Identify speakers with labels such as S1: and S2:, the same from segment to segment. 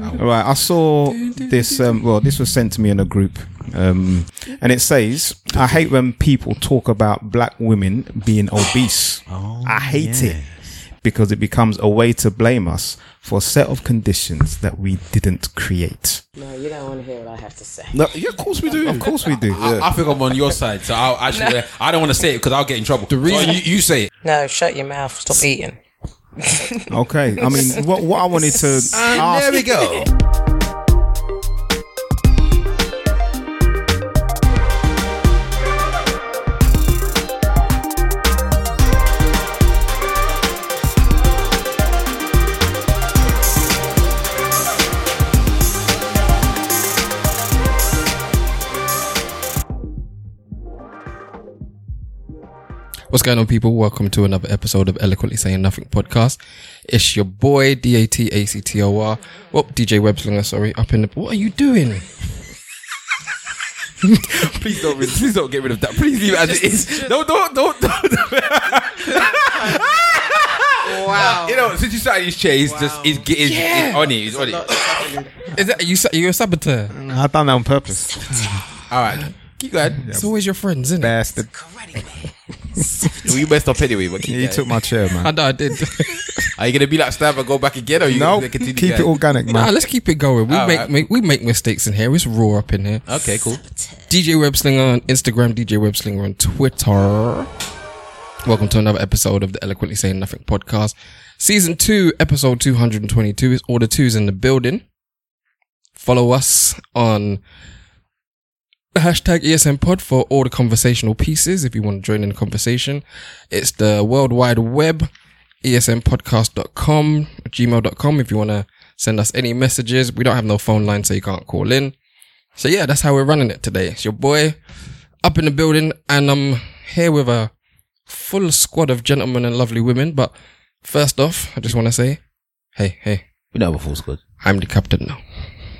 S1: Wow.
S2: Right, I saw this. Um, well, this was sent to me in a group, um, and it says, "I hate when people talk about black women being obese. I hate it because it becomes a way to blame us for a set of conditions that we didn't create."
S3: No, you don't want to hear what I have to say.
S1: No, yeah, of course we do.
S2: Of course, we do.
S4: I, I think I'm on your side, so I'll actually. I don't want to say it because I'll get in trouble. The reason you, you say it.
S3: No, shut your mouth. Stop eating.
S2: Okay, I mean, what what I wanted to ask
S4: Ah, there we go.
S5: What's going on, people? Welcome to another episode of Eloquently Saying Nothing podcast. It's your boy D A T A C T O R. Well, DJ Webslinger, sorry, up in the. What are you doing?
S4: Please don't. Please don't get rid of that. Please leave it as it is. No, don't, don't, don't.
S3: Wow.
S4: You know, since you sat in his chair, he's just he's getting he's on it. He's on it.
S5: Is that you? sa- You're a saboteur.
S2: I've done that on purpose,
S4: All right, keep going.
S5: It's always your friends, isn't it?
S2: bastard.
S4: Well, you messed up anyway. But keep
S2: You
S4: going.
S2: took my chair, man.
S5: I know I did.
S4: Are you gonna be like Stab and go back again, or you
S2: No,
S4: gonna continue?
S2: keep it
S4: going?
S2: organic,
S5: nah,
S2: man.
S5: let's keep it going. We
S4: All
S5: make,
S4: right.
S5: make we make mistakes in here. It's raw up in here.
S4: Okay, cool.
S5: DJ Webslinger on Instagram, DJ Webslinger on Twitter. Welcome to another episode of the Eloquently Saying Nothing podcast. Season 2, episode 222 is all the twos in the building. Follow us on the hashtag ESM pod for all the conversational pieces if you want to join in the conversation. It's the World Wide Web, E esmpodcast.com, gmail.com if you want to send us any messages. We don't have no phone line, so you can't call in. So yeah, that's how we're running it today. It's your boy up in the building, and I'm here with a full squad of gentlemen and lovely women. But first off, I just want to say, hey, hey,
S4: We don't have a full squad.
S5: I'm the captain now.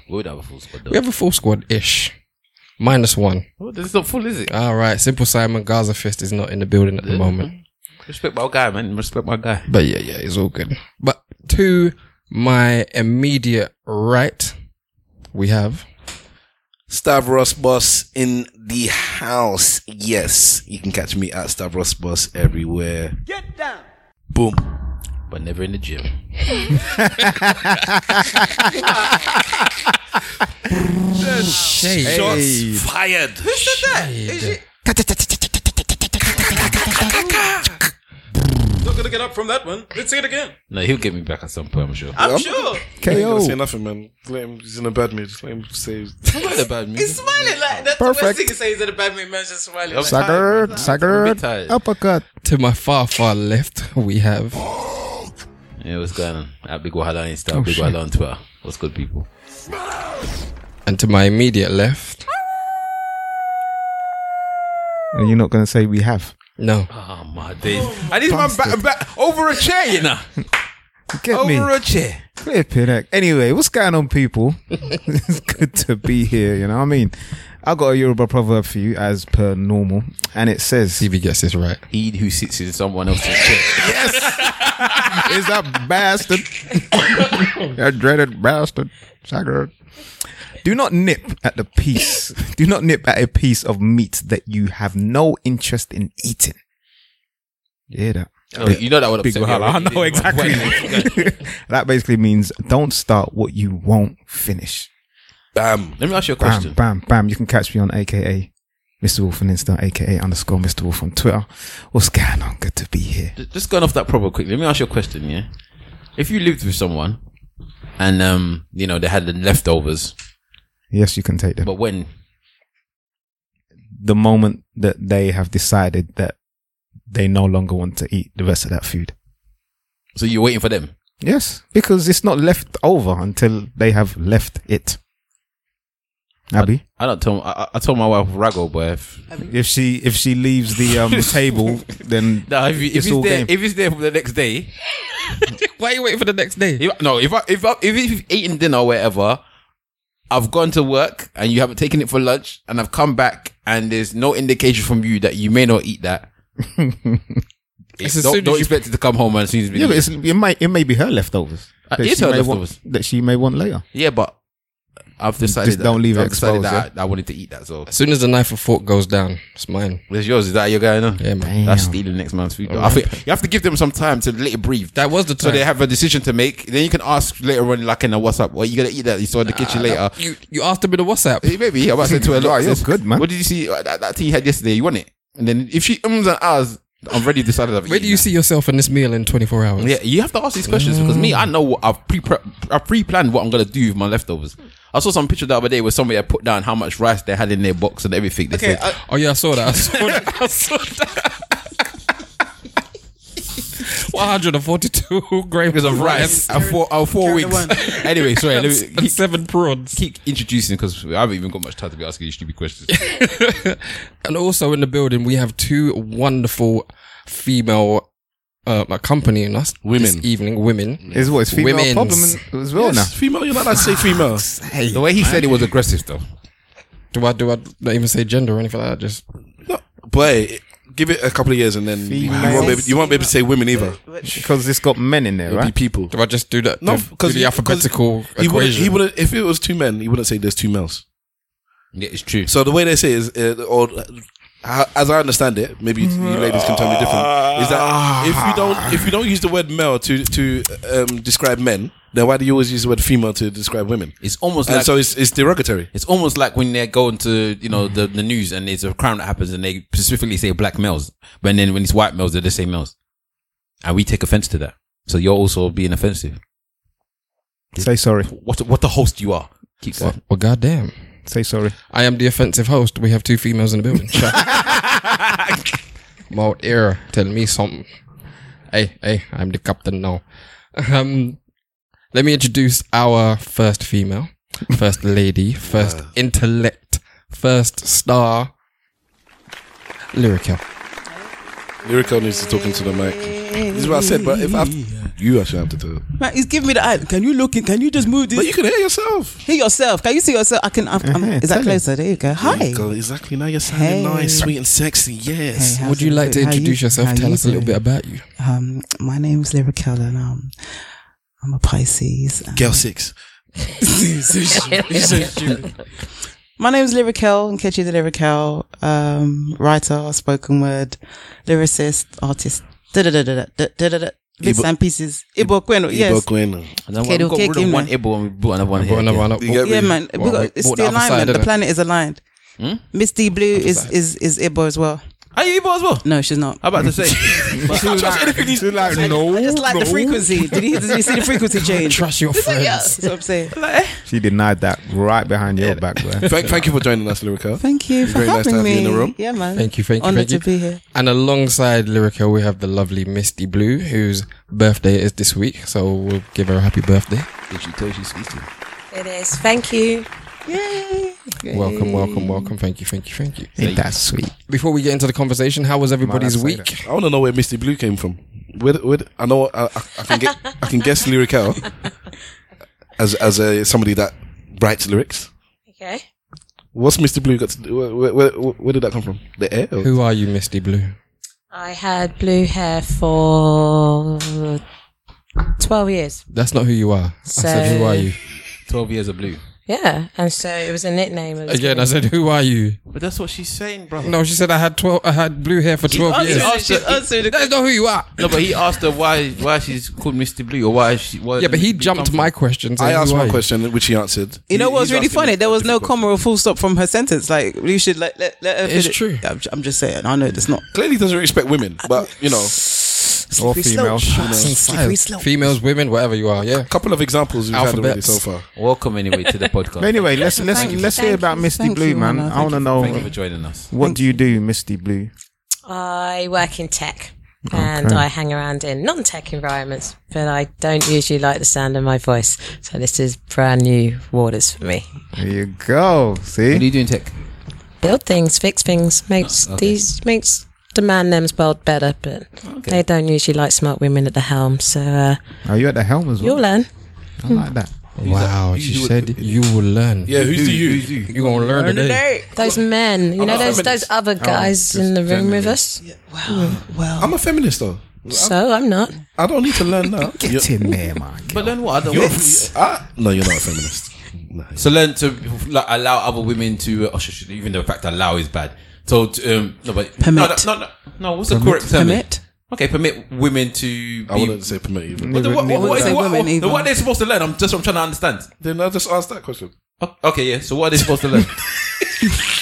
S4: We don't have a full squad. Though.
S5: We have a full squad ish, minus one.
S4: Oh, this is not full, is it?
S5: All right, Simple Simon Gaza Fist is not in the building at the moment.
S4: Respect my guy, man. Respect my guy.
S5: But yeah, yeah, it's all good. But to my immediate right, we have
S1: Stavros Boss in the house. Yes, you can catch me at Stavros Boss everywhere. Get down. Boom.
S4: But never in the gym.
S5: Shade.
S1: Shots fired.
S6: Not gonna get up from that one. Let's see it again.
S4: No, he'll get me back at some point. I'm sure.
S6: I'm sure.
S1: KO.
S7: Don't say nothing, man. Let him. He's in a bad mood. Just let him say.
S4: Not about me.
S3: He's smiling like that's the
S2: Perfect.
S3: first thing he says that a bad man just smiling. Like,
S2: Sagard, Sagard,
S4: tired.
S2: uppercut.
S5: To my far, far left, we have.
S4: Yeah, what's going on? At Big Wahala Insta, Big
S2: Oh,
S4: Wahala on Twitter. What's good, people?
S5: And to my immediate left,
S2: And you're not going to say we have.
S5: no.
S4: Oh my days! I need my back, back over a chair, you know,
S2: Get
S4: over
S2: me.
S4: a chair.
S2: Flipping heck. Anyway, what's going on, people? it's good to be here, you know what I mean? I got a Yoruba proverb for you as per normal, and it says,
S5: See if he gets this right.
S4: He who sits in someone else's chair.
S2: Is that bastard? that dreaded bastard. Sagard. Do not nip at the piece. Do not nip at a piece of meat that you have no interest in eating. You hear that?
S4: Oh, you know that would
S2: Big
S4: upset me.
S2: Wahala. I
S4: already,
S2: know
S4: didn't
S2: exactly.
S4: it?
S2: that basically means don't start what you won't finish.
S1: Bam.
S4: Let me ask you a
S2: bam,
S4: question.
S2: bam, bam. You can catch me on AKA Mr. Wolf on Insta, AKA underscore Mr. Wolf on Twitter. What's going on? Good to be here.
S4: Ju- Just going off that proper quick. Let me ask you a question. Yeah, if you lived with someone, and um, you know they had the leftovers,
S2: Yes, you can take them.
S4: but when
S2: the moment that they have decided that they no longer want to eat the rest of that food.
S4: so you're waiting for them.
S2: Yes, because it's not left over until they have left it. Abby,
S4: I don't tell. I, I- I told my wife Rago, but if,
S2: if she if she leaves the um, table, then
S4: no, if, you- if
S2: It's
S4: it's,
S2: all
S4: there,
S2: game.
S4: if it's there for the next day,
S5: Why are you waiting for the next day?
S4: If, no, if I, if I, if you've eaten dinner or whatever, I've gone to work and you haven't taken it for lunch, and I've come back and there's no indication from you that you may not eat that.
S5: It's as
S4: don't
S5: soon
S4: don't
S5: as you-
S4: expect it to come home and as soon as
S2: yeah, but it's, it might it may be her leftovers.
S4: Uh,
S2: that
S4: is
S2: she
S4: her
S2: may want,
S4: leftovers.
S2: that she may want later.
S4: Yeah, but I've decided.
S2: Just
S4: that-
S2: don't leave it
S4: I've decided
S2: exposed,
S4: that I, I wanted to eat that. So
S5: As soon as the knife or fork goes down, it's mine.
S4: it's yours. Is that your guy? No.
S5: Yeah, man.
S4: That's stealing next man's food. I think you have to give them some time to let it breathe.
S5: That was the
S4: so
S5: time.
S4: they have a decision to make. Then you can ask later on, like in the WhatsApp, "What you gonna eat that?" You saw in the kitchen later.
S5: you, you asked him in the WhatsApp.
S4: Hey, Maybe I'm about to say to her,
S2: Wow,
S4: "Look,
S2: you're
S4: sis,
S2: good, man."
S4: What did you see uh, that, that tea you had yesterday? You want it?" And then if she ums and ahs, I've already decided. I've
S5: Where do
S4: eaten
S5: you
S4: that.
S5: see yourself in this meal in 24 hours?
S4: Yeah, you have to ask these questions because me, I know what I've pre I've pre-planned what I'm gonna do with my leftovers. I saw some picture the other day where somebody had put down how much rice they had in their box and everything. They said,
S5: Oh yeah, I saw that. I saw that. I saw that. 142 grams
S4: because of rice, uh, four, uh, four
S3: Carry the
S4: weeks.
S3: one.
S4: anyway, sorry, let me
S5: and
S4: keep,
S5: seven prawns.
S4: keep introducing because I haven't even got much time to be asking you stupid questions.
S5: And also in the building, we have two wonderful female uh, accompanying us
S1: Women.
S5: this evening. Women.
S2: Is what it's female
S5: Women's.
S2: problem as well
S7: Yes, female, you're not allowed to say female.
S4: the way he said it was aggressive, though.
S5: Do I do I not even say gender or anything like that? Just
S7: No, boy, give it a couple of years and then you won't, be, able- you won't be able to say women either.
S2: now because it's got men in there,
S7: It'll be
S2: right?
S7: people.
S5: do I just do that?
S7: No,
S5: do-
S7: because
S5: do the alphabetical
S7: he wouldn't,
S5: equation.
S7: he wouldn't. If it was two men, he wouldn't say there's two males.
S4: Yeah, it's true.
S7: So the way they say is, uh, or uh, as I understand it, maybe you you ladies can tell me different. Is that if you don't if you don't use the word male to to um, describe men, then why do you always use the word female to describe women?
S4: It's almost
S7: And
S4: like
S7: so it's it's derogatory.
S4: It's almost like when they're going to, you know, the, the news and there's a crime that happens and they specifically say black males. But then when it's white males, they're the same males. And we take offense to that. So you're also being offensive.
S2: Say sorry.
S4: What, what the host you are. Keep
S5: well,
S4: going.
S5: well, goddamn.
S2: Say sorry.
S5: I am the offensive host. We have two females in the building. Maud era, tell me something. Hey, hey, I'm the captain now. Um, let me introduce our first female, first lady, first
S8: Uh.
S5: intellect, first star, Lyrical.
S7: Lyrical needs to talk into the mic. This is what I said, but if I you actually have to do it.
S8: Man, he's giving me the eye. Can you look? In, can you just move this?
S7: But you can hear yourself.
S8: hear yourself. Can you see yourself? I can. I'm, I'm,
S2: Uh-huh,
S8: is
S2: tell
S8: that
S2: him.
S8: closer? There you go. Hi.
S7: There you go. Oh Exactly. Now you're sounding
S8: Hey.
S7: nice, sweet and sexy. Yes.
S8: Hey, how's
S5: Would you
S8: it
S5: like to
S8: going? How
S5: introduce
S8: you-
S5: yourself?
S8: how
S5: Tell
S8: you
S5: us a little bit
S8: doing?
S5: about you.
S8: Um, my name's Lyrical, and um, I'm a Pisces. and-
S7: Girl six.
S8: My name's Lyrical, Nkechi the Lyrical, um, writer, spoken word, lyricist, artist, da da da da da da da da. Bits
S7: Igbo-
S8: and pieces. Igbo Queno, yes.
S7: Igbo Queen.
S4: And then
S8: Okay,
S4: we got
S8: okay,
S4: rid of
S8: give
S4: one
S8: me.
S4: Ibo and we brought another one
S5: I've got
S4: here.
S5: another one up.
S7: You get
S8: Yeah,
S7: me?
S8: man. we
S5: Well, we
S8: got, it's
S5: bought
S8: the
S5: the other side,
S8: alignment. The
S5: didn't it?
S8: planet is aligned. Miss D Blue is, is, is Igbo as well.
S4: Are you Ibo as well?
S8: No, she's not.
S4: I'm about to say.
S2: no,
S8: I just like the frequency. Did you, did you see the frequency change?
S5: Trust your friends.
S8: Yeah, that's what I'm saying.
S2: She denied that right behind your back, bro.
S7: Thank, thank you for joining us, Lyrical.
S8: Thank you for
S7: Very nice to have
S8: having
S7: you
S8: me.
S7: in the room.
S8: Yeah, man.
S5: Thank you, thank you,
S8: Honored
S5: thank you.
S8: to be here.
S5: And alongside Lyrical, we have the lovely Misty Blue, whose birthday is this week. So we'll give her a happy birthday.
S4: Did she tell she speaks to you?
S9: It is. Thank you.
S8: Yay!
S5: Welcome, welcome, welcome. Thank you, thank you, thank you.
S2: Ain't that sweet?
S5: Before we get into the conversation, how was everybody's
S2: say
S5: week?
S7: I want to know where Misty Blue came from. Where, where, I know I, I, I can get I can guess lyrical as as a, somebody that writes lyrics.
S9: Okay.
S7: What's Mr. Blue got to do? Where, where, where, where did that come from? The air? or-
S5: Who are you, Misty Blue?
S9: I had blue hair for 12 years.
S5: That's not who you are. I said,
S9: So-
S5: who are you?
S4: 12 years of blue.
S9: Yeah. And so it was a nickname. I was
S5: Again, I
S9: given.
S5: said, who are you?
S4: But that's what she's saying, brother.
S5: No, she said I had twelve. I had blue hair for twelve years.
S8: Oh,
S4: asked her-
S5: That's not who you are.
S4: No, but he asked her why why she's called Mr. Blue or why she. Why
S5: Yeah, but he
S4: Mr. Blue
S5: jumped
S4: come
S5: my
S4: from.
S5: question.
S7: I
S5: saying,
S7: asked
S5: who are
S7: one
S5: you?
S7: question, which he answered.
S8: You know
S7: He-
S8: what was
S7: he's
S8: really
S7: asking
S8: funny?
S7: me
S8: There was no
S7: difficult
S8: comma or full stop from her sentence. Like you should let let, let her.
S5: It's
S8: finish.
S5: true.
S8: I'm, I'm just saying. I know it's not.
S7: questions. Clearly doesn't respect women, but you know, a
S2: Or female.
S8: Slippery slope.
S5: Females, women, whatever you are. Yeah.
S7: couple of examples we've had already
S5: Alphabets.
S7: so far.
S4: Welcome anyway to the podcast.
S2: But anyway, let's let's
S8: Thank you.
S2: let's hear
S9: Thank
S2: about
S9: you.
S2: Misty
S8: Thank
S2: Blue,
S8: you,
S2: man.
S8: Anna.
S2: I want to
S8: Thank
S2: know
S4: Thank you for joining us.
S2: what do you do, Misty Blue?
S9: I work in tech and I hang around in non tech environments, but I don't usually like the sound of my voice. So this is brand new waters for me.
S2: There you go.
S4: What are
S2: See,
S4: you doing, Tech?
S9: Build things, fix things, makes these, makes the man them's world better, but they don't usually like smart women at the helm. So uh,
S2: are you at the helm as
S9: you'll
S2: well?
S9: learn.
S2: I like that.
S5: Wow. She said you will learn.
S7: Yeah, who's the you?
S5: You gonna learn today?
S9: Those men, you know, those
S7: feminist.
S9: those other guys in the room with us.
S8: Wow. Well,
S7: I'm a feminist though.
S9: So I'm not.
S7: I don't need to learn that. You're-
S2: Get in there, man.
S4: But then what?
S7: you're free- ah, no, you're not a feminist. No.
S4: So learn to like, allow other women to. Uh, oh, sh- sh- even the fact allow is bad. So to, um, no, but no,
S8: Permit.
S4: no, no, no, What's the correct term?
S8: Permit.
S4: Okay, permit women to. Be,
S7: I wouldn't say permit even.
S4: What, the- what, what, what, is
S8: say
S4: it- what,
S8: women
S4: what,
S8: either.
S4: what are they supposed to learn? I'm just. I'm trying to understand.
S7: Then I just asked that question.
S4: O- Okay, yeah. So what are they supposed to learn?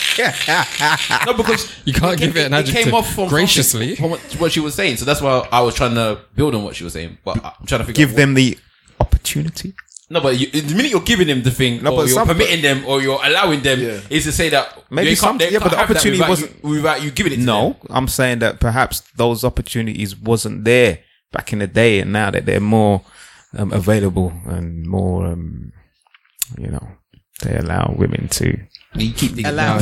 S4: no, because
S5: You can't give it an adjective graciously.
S4: from what, what she was saying. So that's why I was trying to build on what she was saying. But I'm trying to figure out
S2: Give
S4: what-
S2: them the opportunity.
S4: No, but you, the minute you're giving them the thing,
S2: No,
S4: or
S2: but
S4: you're
S2: some-
S4: permitting them, or you're allowing them,
S7: Yeah.
S4: is to say that
S2: Maybe
S4: they
S2: some-
S4: can't- they
S2: yeah, but
S4: can't
S2: the
S4: have that
S2: opportunity
S4: without
S2: wasn't-
S4: you, without you giving it. To
S2: No,
S4: them.
S2: I'm saying that perhaps those opportunities wasn't there back in the day, and now that they're more um, available and more, um, you know, they allow women to.
S4: you keep thinking,
S8: Allow.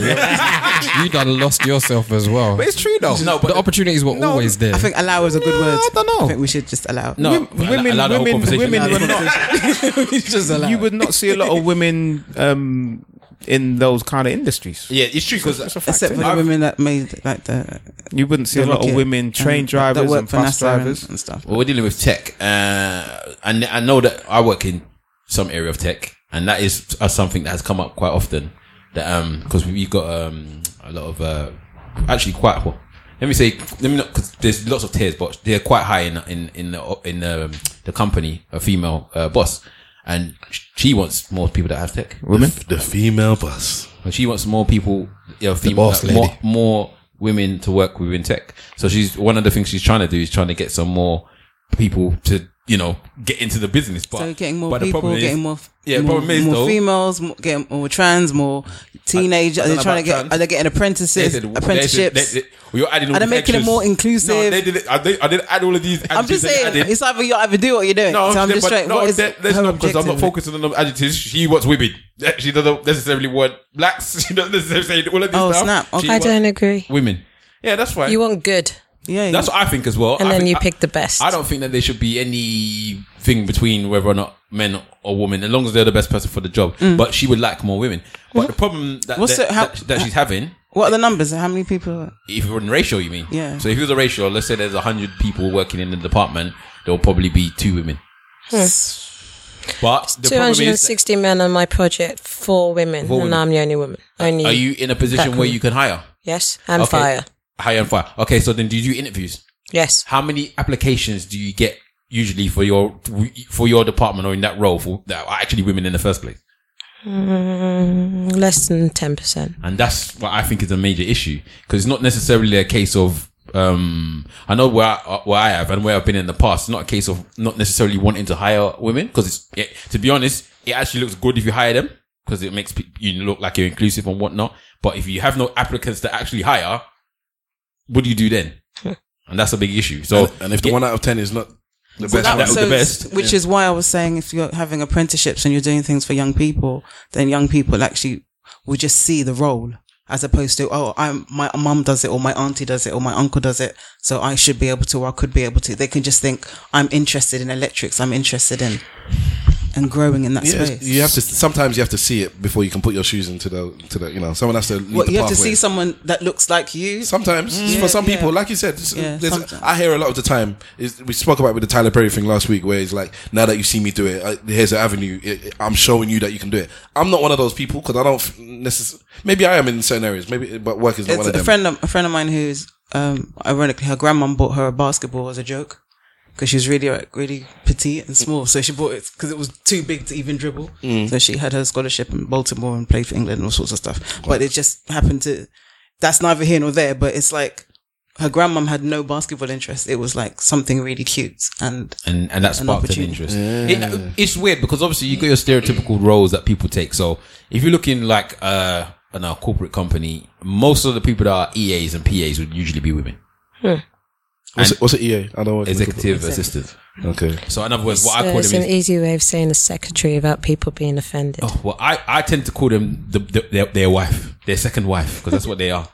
S5: you done lost yourself as well.
S2: But it's true though.
S4: no, but
S5: the opportunities were always there.
S8: I think allow is a good word.
S2: I don't know.
S8: I think we should just allow.
S4: no,
S2: women,
S4: allow the whole
S2: women,
S4: conversation.
S2: women were not
S8: just allow.
S2: you would not see a lot of women um, in those kind of industries.
S4: Yeah, it's true because
S8: Except for the women that made like the
S2: You wouldn't see a
S8: the
S2: lot of
S8: rocket
S2: women,
S8: and
S2: train
S8: that-
S2: drivers,
S8: that work
S2: and
S8: for
S2: bus
S8: NASA and-
S2: drivers.
S8: and stuff.
S4: well, we're dealing with tech, uh, and I know that I work in some area of tech, and that is uh, something that has come up quite often. That um, because we've got um a lot of uh, actually quite well. Let me say, let me not because there's lots of tiers, but they're quite high in in in the in um, the company a female uh, boss, and she wants more people that have tech.
S2: Women,
S7: The female bus.
S4: But she wants more people, you know, female,
S7: boss
S4: like,
S7: lady.
S4: more, more women to work within tech. So she's one of the things she's trying to do is trying to get some more people to, you know, get into the business. But
S8: So getting more
S4: but the
S8: people,
S4: problem is-
S8: getting more,
S4: Yeah,
S8: more,
S4: problem is,
S8: more
S4: though-
S8: females, more, getting more trans, more teenagers.
S4: I
S8: Are
S4: don't
S8: they
S4: know
S8: trying to
S4: about
S8: get?
S4: trans.
S8: Are they getting
S4: they
S8: apprentices?
S4: said- they said-
S8: apprenticeships.
S4: they- they- well, you're adding all
S8: Are they
S4: these
S8: making it
S4: extras.
S8: more inclusive?
S4: No, they didn't. I did, I did add all of these.
S8: I'm
S4: adjectives
S8: just
S4: that you
S8: saying,
S4: added.
S8: it's either you either do or you don't.
S4: No,
S8: so I'm
S4: there-
S8: just
S4: but
S8: straight.
S4: No,
S8: what is
S4: there- there's
S8: her
S4: no because I'm not
S8: objective?
S4: focusing on the adjectives. She wants women. She doesn't necessarily want blacks. She doesn't necessarily say all of this
S8: Oh,
S4: stuff.
S8: snap.
S4: She
S8: Okay.
S9: I
S4: wants
S9: don't agree.
S4: Women. Yeah, that's fine.
S9: You want good,
S8: Yeah,
S4: That's what I think as well.
S9: and
S4: I
S9: then
S4: think-
S9: you
S4: I-
S9: pick the best.
S4: I don't think that there should be anything between whether or not men or women, as long as they're the best person for the job.
S9: Mm.
S4: But she would like more women. But the problem that
S8: What's
S4: that,
S8: it- how-
S4: that, that she's having,
S8: what are the numbers? How many people?
S4: if you're in ratio, you mean?
S8: Yeah.
S4: So if it was a ratio, let's say there's hundred people working in the department, there will probably be two women. But the
S9: Hmm. Two
S4: problem
S9: hundred and
S4: is,
S9: sixty men on my project, four women,
S4: Four
S9: and
S4: women.
S9: I'm the only woman. Only
S4: are you in a position
S9: That
S4: where
S9: could-
S4: you can hire,
S9: yes, and
S4: Okay.
S9: fire
S4: hire and fire? Okay, so then do you do interviews?
S9: yes.
S4: How many applications do you get usually for your for your department or in that role for that are actually women in the first place?
S9: Mm, less than ten percent.
S4: and that's what I think is a major issue because it's not necessarily a case of um I know where I, where I have and where I've been in the past. It's not a case of not necessarily wanting to hire women because it's it, to be honest, it actually looks good if you hire them because it makes pe- you look like you're inclusive and whatnot. But if you have no applicants to actually hire, what do you do then? and that's a big issue. So
S7: And if the one out of ten is not the best
S4: that
S7: one,
S4: was the best.
S8: Which is why I was saying if you're having apprenticeships and you're doing things for young people, then young people actually will just see the role as opposed to, oh, I'm, my mum does it or my auntie does it or my uncle does it. So I should be able to or I could be able to. They can just think, I'm interested in electrics. I'm interested in and growing in that
S7: Yeah,
S8: space.
S7: you have to. Sometimes you have to see it before you can put your shoes into the to the. You know, someone has to. Lead
S8: What,
S7: the
S8: you have to
S7: pathway.
S8: see someone that looks like you.
S7: Sometimes for
S8: Yeah,
S7: some people,
S8: Mm. yeah.
S7: like you said, s-
S8: Yeah,
S7: there's-
S8: sometimes.
S7: I hear a lot of the time. Is, we spoke about it with the Tyler Perry thing last week, where it's like, now that you see me do it, I, here's an avenue. It, I'm showing you that you can do it. I'm not one of those people because I don't necessarily. Maybe I am in certain areas. Maybe, but work is not one
S8: It's
S7: of
S8: a
S7: them.
S8: friend of, a friend of mine who's um, ironically her grandmom bought her a basketball as a joke because she was really like, really petite and small, so she bought it because it was too big to even dribble.
S7: Mm.
S8: So she had her scholarship in Baltimore and played for England and all sorts of stuff. But it just happened to that's neither here nor there. But it's like her grandmom had no basketball interest. It was like something really cute and
S4: and and that sparked an,
S8: opportunity.
S4: interest. It, uh, it's weird because obviously you got your stereotypical roles that people take. So if you look in like uh, in a corporate company, most of the people that are EAs and PAs would usually be women,
S7: What's, it, what's it? EA. I don't work in the
S4: executive assistants.
S7: corporate- Okay.
S4: So in other words, what I
S9: So
S4: call
S9: it's
S4: them
S9: an
S4: is
S9: easy way of saying a secretary without people being offended.
S4: oh, well, I, I tend to call them the, the, their, their wife, their second wife, because that's what they are.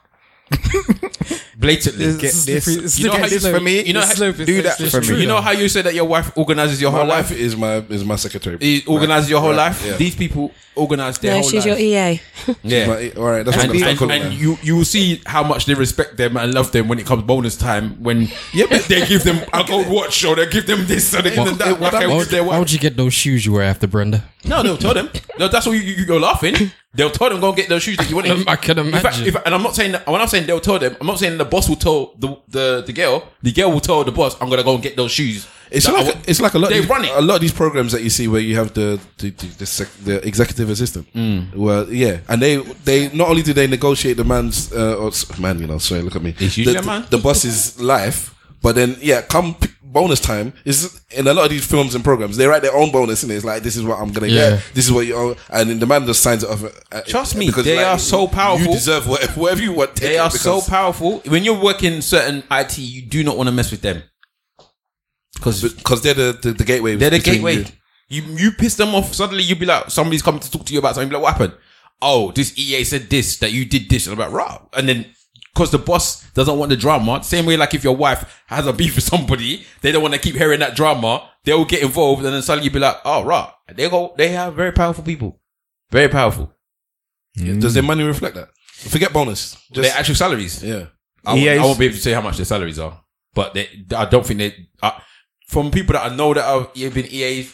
S4: blatantly.
S2: Get this. You know
S4: how
S2: get this
S4: you-
S2: for me.
S4: you know how-
S2: do that for me.
S4: You know how you say that your wife organizes your
S7: My
S4: whole
S7: wife
S4: life?
S7: is my is my secretary.
S4: He organizes your whole
S7: Right,
S4: life.
S7: yeah.
S4: These people organize their
S9: No,
S4: whole
S9: she's
S4: life.
S9: your E EA.
S4: yeah.
S7: But, all right, that's what
S4: and,
S7: I'm gonna start
S4: and,
S7: calling
S4: and
S7: her.
S4: you you will see how much they respect them and love them when it comes bonus time when they give them a gold watch or they give them this and they give them that.
S7: what
S4: Like,
S7: I'm-
S4: I
S5: Why
S4: give
S5: would,
S4: their
S5: why
S4: wife-
S5: would you get those shoes you wear after Brenda?
S4: No, they'll tell them. No, that's why you, you, you're laughing. They'll tell them go and get those shoes that you want.
S5: Um, I can
S4: In fact,
S5: imagine.
S4: in fact- and I'm not saying that. When I'm saying they'll tell them, I'm not saying the boss will tell the the, the girl. The girl will tell the boss, "I'm gonna go and get those shoes."
S7: It's
S4: that I
S7: like
S4: want."
S7: it's like a lot.
S4: They
S7: of these,
S4: run it.
S7: A lot of these programs that you see where you have the the, the, the, sec, the executive assistant. Mm. Well, yeah, and they they not only do they negotiate the man's uh, or, s- man, you know, sorry, look at me.
S4: It's
S7: the,
S4: usually a man.
S7: the boss's life, but then yeah, come p- bonus time is in a lot of these films and programs they write their own bonus in it. It's like this is what I'm gonna
S5: Yeah.
S7: get. This is what you owe, and then the man just signs it off. uh,
S4: Trust
S7: uh,
S4: me,
S7: because,
S4: they are so powerful.
S7: You deserve whatever, whatever you want. take
S4: They
S7: it
S4: are so
S7: because-
S4: powerful. When you're working certain IT, you do not want to mess with them because
S7: because they're the, the, the gateway.
S4: they're the
S7: between
S4: gateway.
S7: you.
S4: You. you piss them off. Suddenly you'll be like, somebody's coming to talk to you about something. You'll be like, what happened? Oh, this EA said this that you did this. And I'm like, right. And then because the boss doesn't want the drama, same way like if your wife has a beef with somebody, they don't want to keep hearing that drama. They will get involved, and then suddenly you'll be like, oh, right. They go. They have very powerful people. Very powerful.
S7: Does their money reflect that? Forget bonus. Just, E
S4: Their actual salaries.
S7: yeah.
S4: I, won't-
S2: EA's
S4: I won't be able to say how much their salaries are, but they, I don't think they. I, from people that I know that have been EA,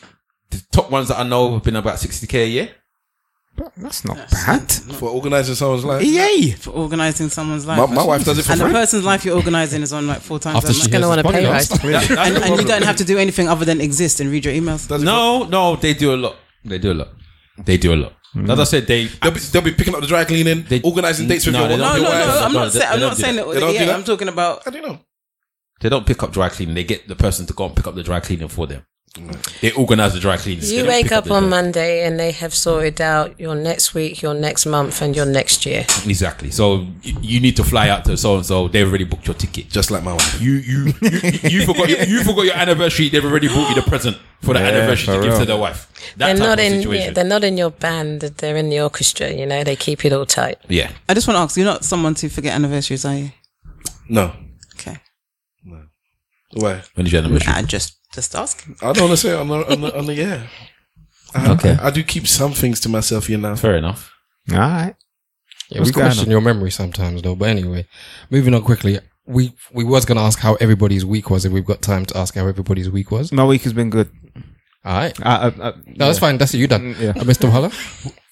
S4: the top ones that I know have been about sixty k a year.
S2: That's not bad.
S7: for organizing someone's life.
S2: EA.
S8: for organizing someone's life.
S7: My, my wife does it for
S8: and the
S7: free.
S8: person's life you're organizing is on like four times
S5: After
S8: that
S5: she
S8: much.
S9: Gonna
S5: hears this
S9: want a pay
S5: podcast.
S9: rise.
S8: and, and you don't have to do anything other than exist and read your emails.
S4: No, no, they do a lot. They do a lot. They do a lot. As I said, they.
S7: They'll be, they'll be picking up the dry cleaning,
S4: They-
S7: organizing dates with
S4: No,
S7: your
S4: they
S8: no,
S7: wife.
S8: no,
S4: don't
S8: no.
S4: do that. They don't- they
S8: I'm not, say, I'm not
S4: don't do
S8: saying that.
S7: They don't do
S8: yeah,
S7: that?
S8: I'm talking about.
S7: I don't know.
S4: They don't pick up dry cleaning. They get the person to go and pick up the dry cleaning for them. They organize the dry cleaning. They
S9: You
S4: don't
S9: wake
S4: pick
S9: up
S4: the
S9: on
S4: dry-
S9: Monday and they have sorted out your next week, your next month, and your next year.
S4: Exactly. So you, you need to fly out to so and so. They've already booked your ticket.
S7: Just like my wife.
S4: You you you, you forgot your, you forgot your anniversary. They've already bought you the present for the anniversary to
S2: for
S4: give to
S2: real.
S4: their wife. That
S9: they're
S4: type
S9: not
S4: of
S9: in. Yeah,
S4: situation.
S9: they're not in your band. They're in the orchestra. You know, they keep it all tight.
S4: Yeah.
S8: I just want to ask. You're not someone to forget anniversaries, are you?
S7: No.
S8: Okay.
S7: Why?
S4: When is your anniversary?
S8: I just just asking.
S7: I don't want to say on the, on the, on the yeah. I,
S4: Okay.
S7: I, I do keep some things to myself, you know.
S4: Fair enough.
S2: All right.
S5: Yeah, we
S2: What's going on?
S5: question your memory sometimes, though. But anyway, moving on quickly. We we was gonna ask how everybody's week was if we've got time to ask how everybody's week was.
S2: My week has been good.
S5: All right,
S2: I, I, I,
S5: no, that's fine. That's it. You done,
S2: Mm, yeah.
S5: uh, Mr. Waller.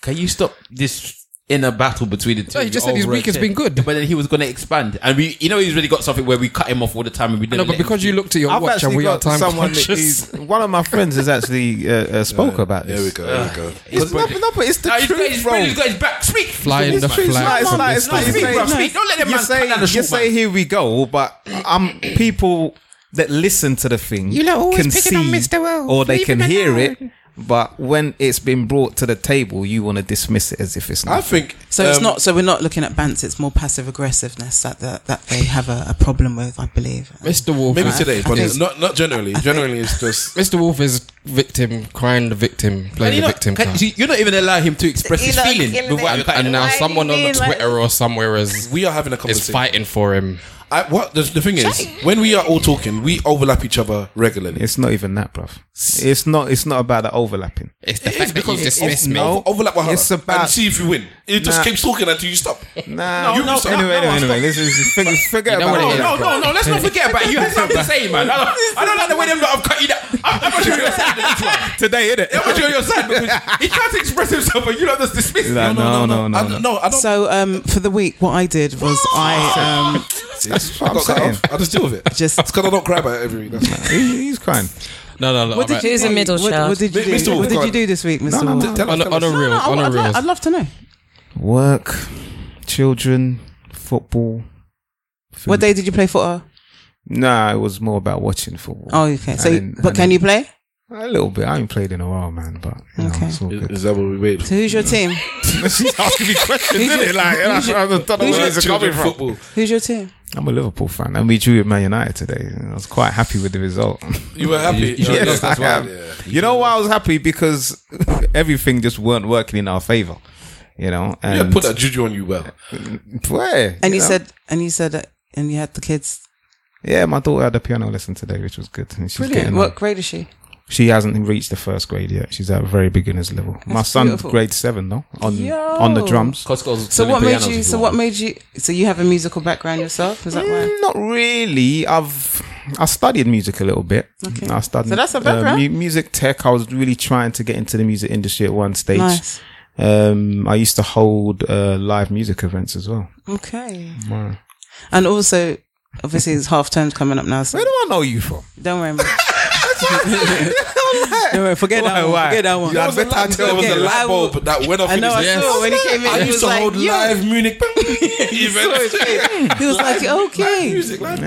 S4: Can you stop this inner battle between the two?
S5: No, you just said his
S4: Over
S5: week has
S4: it.
S5: been good.
S4: But then he was going to expand, and we, you know, he's really got something where we cut him off all the time, and we didn't.
S5: No, but
S4: let him
S5: because you
S4: speak.
S5: looked at your
S2: I've
S5: watch and
S2: actually
S5: we are
S2: got
S5: time
S2: someone
S5: conscious.
S2: who's one of my friends has actually uh, uh, spoke about this.
S7: There we go. There we go.
S2: It's not, no, but it's the
S4: No, Ah, he's got
S2: truth,
S4: his
S2: bro.
S4: brain, he's got his back. Speak.
S5: Flying
S4: Speak.
S5: the
S2: It's
S5: flag
S2: like- it's
S5: from
S2: like-
S5: the
S2: it's like
S5: side.
S2: you
S4: Speak,
S2: say-
S4: bruv, speak. Don't let that
S2: you
S4: man
S2: say,
S4: cut down the
S2: you
S4: short
S2: say
S4: man.
S2: here we go, but I'm people that listen to the thing
S5: You lot always
S2: can
S5: picking on
S2: see
S5: Mr. Wolf.
S2: or they
S5: Leave
S2: can
S5: him
S2: hear
S5: alone.
S2: it, but when it's been brought to the table, you want to dismiss it as if Ah. it's
S7: I
S2: not.
S7: think
S8: So it's
S7: um,
S8: not. So we're not looking at bants. It's more passive aggressiveness that that, that they have a, a problem with. I believe.
S5: Mr. Wolf,
S7: maybe
S5: is-
S7: today,
S8: I
S7: but
S8: think-
S7: not not generally. Generally, it's just
S5: Mr. Wolf is victim, crying the victim,
S4: And
S5: playing
S4: you
S5: the
S4: know,
S5: victim
S4: can-
S5: card.
S4: see, you're not even allowing him to express his
S9: You're not
S4: feeling
S9: giving
S4: without
S9: him-
S4: cutting
S5: And
S4: him
S5: now
S9: Why do
S5: someone
S9: you
S5: on the
S9: mean like-
S5: Twitter or somewhere is
S7: we are having a
S5: is
S7: conversation.
S5: fighting for him.
S7: I, what the, the thing is, when we are all talking, we overlap each other regularly.
S2: It's not even that, bruv. It's not. It's not about the overlapping.
S5: It's the fact that you dismiss
S2: it's-
S5: me.
S2: no.
S7: Overlap with her
S2: It's about-
S7: and see if you win. It just
S2: Nah.
S7: keeps talking until you stop.
S2: Nah.
S7: you- no,
S2: anyway,
S7: no,
S2: anyway,
S7: no,
S2: anyway. This is forget, forget
S5: know
S2: about
S5: what it
S2: it.
S5: is,
S4: No, no, no. Let's not forget about it. You had something to say, man. I don't, I don't like the way them lot have cut you down. I'm, I'm not sure you're sad with this one.
S2: Today, innit?
S4: I'm not sure you're sad because he tried to express himself and you lot just dismiss him.
S2: Like, no, no,
S7: I
S2: no,
S7: don't-
S2: no.
S7: no, I don't.
S8: So um, for the week, what I did was I um,
S7: That's what I
S2: I'm
S7: got cut
S2: saying.
S7: off. I just deal with it.
S8: Just-
S7: because I don't cry about it every week. That's fine.
S2: He- He's crying.
S5: No, no, no.
S8: What did
S5: alright.
S8: you
S9: Who's a
S8: do?
S9: middle
S8: what,
S9: child?
S8: What did you do?
S7: Mr. Wolf, go
S8: what did you
S7: on.
S8: do this week, Mr.
S2: no,
S8: Wolf?
S2: no.
S7: Tell us,
S5: On a,
S7: tell
S5: on
S7: us.
S5: a reel,
S8: I-
S5: on a
S8: I'd,
S5: reel.
S8: like- I'd love to know.
S2: Work, children, football. food.
S8: What day did you play football?
S2: Nah, it was more about watching football.
S8: Oh, okay. So,
S2: I didn't-
S8: but
S2: I
S8: can you
S2: didn't-
S8: play?
S2: A little bit. I ain't played in a while, man. But you know,
S8: Okay.
S2: it's all good.
S7: Is that what we wait for?
S8: So who's your team?
S2: She's asking me questions,
S8: Who's
S2: isn't it?
S8: your-
S2: Like, and I
S8: who's your-
S2: I don't know
S8: who's
S2: where
S8: your
S2: these are coming from.
S7: Football.
S8: Who's your team?
S2: I'm a Liverpool fan, and we drew with Man United today. I was quite happy with the result.
S7: You were happy.
S4: you should-
S2: yes, I am. You know why I was happy because everything just weren't working in our favour. You know,
S7: Yeah,
S2: and
S7: put that juju on you well.
S2: where
S8: And
S2: you
S8: you
S2: know?
S8: said, and you said that and you had the kids.
S2: Yeah, my daughter had a piano lesson today, which was good. And she's
S8: Brilliant.
S2: getting on.
S8: What grade is she?
S2: She hasn't reached the first grade yet. She's at very beginner's level. my son's
S8: beautiful.
S2: grade seven though on
S8: Yo.
S2: on the drums.
S4: Costco's
S8: So
S4: selling
S8: what made
S4: pianos
S8: you?
S4: if
S8: So
S4: want.
S8: what made you? So you have a musical background yourself? Is that why?
S2: Mm, Not really. I've I studied music a little bit. Okay. I studied
S8: So that's a
S2: uh,
S8: background.
S2: mu- music tech. I was really trying to get into the music industry at one stage.
S8: Nice.
S2: Um, I used to hold uh, live music events as well.
S8: Okay.
S2: Wow.
S8: And also, obviously, it's half term's coming up now. So
S2: Where do I know you from?
S8: don't worry. man. don't worry. Forget that one. Forget that one.
S7: You had better tell
S8: was
S7: was a
S8: a light
S7: light
S8: bulb
S7: bulb that went off
S8: I know. I saw it when he came in.
S7: I
S8: he
S7: used
S8: was
S7: to
S8: like,
S7: hold
S8: "Yo."
S7: live Munich.
S8: He saw his face. He was like, "Okay."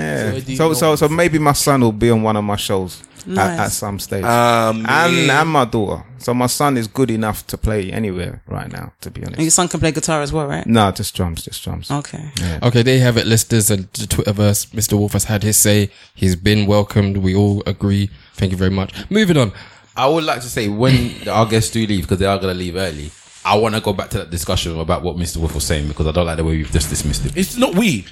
S2: Yeah. So so so maybe my son will be on one of my shows
S8: Nice.
S2: at, at some stage.
S7: Um,
S2: and and my daughter. So my son is good enough to play anywhere right now. To be
S8: And your
S2: honest,
S8: son can play guitar as well, right?
S2: no, just drums, just drums.
S8: Okay.
S5: Okay, there you have it, listeners. And the Twitterverse, Mr. Wolf has had his say. He's been welcomed. We all agree. Thank you very much. Moving on.
S4: I would like to say when our guests do leave because they are going to leave early. I want to go back to that discussion about what Mr. Wolf was saying because I don't like the way we've just dismissed it.
S7: It's not we.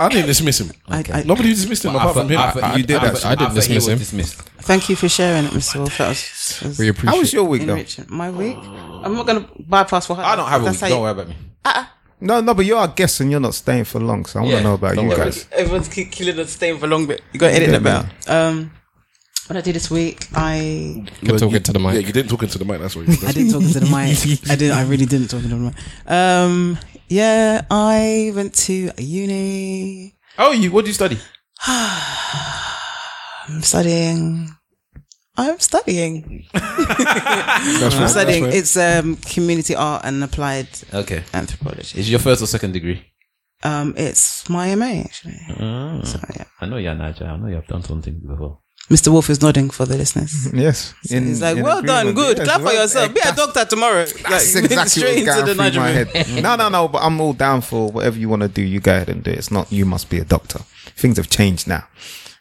S7: I didn't dismiss him.
S8: I, I,
S7: Nobody dismissed him apart
S4: thought-
S7: from him.
S4: I thought-
S2: You did
S4: I
S2: that.
S4: thought-
S5: I didn't
S4: thought he
S5: dismiss
S4: was
S5: him.
S4: Dismissed.
S8: Thank you for sharing it, Mr. Wolf. That was, that was
S5: We appreciate
S2: How was your week though?
S8: enriching. My week. I'm not gonna bypass what
S4: I don't have a week.
S8: That's how
S4: Don't
S8: you-
S4: worry about me.
S2: No, no, but you're our guest and you're not staying for long, so I want
S4: Yeah,
S2: to know about
S4: don't
S2: you
S4: worry.
S2: guys.
S8: Everyone's keep killing us staying for long, but you got to edit that
S2: man.
S8: bit. out. Um, what I did this week, I
S5: Keep talking to the
S7: Yeah,
S5: mic.
S7: you didn't talk into the mic. That's what you
S8: I didn't talk into the mic. I didn't. I really didn't talk into the mic. Um, yeah, I went to uni.
S4: Oh, you? What do you study?
S8: I'm studying. I'm studying. I'm studying. It's um community art and applied
S4: Okay.
S8: anthropology.
S4: Is your first or second degree?
S8: Um, it's my MA actually. So yeah.
S4: I know you're Niger. I know you've done something before.
S8: Mr. Wolf is nodding for the listeners.
S2: Yes, in-
S8: He's like,
S2: in
S8: well done,
S2: agreement.
S8: good.
S2: Yes,
S8: Clap for
S2: well-
S8: yourself. Be a doctor tomorrow.
S2: That's exactly what's going through my
S8: Nigerian.
S2: head. No, no, no. But I'm all down for whatever you want to do. You go ahead and do it. It's not you must be a doctor. Things have changed now.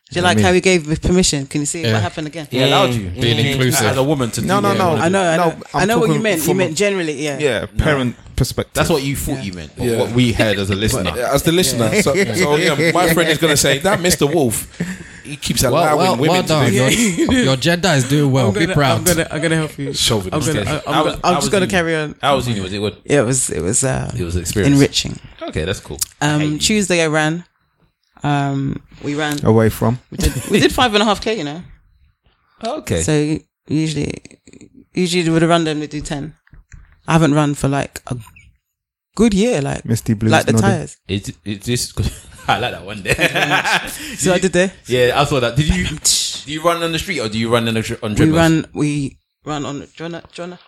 S8: Do you like how he gave me permission? Can you see
S5: Yeah.
S8: what happened again?
S4: He allowed you
S5: Being inclusive.
S4: as a woman to do
S2: No, no,
S4: what
S2: no.
S4: you wanna
S8: I know, I
S2: No,
S8: know,
S2: I'm
S8: I know what you
S2: talking
S8: meant. You
S2: from a-
S8: meant generally, yeah.
S2: Yeah, parent perspective.
S4: That's what you thought you meant, but what we heard as a listener.
S7: As the listener, so, so yeah, my friend is going to say that Mr. Wolf, he keeps allowing
S5: Well, well, well
S7: women to
S5: done.
S7: do
S5: Your, your Jedi is doing well. Be proud.
S8: I'm gonna help you.
S7: Chauvinist.
S8: I'm gonna, I'm,
S4: How was-
S8: gonna, I'm
S4: how
S8: just
S4: was
S8: gonna
S4: uni?
S8: carry on.
S4: How was uni? Was it good?
S8: Yeah, it was, it was, uh,
S4: It was an experience.
S8: enriching.
S4: Okay, that's cool.
S8: Um, Tuesday I ran. Um, we ran.
S2: away from.
S8: We did, we did five and a half k. You know,
S4: Okay.
S8: so usually, usually with a run them we do ten. I haven't run for like a good year, like
S2: Misty Blues.
S8: like the
S2: nodding.
S8: tires.
S4: It, it just I like that one there.
S8: So I did there.
S4: yeah, I saw that. Did you do you run on the street or do you run on the, on
S8: We
S4: treadmills?
S8: ran. We ran on. Do you wanna? Do you wanna?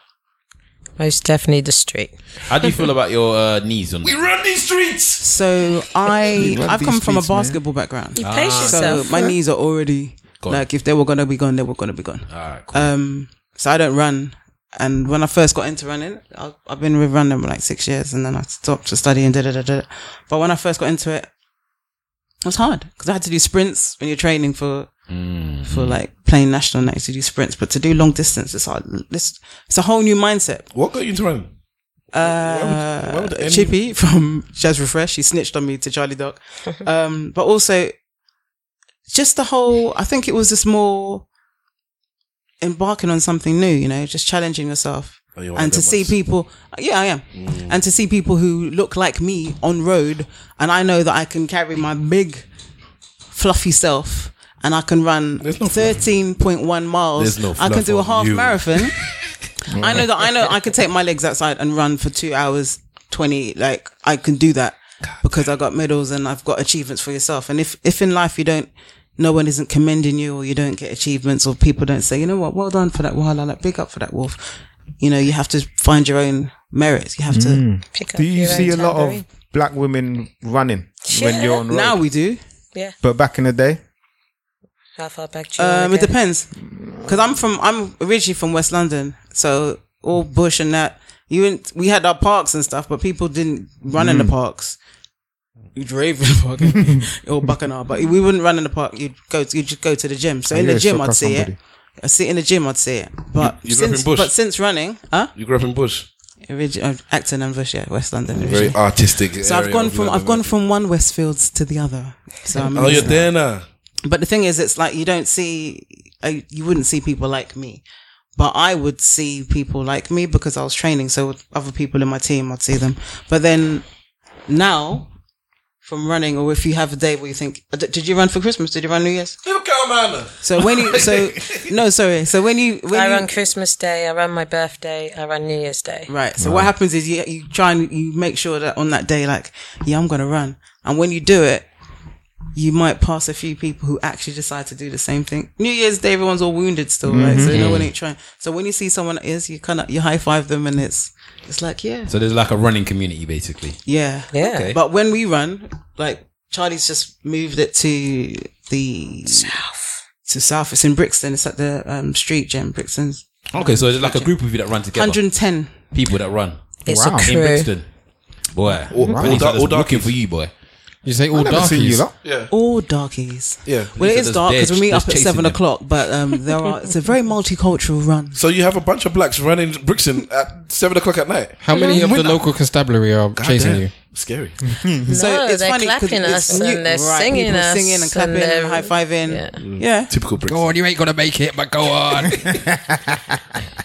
S9: Most definitely the street.
S4: How do you feel about your uh, knees on?
S7: it. Run these streets!
S8: So I,
S2: Run
S8: I've
S2: these
S8: come from a
S2: streets, man.
S8: basketball background.
S9: You pace
S4: Ah.
S8: So
S9: yourself.
S8: my knees are already like if they were gonna be gone, they were gonna be gone.
S4: Alright, cool.
S8: Um, so I don't run. And when I first got into running, I, I've been with running for like six years, and then I stopped to study and da da da da. But when I first got into it, it was hard because I had to do sprints when you're training for
S2: Mm-hmm.
S8: for like playing national. nights. You do sprints, but to do long distance, it's hard. It's, it's a whole new mindset.
S7: What got you into running?
S8: Uh,
S7: why would the end-
S8: Chippy from Jazz Refresh, he snitched on me to Charlie Doc. Um, but also, just the whole, I think it was just more embarking on something new, you know, just challenging yourself.
S7: Oh, you're one
S8: and
S7: of
S8: to
S7: them
S8: see
S7: ones.
S8: people, yeah, I am.
S7: Mm.
S8: And to see people who look like me on road, and I know that I can carry my big, fluffy self. And I can run
S7: There's no fluff.
S8: thirteen point one miles.
S7: There's no
S8: I can
S7: fluff
S8: do a
S7: on
S8: half
S7: you.
S8: marathon. I know that I know I could take my legs outside and run for two hours twenty. Like I can do that because I got medals and I've got achievements for yourself. And if if in life you don't, no one isn't commending you or you don't get achievements or people don't say, you know what, well done for that Wahala, like big up for that Wolf. You know, you have to find your own merits. You have to.
S9: Pick up
S2: Do you
S9: your
S2: see a
S9: own
S2: lot of
S9: tambourine.
S2: black women running when
S9: Yeah.
S2: you're on road?
S8: Now we do.
S9: Yeah.
S2: but back in the day,
S9: How far back do you
S8: Um,
S9: want
S8: it
S9: to go?
S8: depends. Because I'm from, I'm originally from West London, so all bush and that. You didn't, we had our parks and stuff, but people didn't run
S7: Mm.
S8: in the parks. You'd rave in the park eh? or Buckingham, but we wouldn't run in the park. You'd go, to, you'd just go to the gym. So in
S2: yeah,
S8: the gym,
S2: shock
S8: I'd
S2: up
S8: see it.
S2: somebody.
S8: I see in the gym, I'd see it. But
S7: you grew up in
S8: since,
S7: bush?
S8: but since running, huh?
S7: You grew up in bush.
S8: Origi- uh, Acton and Bush, yeah, West London.
S7: Very
S8: originally.
S7: artistic.
S8: So I've
S7: area
S8: gone
S7: of
S8: from I've
S7: London.
S8: gone from one Westfields to the other. So I'm
S7: Oh, you're
S8: used to
S7: there now.
S8: but the thing is, it's like you don't see, uh, you wouldn't see people like me, but I would see people like me because I was training. So with other people in my team, I'd see them. But then now, from running, or if you have a day where you think, "Uh, d- did you run for Christmas? Did you run New Year's?
S7: Look at man.
S8: So when you, so no, sorry. So when you, when
S9: I
S8: you,
S9: run Christmas Day, I run my birthday, I run New Year's Day.
S8: Right. So what happens is you, you try and you make sure that on that day, like, yeah, I'm going to run. And when you do it, you might pass a few people who actually decide to do the same thing. New Year's Day, everyone's all wounded still, right? So no one ain't trying. So when you see someone that is, you kind of, you high five them and it's, it's like, yeah,
S4: So there's like a running community, basically.
S8: yeah.
S9: Yeah. Okay.
S8: But when we run, like, Charlie's just moved it to the south. To south. It's in Brixton. It's at the um, street gym, Brixton's
S4: Okay, so there's like a group of you that run together.
S8: 110.
S4: people that run
S9: It's
S2: Wow.
S9: a
S4: in
S9: crew.
S4: Brixton. Boy,
S7: all
S4: all,
S7: dark- all
S4: looking for you, boy.
S5: You say all
S2: I never
S5: darkies.
S2: seen you lot.
S8: All darkies.
S7: Yeah.
S8: Well, it
S4: So
S8: is
S4: there's
S8: dark because
S4: veg,
S8: we meet
S4: there's
S8: up at
S4: chasing
S8: seven
S4: them.
S8: o'clock, but um, there are it's a very multicultural run.
S7: So you have a bunch of blacks running Brixton at seven o'clock at night.
S5: How many of the local constabulary are chasing
S7: Damn.
S5: you?
S7: Scary.
S9: No, they're
S8: 'cause
S9: clapping
S8: it's
S9: us
S8: new-
S9: and they're
S8: right,
S9: singing
S8: people
S9: us
S8: singing and
S9: and
S8: clapping,
S9: they're-
S8: high fiving.
S9: yeah.
S8: yeah.
S7: Typical Brixton.
S5: Go on, you ain't gonna make it, but go on.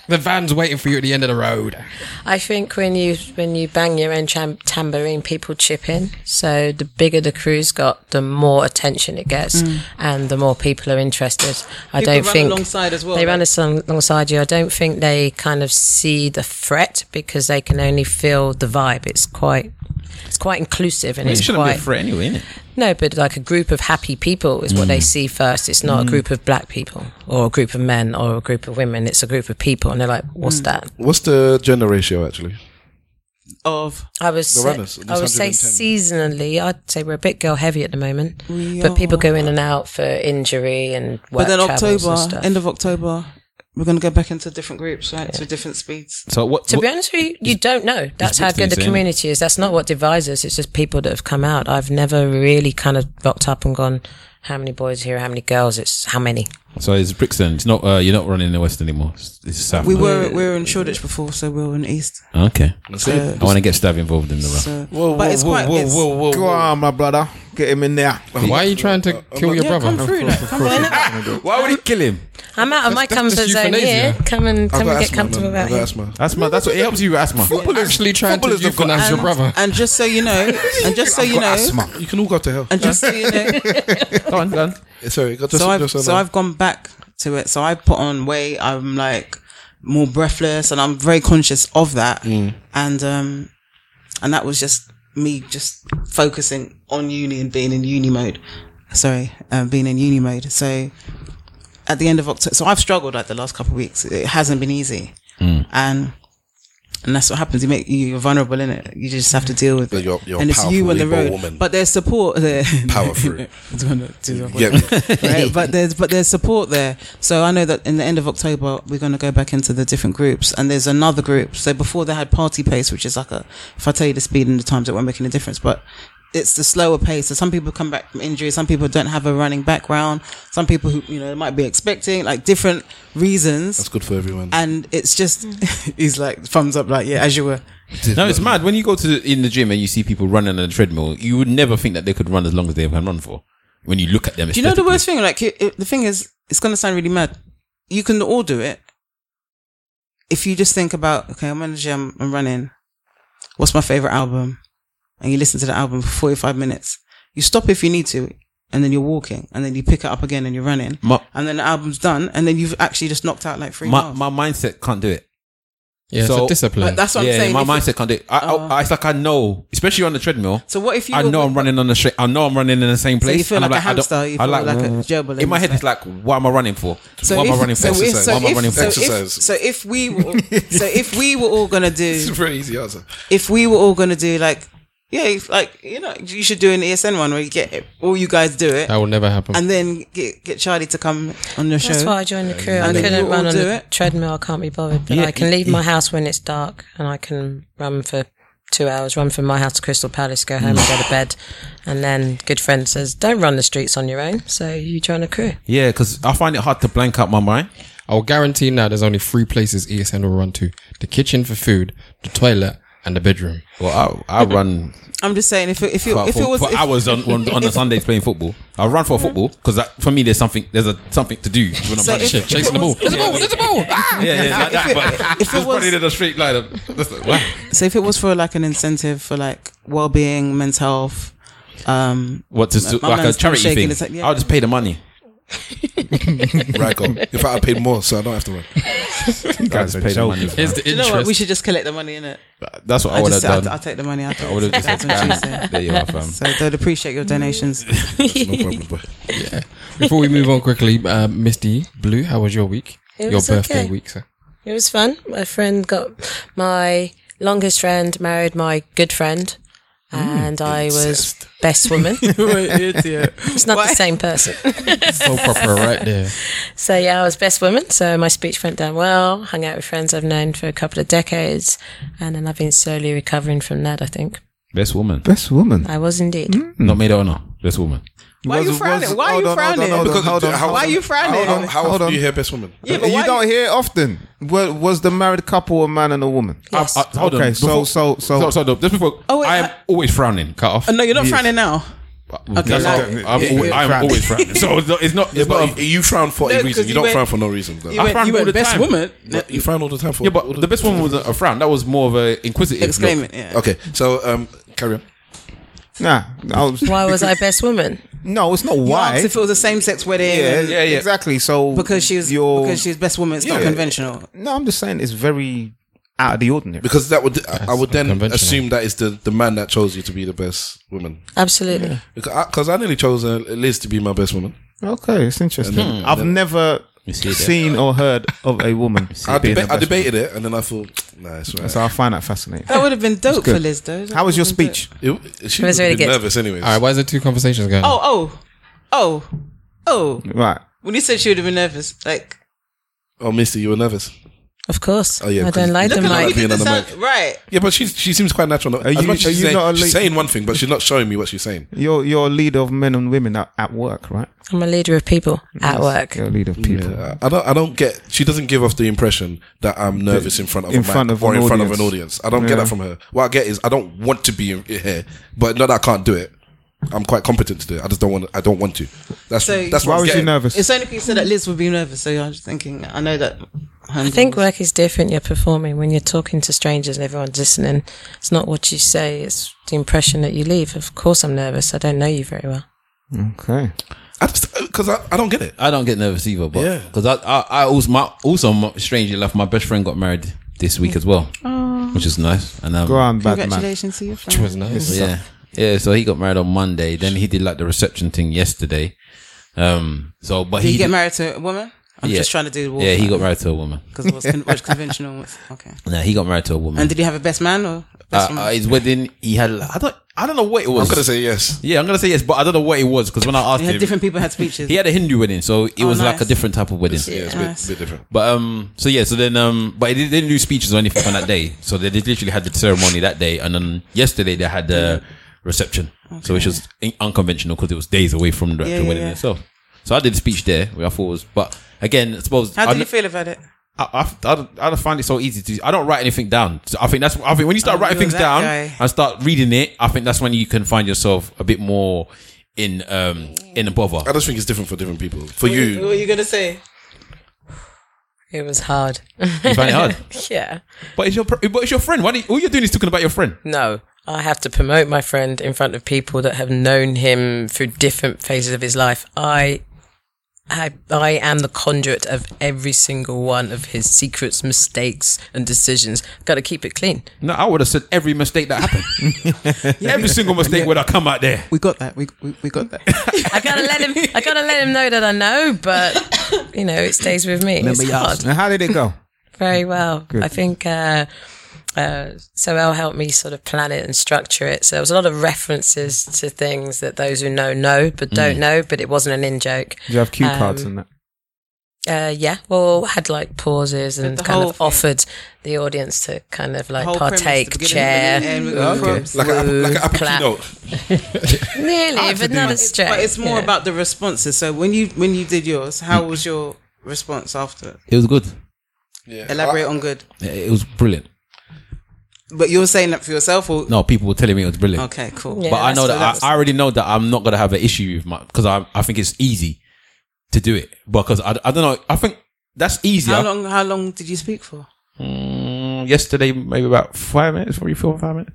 S5: the van's waiting for you at the end of the road.
S9: I think when you when you bang your own tam- tambourine, people chip in. So the bigger the crew's got, the more attention it gets, and the more people are interested. I
S8: Mm. People
S9: don't
S8: run
S9: think
S8: alongside as well,
S9: They run
S8: don't
S9: as- alongside you. I don't think they kind of see the threat because they can only feel the vibe. It's quite it's quite inclusive and
S4: It
S9: it's
S4: shouldn't be
S9: quite
S4: a threat anyway, innit?
S9: no, but like a group of happy people is what
S8: Mm.
S9: they see first. It's not a group of black people or a group of men or a group of women. It's a group of people, and they're like,
S8: Mm.
S9: "What's that?"
S7: What's the gender ratio actually?
S8: Of
S9: I was
S7: The
S9: say,
S7: runners, the
S9: I would say
S7: 110.
S9: seasonally. I'd say we're a bit girl heavy at the moment,
S8: We
S9: but people
S8: are.
S9: go in and out for injury and
S8: but
S9: work
S8: then
S9: travels and
S8: October,
S9: stuff.
S8: end of October, we're gonna go back into different groups, right? So different speeds.
S4: So what?
S9: to
S4: what-
S9: be honest with you, you don't know. That's how
S4: Brixton
S9: good the
S4: saying?
S9: community is. That's not what divides us. It's just people that have come out. I've never really kind of rocked up and gone, how many boys here, how many girls? It's how many.
S4: so it's Brixton. It's not. Uh, you're not running in the west anymore. It's, it's south.
S8: We
S4: now.
S8: were we were in Shoreditch before, so we were in East.
S4: Okay.
S8: So,
S4: I want to get Stav involved in the run.
S8: so- but it's quite. it's-
S7: whoa,
S2: Go on, my brother. Get him in there.
S5: Why are you trying to kill your
S8: Yeah, come
S5: brother?
S8: through. Like, come through.
S4: Why would he kill him?
S9: I'm out of my
S5: that's
S9: comfort
S5: just
S9: zone here.
S5: euthanasia.
S9: Come and
S7: I've got
S9: come and get
S7: asthma.
S9: comfortable
S7: man.
S9: about
S7: I've got
S9: here.
S7: asthma.
S4: Asthma. That's what it helps you with asthma.
S5: Actually trying to
S7: Footballers have got
S5: euthanize your brother.
S8: And just so you know, and just so you know,
S7: You can all go to hell.
S8: and just so you know,
S4: Go on, go on.
S7: Sorry, got to
S8: so I've
S7: just-
S8: so I've gone back to it. So I put on weight. I'm like more breathless, and I'm very conscious of that.
S7: Mm.
S8: And um, and that was just me just focusing on uni and being in uni mode. Sorry, um, being in uni mode. So at the end of October, so I've struggled like the last couple of weeks. It hasn't been easy,
S7: Mm.
S8: and. And that's what happens. You make you're vulnerable in it. You just have to deal with it.
S7: you're- you're a
S8: and it's you
S7: powerful
S8: on the
S7: Labour
S8: road.
S7: woman.
S8: But there's support there.
S7: Power through.
S8: It's gonna do-
S7: yeah,
S8: right? but there's but there's support there. So I know that in the end of October we're going to go back into the different groups, and there's another group. So before they had party pace, which is like a if I tell you the speed and the times, it won't make any difference, but. It's the slower pace. So some people come back from injury. Some people don't have a running background. Some people who, you know, might be expecting like different reasons.
S7: it's good for everyone.
S8: And it's just, he's like thumbs up, like, yeah, as you were.
S4: No, it's mad. When you go to the, in the gym and you see people running on a treadmill, you would never think that they could run as long as they can run for. When you look at them,
S8: Do you know the worst thing? Like it, it- the thing is, it's gonna sound really mad. You can all do it. If you just think about, okay, I'm in the gym, I'm running. What's my favorite album? And you listen to the album for 45 minutes. You stop if you need to, and then you're walking, and then you pick it up again, and you're running,
S4: My-
S8: and then the album's done, and then you've actually just knocked out like three
S4: my,
S8: miles.
S4: my mindset can't do it.
S5: Yeah, it's
S4: So-
S5: a discipline.
S8: But that's what
S4: yeah,
S8: I'm saying.
S4: my
S8: If you- Uh.
S4: mindset can't do it. I, I, I, it's like I know, especially on the treadmill.
S8: So what if you
S4: I
S8: were-
S4: know I'm running on the street. I know I'm running in the same place.
S8: you feel
S4: and I'm
S8: like a
S4: I don't-
S8: hamster, you
S4: I
S8: feel like a gerbil
S4: In my
S8: and
S4: head,
S8: it's
S4: it's like, what am I running for?
S8: So
S4: what
S8: if,
S4: am I running for?
S8: so if, so
S4: what am I
S8: if-
S4: running for?
S8: so if-
S7: Exercise.
S8: So if we, were, so if we were all gonna
S7: It's
S8: do
S7: a very easy answer.
S8: if we were all gonna do like, yeah, if, like you know, you should do an ESN one where you get all you guys do it,
S5: that will never happen.
S8: and then get get Charlie to come on your show.
S9: That's why I joined the crew. I
S8: And then
S9: couldn't
S8: you all
S9: run on
S8: do
S9: the
S8: it?
S9: treadmill. I can't be bothered. But I can leave my house when it's dark, and I can run for two hours. Run from my house to Crystal Palace, go home, and go to bed. And then good friend says, "Don't run the streets on your own." So you join a crew.
S4: Yeah, because I find it hard to blank out my mind.
S5: I will guarantee now there's only three places ESN will run to the kitchen for food, the toilet, and the bedroom.
S4: Well, I I run
S8: I'm just saying, if it, if, it,
S4: for,
S8: if it
S4: for-
S8: was
S4: for
S8: if-
S4: hours on on, on the Sundays playing football. I run for football because for me there's something there's a something to do when I'm
S8: So
S4: running.
S8: if-
S5: Shit, chasing the ball. There's a ball. There's a ball. Ah!
S4: yeah, yeah, like that. But
S8: if it was
S4: running in a straight line, I'm- that's like, wow.
S8: so if it was for like an incentive for like well being, mental health, um,
S4: What to do,
S8: My
S4: like a
S8: man's
S4: charity
S8: shaking
S4: thing?
S8: his head, yeah.
S4: I'll just pay the money.
S7: Right, go. In fact, I paid more, so I don't have to run.
S2: You guys are
S4: Pay the money.
S2: joking.
S5: Here's the
S8: you know
S5: interest.
S8: what? We should just collect the money in it.
S4: That's what I,
S8: I
S4: would
S8: just
S4: have
S8: I'll,
S4: done.
S8: I'll take the money. I'll
S4: I would have just
S8: on Tuesday.
S4: said, there you are, fam.
S8: So they'd appreciate your donations.
S7: No problem, boy.
S5: Before we move on quickly, uh, Misty Blue, how was your week?
S9: It
S5: your
S9: was
S5: birthday
S9: okay.
S5: week, sir.
S9: It was fun. My friend got my longest friend married my good friend,
S7: Mm,
S9: and I was best woman. It's not the same person.
S5: So proper, right there.
S9: So yeah, I was best woman. So my speech went down well. Hung out with friends I've known for a couple of decades, and then I've been slowly recovering from that. I think
S4: Best woman,
S2: Best woman.
S9: I was indeed.
S7: Hmm.
S4: not made of honor. Best woman.
S8: Why are you
S2: Was-
S8: frowning?
S2: was-
S8: Why are
S2: hold
S8: you
S2: on, hold on,
S8: frowning?
S2: hold on, hold on,
S7: how-
S2: hold
S8: Why are you frowning?
S7: How, how
S2: Hold
S7: often
S2: on.
S7: do you hear best woman?
S8: Yeah, but
S2: you
S8: why-
S2: don't hear it often. Was, was the married couple a man and a woman?
S9: Yes.
S4: Uh, hold
S2: okay,
S4: on.
S2: so-
S4: Before-
S2: so- so-
S4: so, so just before.
S8: Oh, wait,
S4: I am
S8: I-
S4: always frowning. Cut off.
S8: Oh, no, you're not frowning now.
S4: That's
S8: no.
S4: all. I'm always, I'm
S2: Frown.
S4: always frowning. So it's not. It's not
S7: Yeah,
S4: it's not
S7: but you, you frown for
S8: No,
S7: a reason.
S8: 'cause
S7: You,
S8: you
S7: don't
S8: went-
S7: frown for no reason. though.
S8: You went,
S4: frown
S8: you
S4: all
S8: went
S4: the
S8: best
S4: time.
S8: woman.
S7: you frown all the time for.
S4: Yeah, but the best woman wasn't a frown. That was more of a inquisitive.
S8: Exclaim
S4: look.
S8: it. Yeah.
S7: okay, so um, carry on.
S2: Nah, I was,
S9: Why was I best woman?
S2: no, it's not
S8: Why?
S2: why.
S8: If it was a same-sex wedding,
S2: yeah,
S8: and-
S2: yeah, exactly. So
S8: because she's
S2: your-
S8: because she's best woman. It's not
S2: Yeah.
S8: conventional.
S2: No, I'm just saying it's very out of the ordinary.
S7: Because that would I I would then
S5: unconventional.
S7: assume that is the, the man that chose you to be the best woman.
S9: Absolutely.
S7: Because I, 'cause I nearly chose uh, Liz to be my best woman.
S2: Okay, it's interesting. I've never
S4: see that.
S2: seen or heard of a woman.
S7: I,
S2: being
S7: deba-
S2: the
S7: I
S2: best
S7: debated it, and then I thought, nah, it's
S2: woman.
S7: right.
S2: So I find that fascinating.
S8: That would have been dope
S2: good.
S8: for Liz, though. That
S2: How was your
S8: would've been dope.
S2: speech?
S7: It, she
S9: It was
S7: was
S9: really
S7: really
S9: good.
S7: nervous, anyways.
S5: All right, why is there two conversations going? on?
S8: Oh, oh, oh, oh.
S2: Right.
S8: When you said she would have been nervous, like
S7: Oh, Misty, you were nervous.
S9: Of course.
S7: Oh, yeah,
S9: I
S7: 'cause
S9: don't like
S7: look
S9: them.
S7: at how
S9: Like
S7: we being
S8: the
S7: on the
S8: sound-
S7: mic.
S8: right?
S7: Yeah, but she she seems quite natural. As
S2: you-
S7: much as
S2: are
S7: she's
S2: you
S7: saying,
S2: not a
S7: she's
S2: late-
S7: saying one thing, but she's not showing me what she's saying.
S2: You're, you're a leader of men and women at, at work, right?
S9: I'm a leader of people at work.
S2: You're a leader of people.
S7: Yeah, I don't. I don't get. She doesn't give off the impression that I'm nervous in front of
S2: in
S7: a mic
S2: front of
S7: or
S2: an
S7: in front of
S2: audience.
S7: an audience. I don't get
S2: Yeah.
S7: that from her. What I get is I don't want to be in here, but not that I can't do it. I'm quite competent to do it. I just don't want. I don't want to. That's
S8: So-
S7: that's what
S2: Why
S7: I'm
S2: was you
S7: getting.
S2: nervous?
S8: It's only because you said that Liz would be nervous, so I'm just thinking. I know that.
S9: I think work is different. You're performing when you're talking to strangers and everyone's listening. It's not what you say; it's the impression that you leave. Of course, I'm nervous. I don't know you very well.
S2: Okay.
S7: I just because I, I don't get it.
S4: I don't get nervous either, but because I, I, I also my also my- strangely enough, my best friend got married this week as well,
S8: Oh.
S4: which is nice. And um,
S2: Go on, bad man.
S8: Congratulations to your
S5: Which
S8: friend.
S5: was nice.
S4: yeah, yeah. So he got married on Monday. Then he did like the reception thing yesterday. Um. So, but
S8: Did
S4: he
S8: you
S4: did-
S8: get married to a woman? I'm
S4: Yeah.
S8: just trying to do the
S4: Yeah, he got married to a woman.
S8: because it was con- what's conventional. what's- okay.
S4: No, he got married to a woman.
S8: And did he have a best man or
S4: uh,
S8: best woman?
S4: uh, his wedding, he had. I don't. I don't know what it was.
S7: I'm gonna say yes.
S4: Yeah, I'm gonna say yes, but I don't know what it was because when I asked
S8: They had
S4: him,
S8: different people had speeches.
S4: he had a Hindu wedding, so it
S8: Oh,
S4: was like a
S8: nice.
S4: different type of wedding.
S7: Yeah, it's a bit, bit different.
S4: But um, so yeah, so then um, but they didn't do speeches or anything on that day. So they did literally had the ceremony that day, and then yesterday they had the reception. So which was in- unconventional because it was days away from the actual
S8: yeah,
S4: wedding
S8: yeah.
S4: itself. So I did a speech there, where I thought was, but again, I suppose
S8: How
S4: I
S8: did you
S4: don't-
S8: feel about it?
S4: I, I, I, don't- I don't find it so easy to. I don't write anything down. So I think that's. I think when you start
S8: Oh,
S4: writing
S8: you're
S4: things
S8: that
S4: down
S8: guy.
S4: and start reading it, I think that's when you can find yourself a bit more in um in the bother.
S7: I just think it's different for different people. For
S8: What were
S7: you,
S8: you gonna say?
S9: It was hard.
S4: You find it hard.
S9: yeah.
S4: But it's your pr- but it's your friend. Why do you, all you're doing is talking about your friend?
S9: No, I have to promote my friend in front of people that have known him through different phases of his life. I. I, I am the conduit of every single one of his secrets, mistakes, and decisions. Got to keep it clean.
S4: No, I would have said every mistake that happened. every single mistake would have come out there.
S8: We got that. We we, we got that.
S9: I gotta let him. I gotta let him know that I know, but you know, it stays with me. it's hard.
S2: And how did it go?
S9: Very well. I think uh, uh, Soel helped me sort of plan it and structure it. So there was a lot of references to things that those who know know, but don't know. But it wasn't an in joke.
S2: Did you have cue
S9: Um,
S2: cards and that?
S9: Uh, yeah, well, had like pauses and
S8: The
S9: kind
S8: whole
S9: of
S8: thing.
S9: offered the audience to kind of like
S8: Whole premise, the
S9: partake,
S8: beginning,
S9: chair,
S8: the middle, and we're going props.
S7: like a like a
S9: clap.
S7: cappuccino.
S9: nearly, but not a
S8: But
S9: stretch.
S8: it's more
S9: yeah.
S8: about the responses. So when you when you did yours, how was your response after?
S4: It was good.
S8: Elaborate on good.
S4: It it was brilliant.
S8: But you're saying that for yourself, or
S4: No, people were telling me it was brilliant.
S8: okay, cool.
S9: Yeah,
S4: but I know
S9: that's-
S4: that I, I already know that I'm not gonna have an issue with my because I I think it's easy to do it because I, I don't know I think that's easier.
S8: How long? How long did you speak for?
S4: Mm, yesterday, maybe about five minutes, probably four or five minutes.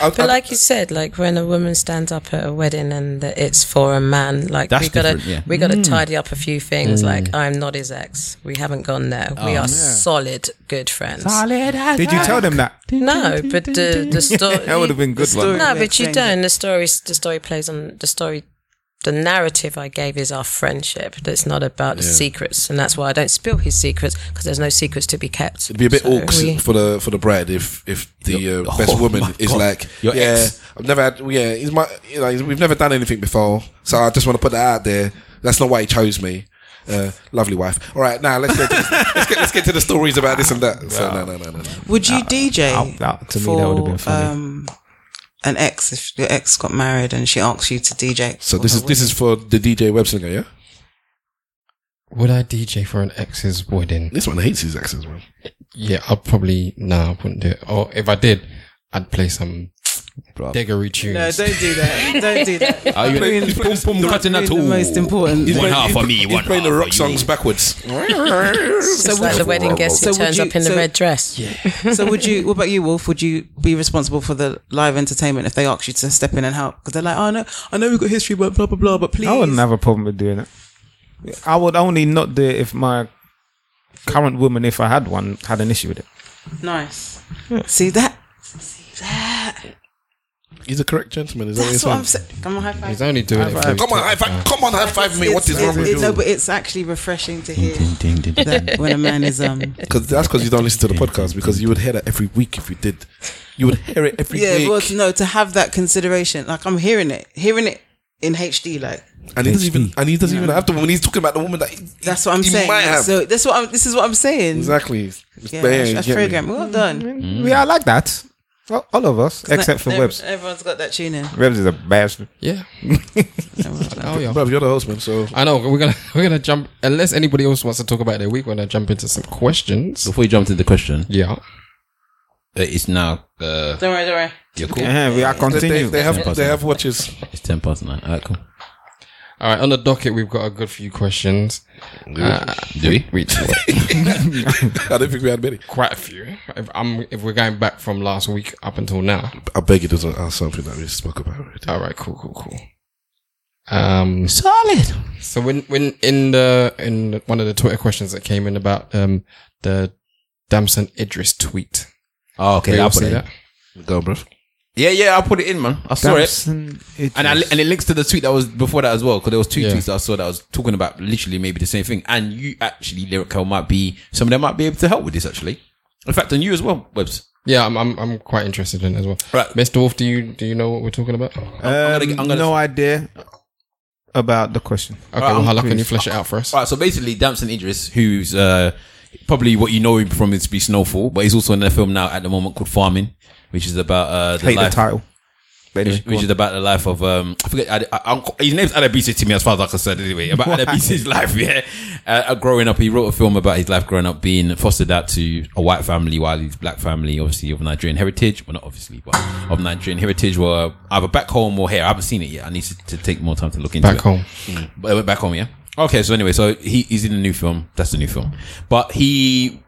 S9: But like you said, like when a woman stands up at a wedding and that it's for a man, like
S4: That's
S9: we gotta
S4: different, yeah.
S9: we
S8: Mm.
S9: gotta tidy up a few things. Like I'm not his ex. We haven't gone there. we are solid good friends.
S2: Did you tell them that?
S9: No, but the the story
S2: That would have been good one.
S9: No,
S8: Yeah,
S9: but you
S8: change
S9: don't. The story the story plays on the story. The narrative I gave is our friendship. That's not about the secrets, and that's why I don't spill his secrets because there's no secrets to be kept.
S7: It'd be a bit
S9: So
S7: awkward
S9: we-
S7: for the for the bride if if the uh, best
S4: Oh
S7: woman
S4: my
S7: is
S4: God.
S7: like,
S4: Your
S7: yeah,
S4: ex.
S7: I've never had, yeah, he's my, you know, he's- we've never done anything before, so I just want to put that out there. That's not why he chose me. Uh, lovely wife. All right, now let's get, to this, let's get let's get to the stories about this and that. So, no, no, no, no, no.
S8: Would you DJ
S2: that- that- to me,
S8: for
S2: that would have been funny.
S8: um, an ex if your ex got married and she asks you to DJ?
S7: So this is this is for the DJ web slinger, yeah.
S5: Would I DJ for an ex's wedding?
S7: This one hates his exes, man.
S5: Yeah, I'd probably no, I wouldn't do it. Or if I did, I'd play some diggery
S8: No,
S5: tunes.
S8: don't do that. Don't do that.
S4: Are you boom, boom, cutting that
S8: the
S4: all.
S8: most important.
S4: One half Ah, for me, one
S7: He's playing
S4: half
S7: the rock
S4: for
S7: songs
S4: you.
S7: backwards.
S8: So
S9: It's like the
S8: would,
S9: wedding guest
S8: So
S9: who
S8: would
S9: turns
S8: you-
S9: up in
S8: so-
S9: the red dress. Yeah.
S8: you, so would you? What about you, Wolf? Would you be responsible for the live entertainment if they ask you to step in and help? Because they're like, oh no, I know we've got history, but blah blah blah.
S7: Oh,
S8: But please,
S2: I
S9: um,
S2: wouldn't have a problem with doing it. I would only not do it if my current woman, if I had one, had an issue with it.
S8: nice. See that? See that?
S7: He's a correct gentleman. Is that what you're
S8: That's what I'm
S7: saying?
S8: saying. Come on, high five.
S5: He's only doing it. For
S7: Come on, high five! Come on, high five me! What is
S8: It's-
S7: wrong with
S8: it's- No,
S7: you?
S8: but it's actually refreshing to hear that when a man is um.
S7: Because that's because you don't listen to the podcast. Because you would hear that every week if you did. You would hear it every
S8: Yeah,
S7: week,
S8: well, no, to have that consideration, like I'm hearing it, hearing it in HD, like
S7: and he doesn't even and he doesn't even have to. When he's talking about the woman that he,
S8: that's what I'm
S7: he
S8: saying.
S7: might have.
S8: So that's what I'm. This is what I'm saying.
S7: exactly. There,
S8: Yeah, that's-
S7: you
S8: that's
S7: get me.
S8: program. Well done.
S2: Yeah, I like that. All all of us, except for
S8: Ev-
S2: Webs.
S8: Everyone's got that tune in.
S2: Webs is a bastard.
S5: Yeah. oh yeah.
S7: Bruv, you're the host, man. So
S5: I know we're gonna we're gonna jump unless anybody else wants to talk about their week. We're gonna jump into some questions.
S4: Before you jump to the question,
S5: Yeah.
S4: uh, it's now uh,
S8: Don't worry, don't worry.
S4: you're cool.
S2: Yeah, Uh-huh, we are
S7: they,
S2: continue.
S7: they, they have they have watches.
S4: It's ten past nine. Alright, cool.
S5: All right. On the docket, we've got a good few questions. Uh,
S4: Do we?
S5: we
S7: I don't think we had many.
S5: quite a few. If I'm if we're going back from last week up until now.
S7: I beg you, doesn't ask something that we spoke about already.
S5: All right. Cool. Cool. Cool. Um, solid. So when when in the in one of the Twitter questions that came in about um the Damson Idris tweet.
S4: Oh, okay.
S5: Did you
S4: I'll put
S5: see
S4: it. in.
S5: that?
S7: Go, on, bruv.
S4: Yeah, yeah. I'll put it in, man. I saw it.
S2: Damson Idris.
S4: And, I, li- and it links to the tweet that was before that as well, because there was two
S5: Yeah.
S4: tweets that I saw that was talking about literally maybe the same thing. And you actually, Lyrical might be some of them might be able to help with this actually. In fact, on you as well, Webs.
S5: Yeah, I'm, I'm I'm quite interested in it as well.
S4: Right. Uh,
S5: Mr. Wolf, do you do you know what we're talking about? Okay,
S4: gonna-
S2: Um,
S4: I'm gonna-
S2: no idea about the question.
S5: well, how can you
S2: curious.
S5: flesh it out for us?
S4: All um, right, so basically, Damson Idris, who's uh, probably what you know him from is be Snowfall, but he's also in a film now at the moment called Farming, which is about uh, the
S2: Hate the
S4: life.
S2: title. But anyway,
S4: Which, which is about the life of um, I forget I, I, Uncle- his name's Adebisi to me as far as I'm concerned anyway about Adebisi's life yeah uh, uh, growing up he wrote a film about his life growing up being fostered out to a white family while his black family obviously of Nigerian heritage well not obviously but of Nigerian heritage were either back home or here I haven't seen it yet I need to, to take more time to look into it
S5: Back home.
S4: but it went back home, yeah. Okay, so anyway, so he, he's in a new film. That's the new film, but he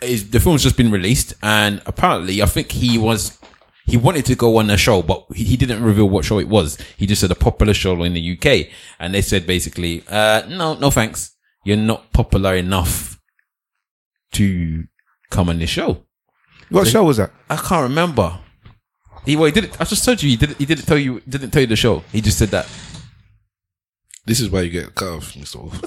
S4: is the film's just been released, and apparently, I think he was he wanted to go on a show, but he, he didn't reveal what show it was. He just said a popular show in the UK, and they said basically, uh, no, no thanks, you're not popular enough to come on this show.
S2: What show was that?
S4: I can't remember. He well, he did. I just told you he did. He didn't tell you. Didn't tell you the show. He just said that.
S7: This is why you get cut off, Mister Wolf.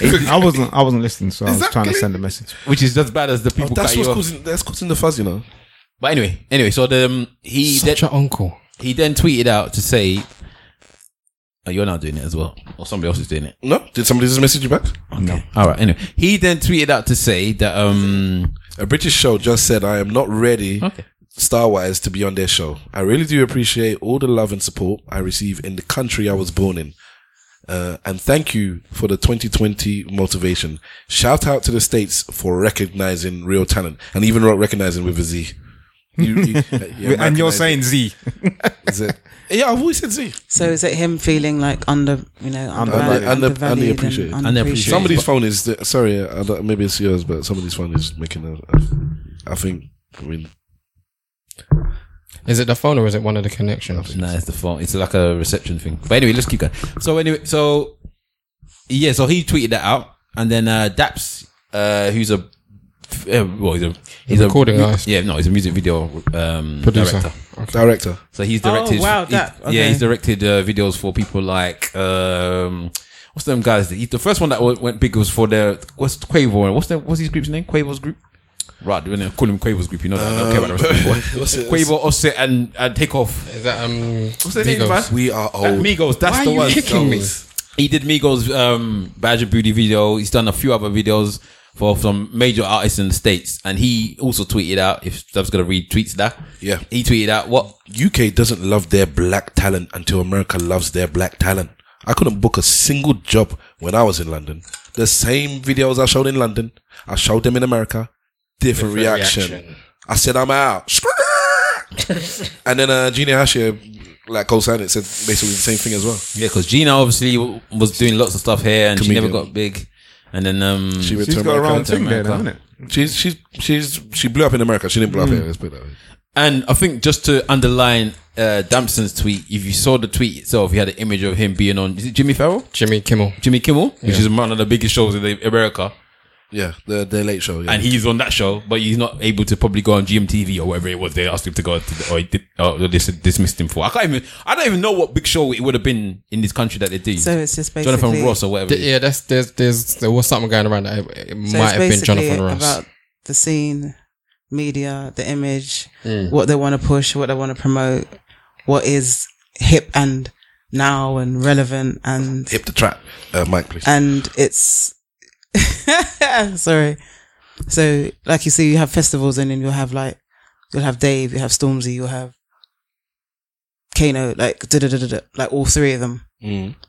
S2: I wasn't. I wasn't listening, so I was trying to
S7: Exactly.
S2: send a message.
S4: Which is as bad as the people.
S7: that's
S4: cut you
S7: what's
S4: off.
S7: causing that's causing the fuzz, you know.
S4: But anyway, anyway, so the, um, he then,
S5: Such an uncle.
S4: he then tweeted out to say, oh, "You're now doing it as well, or somebody else is doing it."
S7: No, did somebody just message you back?
S5: Oh,
S4: No. All right. Anyway, he then tweeted out to say that um,
S7: A British show just said, I am not ready,
S4: Okay.
S7: Star Wars, to be on their show. I really do appreciate all the love and support I receive in the country I was born in. Uh, and thank you for the 2020 motivation. Shout out to the States for recognizing real talent and even wrote recognizing with a Z. You- you- yeah,
S2: and you're
S7: recognized
S2: saying Z.
S7: it. Z. Yeah, I've always said Z.
S8: So is it him feeling like under, you know, under,
S7: Undervalued. Under-
S8: undervalued and
S7: underappreciated.
S4: Underappreciated.
S8: underappreciated?
S7: Somebody's phone is uh, sorry. I don't, maybe it's yours, but somebody's phone is making a. I think. I mean,
S5: Is it the phone or is it one of the connections?
S4: Nah, it's the phone. It's like a reception thing. But anyway, let's keep going. So anyway, so yeah, so he tweeted that out, and then uh, Daps, uh, who's a uh, well, he's a he's
S5: Recording
S4: a,
S5: artist.
S4: Yeah, no, he's a music video um,
S5: Producer.
S4: director.
S7: director.
S4: So he's directed.
S8: wow,
S4: he's-
S8: that- okay.
S4: Yeah, he's directed uh, videos for people like um, what's them guys? The, the first one that went- went big was for the what's Quavo. What's their what's his group's name? Quavo's group. Right, we're gonna call him Quavo's group. You know that. I don't care about the rest of the boy.
S7: What's it-
S4: Quavo, Offset, and and Takeoff.
S5: Is that um?
S4: What's their name,
S5: Migos?
S4: man?
S7: We are old.
S4: Migos, that's
S5: Why are
S4: the
S5: you
S4: one.
S5: kicking
S4: So
S5: me?
S4: He did Migos um Badger Beauty video. He's done a few other videos for some major artists in the States. And he also tweeted out, if Stubbs gonna read tweets that.
S7: Yeah.
S4: He tweeted out what
S7: UK doesn't love their black talent until America loves their black talent. I couldn't book a single job when I was in London. The same videos I showed in London, I showed them in America. Different, reaction. I said, I'm out. and then uh, Gina Hashir, like co signed it, said basically the same thing as well.
S4: Yeah, because Gina obviously w- was doing lots of stuff here and
S7: Comedian.
S4: she never got big. And then um
S7: She went
S2: She's
S7: to
S2: got her
S7: America.
S2: own thing there, now,
S4: America.
S2: isn't it?
S7: She's, she's, she's, she blew up in America. She didn't blow up here. Let's put it that way.
S4: And I think just to underline uh, Dampson's tweet, if you saw the tweet itself, you had an image of him being on is it Jimmy Farrell,
S5: Jimmy Kimmel.
S4: Jimmy Kimmel, which is one of the biggest shows in the- America.
S7: Yeah, the, the late show. Yeah.
S4: and he's on that show, but he's not able to probably go on GMTV or whatever it was. They asked him to go, to the, or, he did, or they said- dismissed him for. I can't even. I don't even know what big show it would have been in this country that they did.
S8: So it's just basically
S4: Jonathan Ross or whatever.
S5: Th- Yeah, that's there's there's there was something going around that it, it
S8: So
S5: might
S8: it's
S5: have been
S8: basically
S5: Jonathan Ross.
S8: about the scene, media, the image,
S5: Mm.
S8: what they want to push, what they want to promote, what is hip and now and relevant and
S7: Hip the trap. Uh, Mike, please.
S8: and it's sorry. So like you see, you have festivals and then you'll have like you'll have Dave, you have Stormzy, you'll have Kano, like da da da da, like all three of them.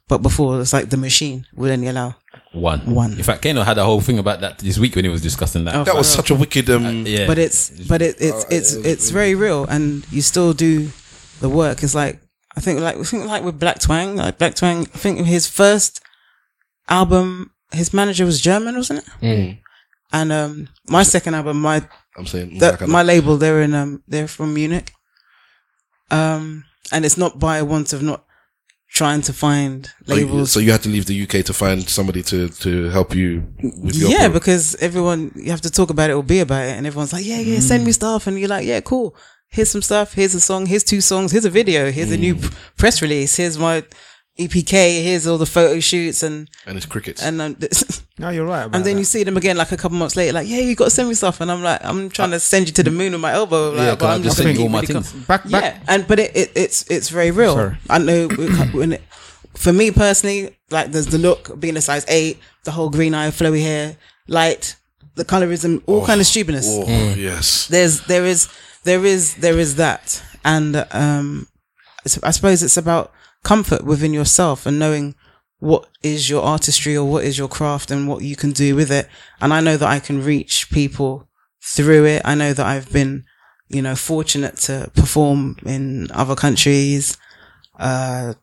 S8: But before it's like the machine would only allow
S4: one,
S8: One. Oh.
S4: In fact, Kano had a whole thing about that this week when he was discussing that.
S7: that was such a wicked. Um,
S4: yeah,
S8: but it's but it,
S7: Oh,
S8: it's it's it's very real and you still do the work it's like i think like I think like with black twang like black twang i think his first album his manager was german wasn't it
S7: Mm.
S8: and um my second album my
S7: I'm saying.
S8: that,
S7: Black
S8: my label they're in um they're from munich um and it's not by want of not trying to find
S7: Oh, you-
S8: labels
S7: So you had to leave the UK to find somebody to, to help you with your
S8: yeah,
S7: pro-
S8: because everyone you have to talk about it or be about it, and everyone's like, yeah, yeah, send
S4: Mm.
S8: me stuff, and you're like, yeah, cool. Here's some stuff. Here's a song. Here's two songs. Here's a video. Here's a new
S4: Mm.
S8: p- press release. Here's my EPK. Here's all the photo shoots and
S7: and it's crickets.
S8: and um,
S2: No, you're right.
S8: and then you see them again like a couple months later. Like, yeah, you got to send me stuff, and I'm like, I'm trying to send you to the moon with my elbow. Like,
S4: yeah,
S8: but
S4: can
S8: I'm
S4: I just
S8: just
S4: send
S8: like,
S4: you all my
S8: really
S4: things?
S2: back back.
S8: yeah, and but it, it it's it's very real.
S2: Sorry.
S8: I know it- when it, for me personally, like there's the look being a size eight, the whole green eye, flowy hair, light, the colorism, all kind of stupidness.
S7: oh, yes.
S8: There's there is there is there is that, and um, it's- I suppose it's about comfort within yourself and knowing what is your artistry or what is your craft and what you can do with it. And I know that I can reach people through it. I know that I've been, you know, fortunate to perform in other countries, uh,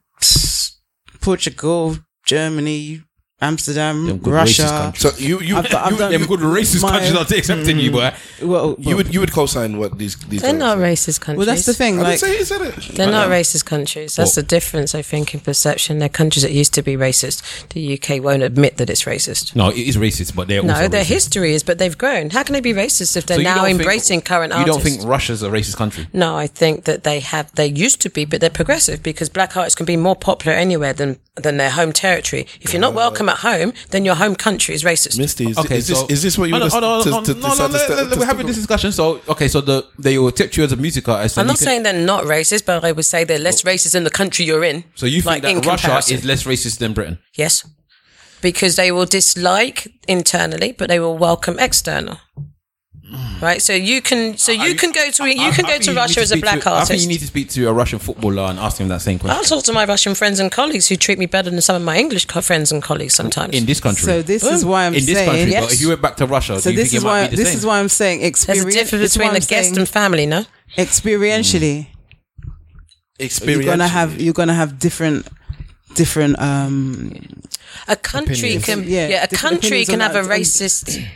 S8: Portugal, Germany, Amsterdam,
S4: good racist
S8: Russia.
S4: countries.
S7: So you you
S8: I've- I've
S7: you,
S8: done-
S4: them good racist
S8: my-
S4: countries not accepting
S9: Hmm.
S4: you, boy.
S8: Well, well,
S7: you would you would co-sign what these these
S9: They're
S7: guys
S9: not
S7: say.
S9: racist countries.
S8: well, that's the
S7: I
S8: thing.
S7: didn't
S8: Like,
S7: say he said it.
S9: They're not racist countries. That's the difference, I think, in perception. They're countries that used to be racist. The UK won't admit that it's racist.
S4: No, it is racist, but they're
S9: No,
S4: also
S9: their
S4: racist.
S9: history is, but they've grown. How can they be racist if they're
S4: So you
S9: now
S4: don't think-
S9: embracing current
S4: You don't
S9: artists?
S4: think Russia's a racist country?
S9: No, I think that they have. They used to be, but they're progressive because black artists can be more popular anywhere than than their home territory. If you're not welcome at home, then your home country is racist.
S7: Misty, is,
S4: Okay,
S7: is this
S4: so-
S7: is this what you
S4: Hold
S7: want
S4: on,
S7: us
S4: hold on,
S7: to,
S4: hold
S7: to,
S4: on. No, no, let- let- let- we're having this discussion. So, okay, so the they will tip you as a music artist. and
S9: I'm
S4: you
S9: not
S4: can-
S9: saying they're not racist, but I would say they're less racist in the country you're in.
S4: so. You
S9: like,
S4: think
S9: in
S4: that Russia
S9: comparison.
S4: is less racist than Britain?
S9: Yes. Because they will dislike internally, but they will welcome external. right? So you can, so you can go to you can
S4: Mm. I
S9: go
S4: think
S9: to
S4: you need
S9: Russia as a
S4: speak
S9: black
S4: to- I think
S9: artist.
S4: you need to speak to a Russian footballer and ask him that same
S9: I'll
S4: question.
S9: talk to my Russian friends and colleagues who treat me better than some of my English co- friends and colleagues sometimes.
S4: In this country.
S8: So this is why I'm
S4: in this
S8: saying.
S4: country,
S9: Yes.
S4: but if you went back to Russia,
S8: So
S4: do you
S8: this
S4: think
S8: is
S4: it might
S8: why
S4: be the
S8: this
S4: same?
S8: is why I'm saying
S9: There's
S8: experience.
S9: a difference between the guest and family, no?
S8: experientially.
S4: Mm.
S7: Experience.
S8: You're gonna have you're gonna have different different um
S9: A country
S5: Opinions.
S9: can yeah,
S8: Yeah,
S9: a
S8: different
S9: country
S8: opinions
S9: can
S8: on
S9: have a
S8: that.
S9: racist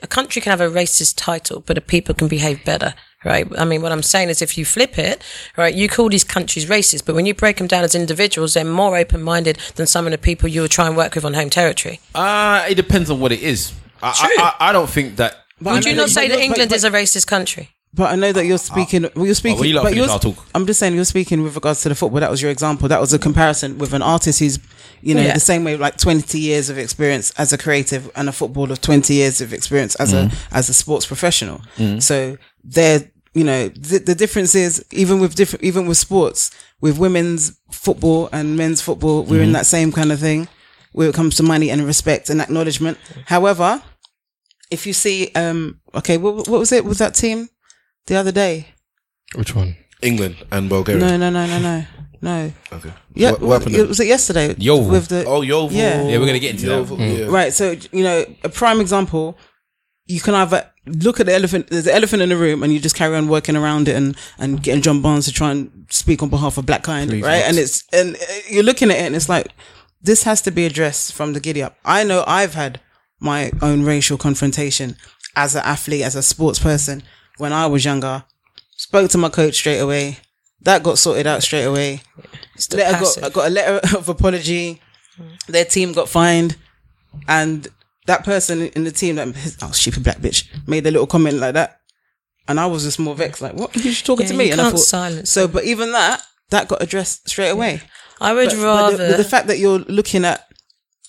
S9: a country can have a racist title, but the people can behave better. Right. I mean, what I'm saying is, if you flip it, right, you call these countries racist, but when you break them down as individuals, they're more open-minded than some of the people you would try and work with on home territory.
S4: Uh, it depends on what it is. I, I, I, I don't think that.
S9: Would you
S8: I know
S9: not
S8: that- but-
S9: say that
S8: but-
S9: England
S8: but-
S9: is a racist country?
S8: But I know that you're speaking.
S4: Ah. Oh,
S8: well, you're speaking.
S4: when you lot
S8: but
S4: finish,
S8: you're,
S4: I'll talk.
S8: I'm just saying you're speaking with regards to the football. That was your example. That was a comparison with an artist who's, you know,
S9: Yeah.
S8: the same way like 20 years of experience as a creative and a footballer of 20 years of experience as a as a sports professional. So they're, you know, the, the difference is even with different, even with sports, with women's football and men's football, we're in that same kind of thing where it comes to money and respect and acknowledgement. However, if you see, um, okay, what, what was it with that team the other day?
S5: Which one?
S7: England and Bulgaria.
S8: No, no, no, no, no, no.
S7: Okay.
S8: Yeah,
S7: What, what happened?
S8: it-
S7: then?
S8: was it yesterday?
S4: Yeovil.
S8: With the
S7: oh, Yeovil.
S8: Yeah.
S4: Yeah, we're gonna get into that.
S7: Yeovil, yeah.
S8: right. So you know, a prime example. You can either look at the elephant. There's an elephant in the room, and you just carry on working around it, and and getting John Barnes to try and speak on behalf of black kind, right? And it's and uh, you're looking at it, and it's like this has to be addressed from the giddy up. I know I've had my own racial confrontation as an athlete, as a sports person when I was younger. Spoke to my coach straight away. That got sorted out straight away.
S9: Still
S8: letter
S9: passive.
S8: got, I got a letter of apology. Their team got fined, and that person in the team that oh stupid black bitch made a little comment like that, and I was just more vexed. Like, what? You're talking
S9: Yeah,
S8: to me,
S9: you
S8: and I
S9: can't
S8: thought
S9: silence
S8: so. But even that, that got addressed straight away.
S9: I would
S8: But, but
S9: rather.
S8: the, but the fact that you're looking at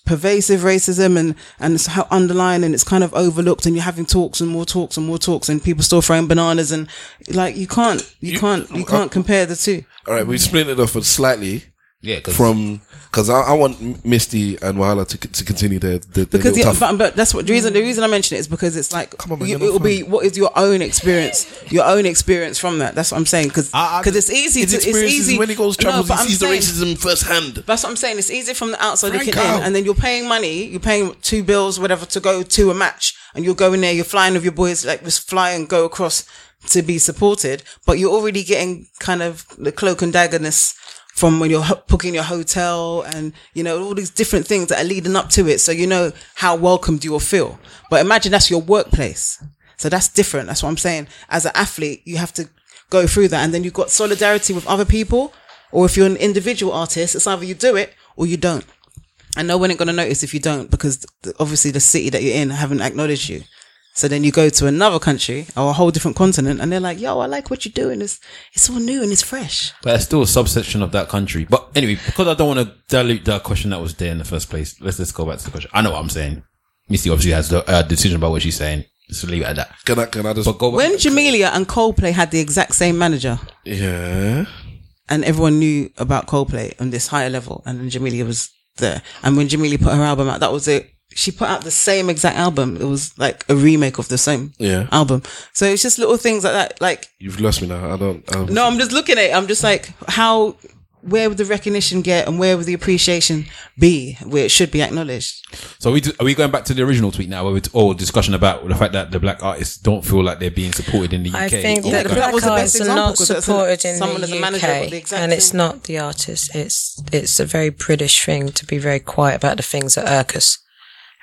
S8: pervasive racism and and it's how underlying and it's kind of overlooked and you're having talks and more talks and more talks and people still throwing bananas and like you can't you, can't you can't compare the two
S7: All right, we split it off slightly
S4: Yeah, cause
S7: from because I, I want Misty and Wahala to, to continue their, their, their
S8: because
S7: little
S8: yeah,
S7: tough.
S8: but, but that's what the reason the reason I mention it is because it's like
S7: on, man, you're
S8: you- it will
S7: not
S8: be what is your own experience your own experience from that that's what I'm saying because
S7: I- I
S8: because it's
S7: just-
S8: easy
S7: his
S8: to it's
S7: experience is
S8: easy
S7: when he goes travels
S8: but
S7: he
S8: I'm
S7: sees
S8: saying-
S7: the racism firsthand.
S8: That's what I'm saying. It's easy from the outside looking in,
S7: Franco.
S8: and then you're paying money. You're paying two bills, whatever, to go to a match, and you're going there. You're flying with your boys, like just fly and go across to be supported. But you're already getting kind of the cloak and daggerness from when you're ho- booking your hotel, and you know all these different things that are leading up to it. So you know how welcomed you will feel. But imagine that's your workplace. So that's different. That's what I'm saying. As an athlete, you have to go through that, and then you've got solidarity with other people. Or if you're an individual artist, it's either you do it or you don't. And no one ain't gonna notice if you don't, because th- obviously the city that you're in haven't acknowledged you. So then you go to another country or a whole different continent, and they're like, "Yo, I like what you're doing. It's it's all new and it's fresh."
S4: But it's still a subsection of that country. But anyway, because I don't want to dilute that question that was there in the first place, let's just go back to the question. I know what I'm saying. Missy obviously has the uh, decision about what she's saying. So leave it at that.
S7: Can I can I just
S4: But go back.
S8: When Jamelia and Coldplay had the exact same manager,
S7: yeah?
S8: and everyone knew about Coldplay on this higher level, and then Jamelia was there. And when Jamelia put her album out, that was it. She put out the same exact album. It was like a remake of the same
S7: Yeah.
S8: album. So it's just little things like that. Like
S7: You've lost me now. I don't. Um,
S8: No, I'm just looking at it. I'm just like, how, where would the recognition get and where would the appreciation be where it should be acknowledged?
S4: so are we, are we going back to the original tweet now where we t- all discussion about the fact that the black artists don't feel like they're being supported in the UK?
S9: I think
S4: Or
S9: that
S8: But
S9: the
S4: going-
S8: that
S9: black
S8: was the best
S9: artists are
S8: example,
S9: not
S8: 'cause that's an-
S9: supported in
S8: someone
S9: the
S8: as a manager got
S9: UK,
S8: the exact
S9: and it's
S8: same-
S9: not the artist. It's it's a very British thing to be very quiet about the things that irk us.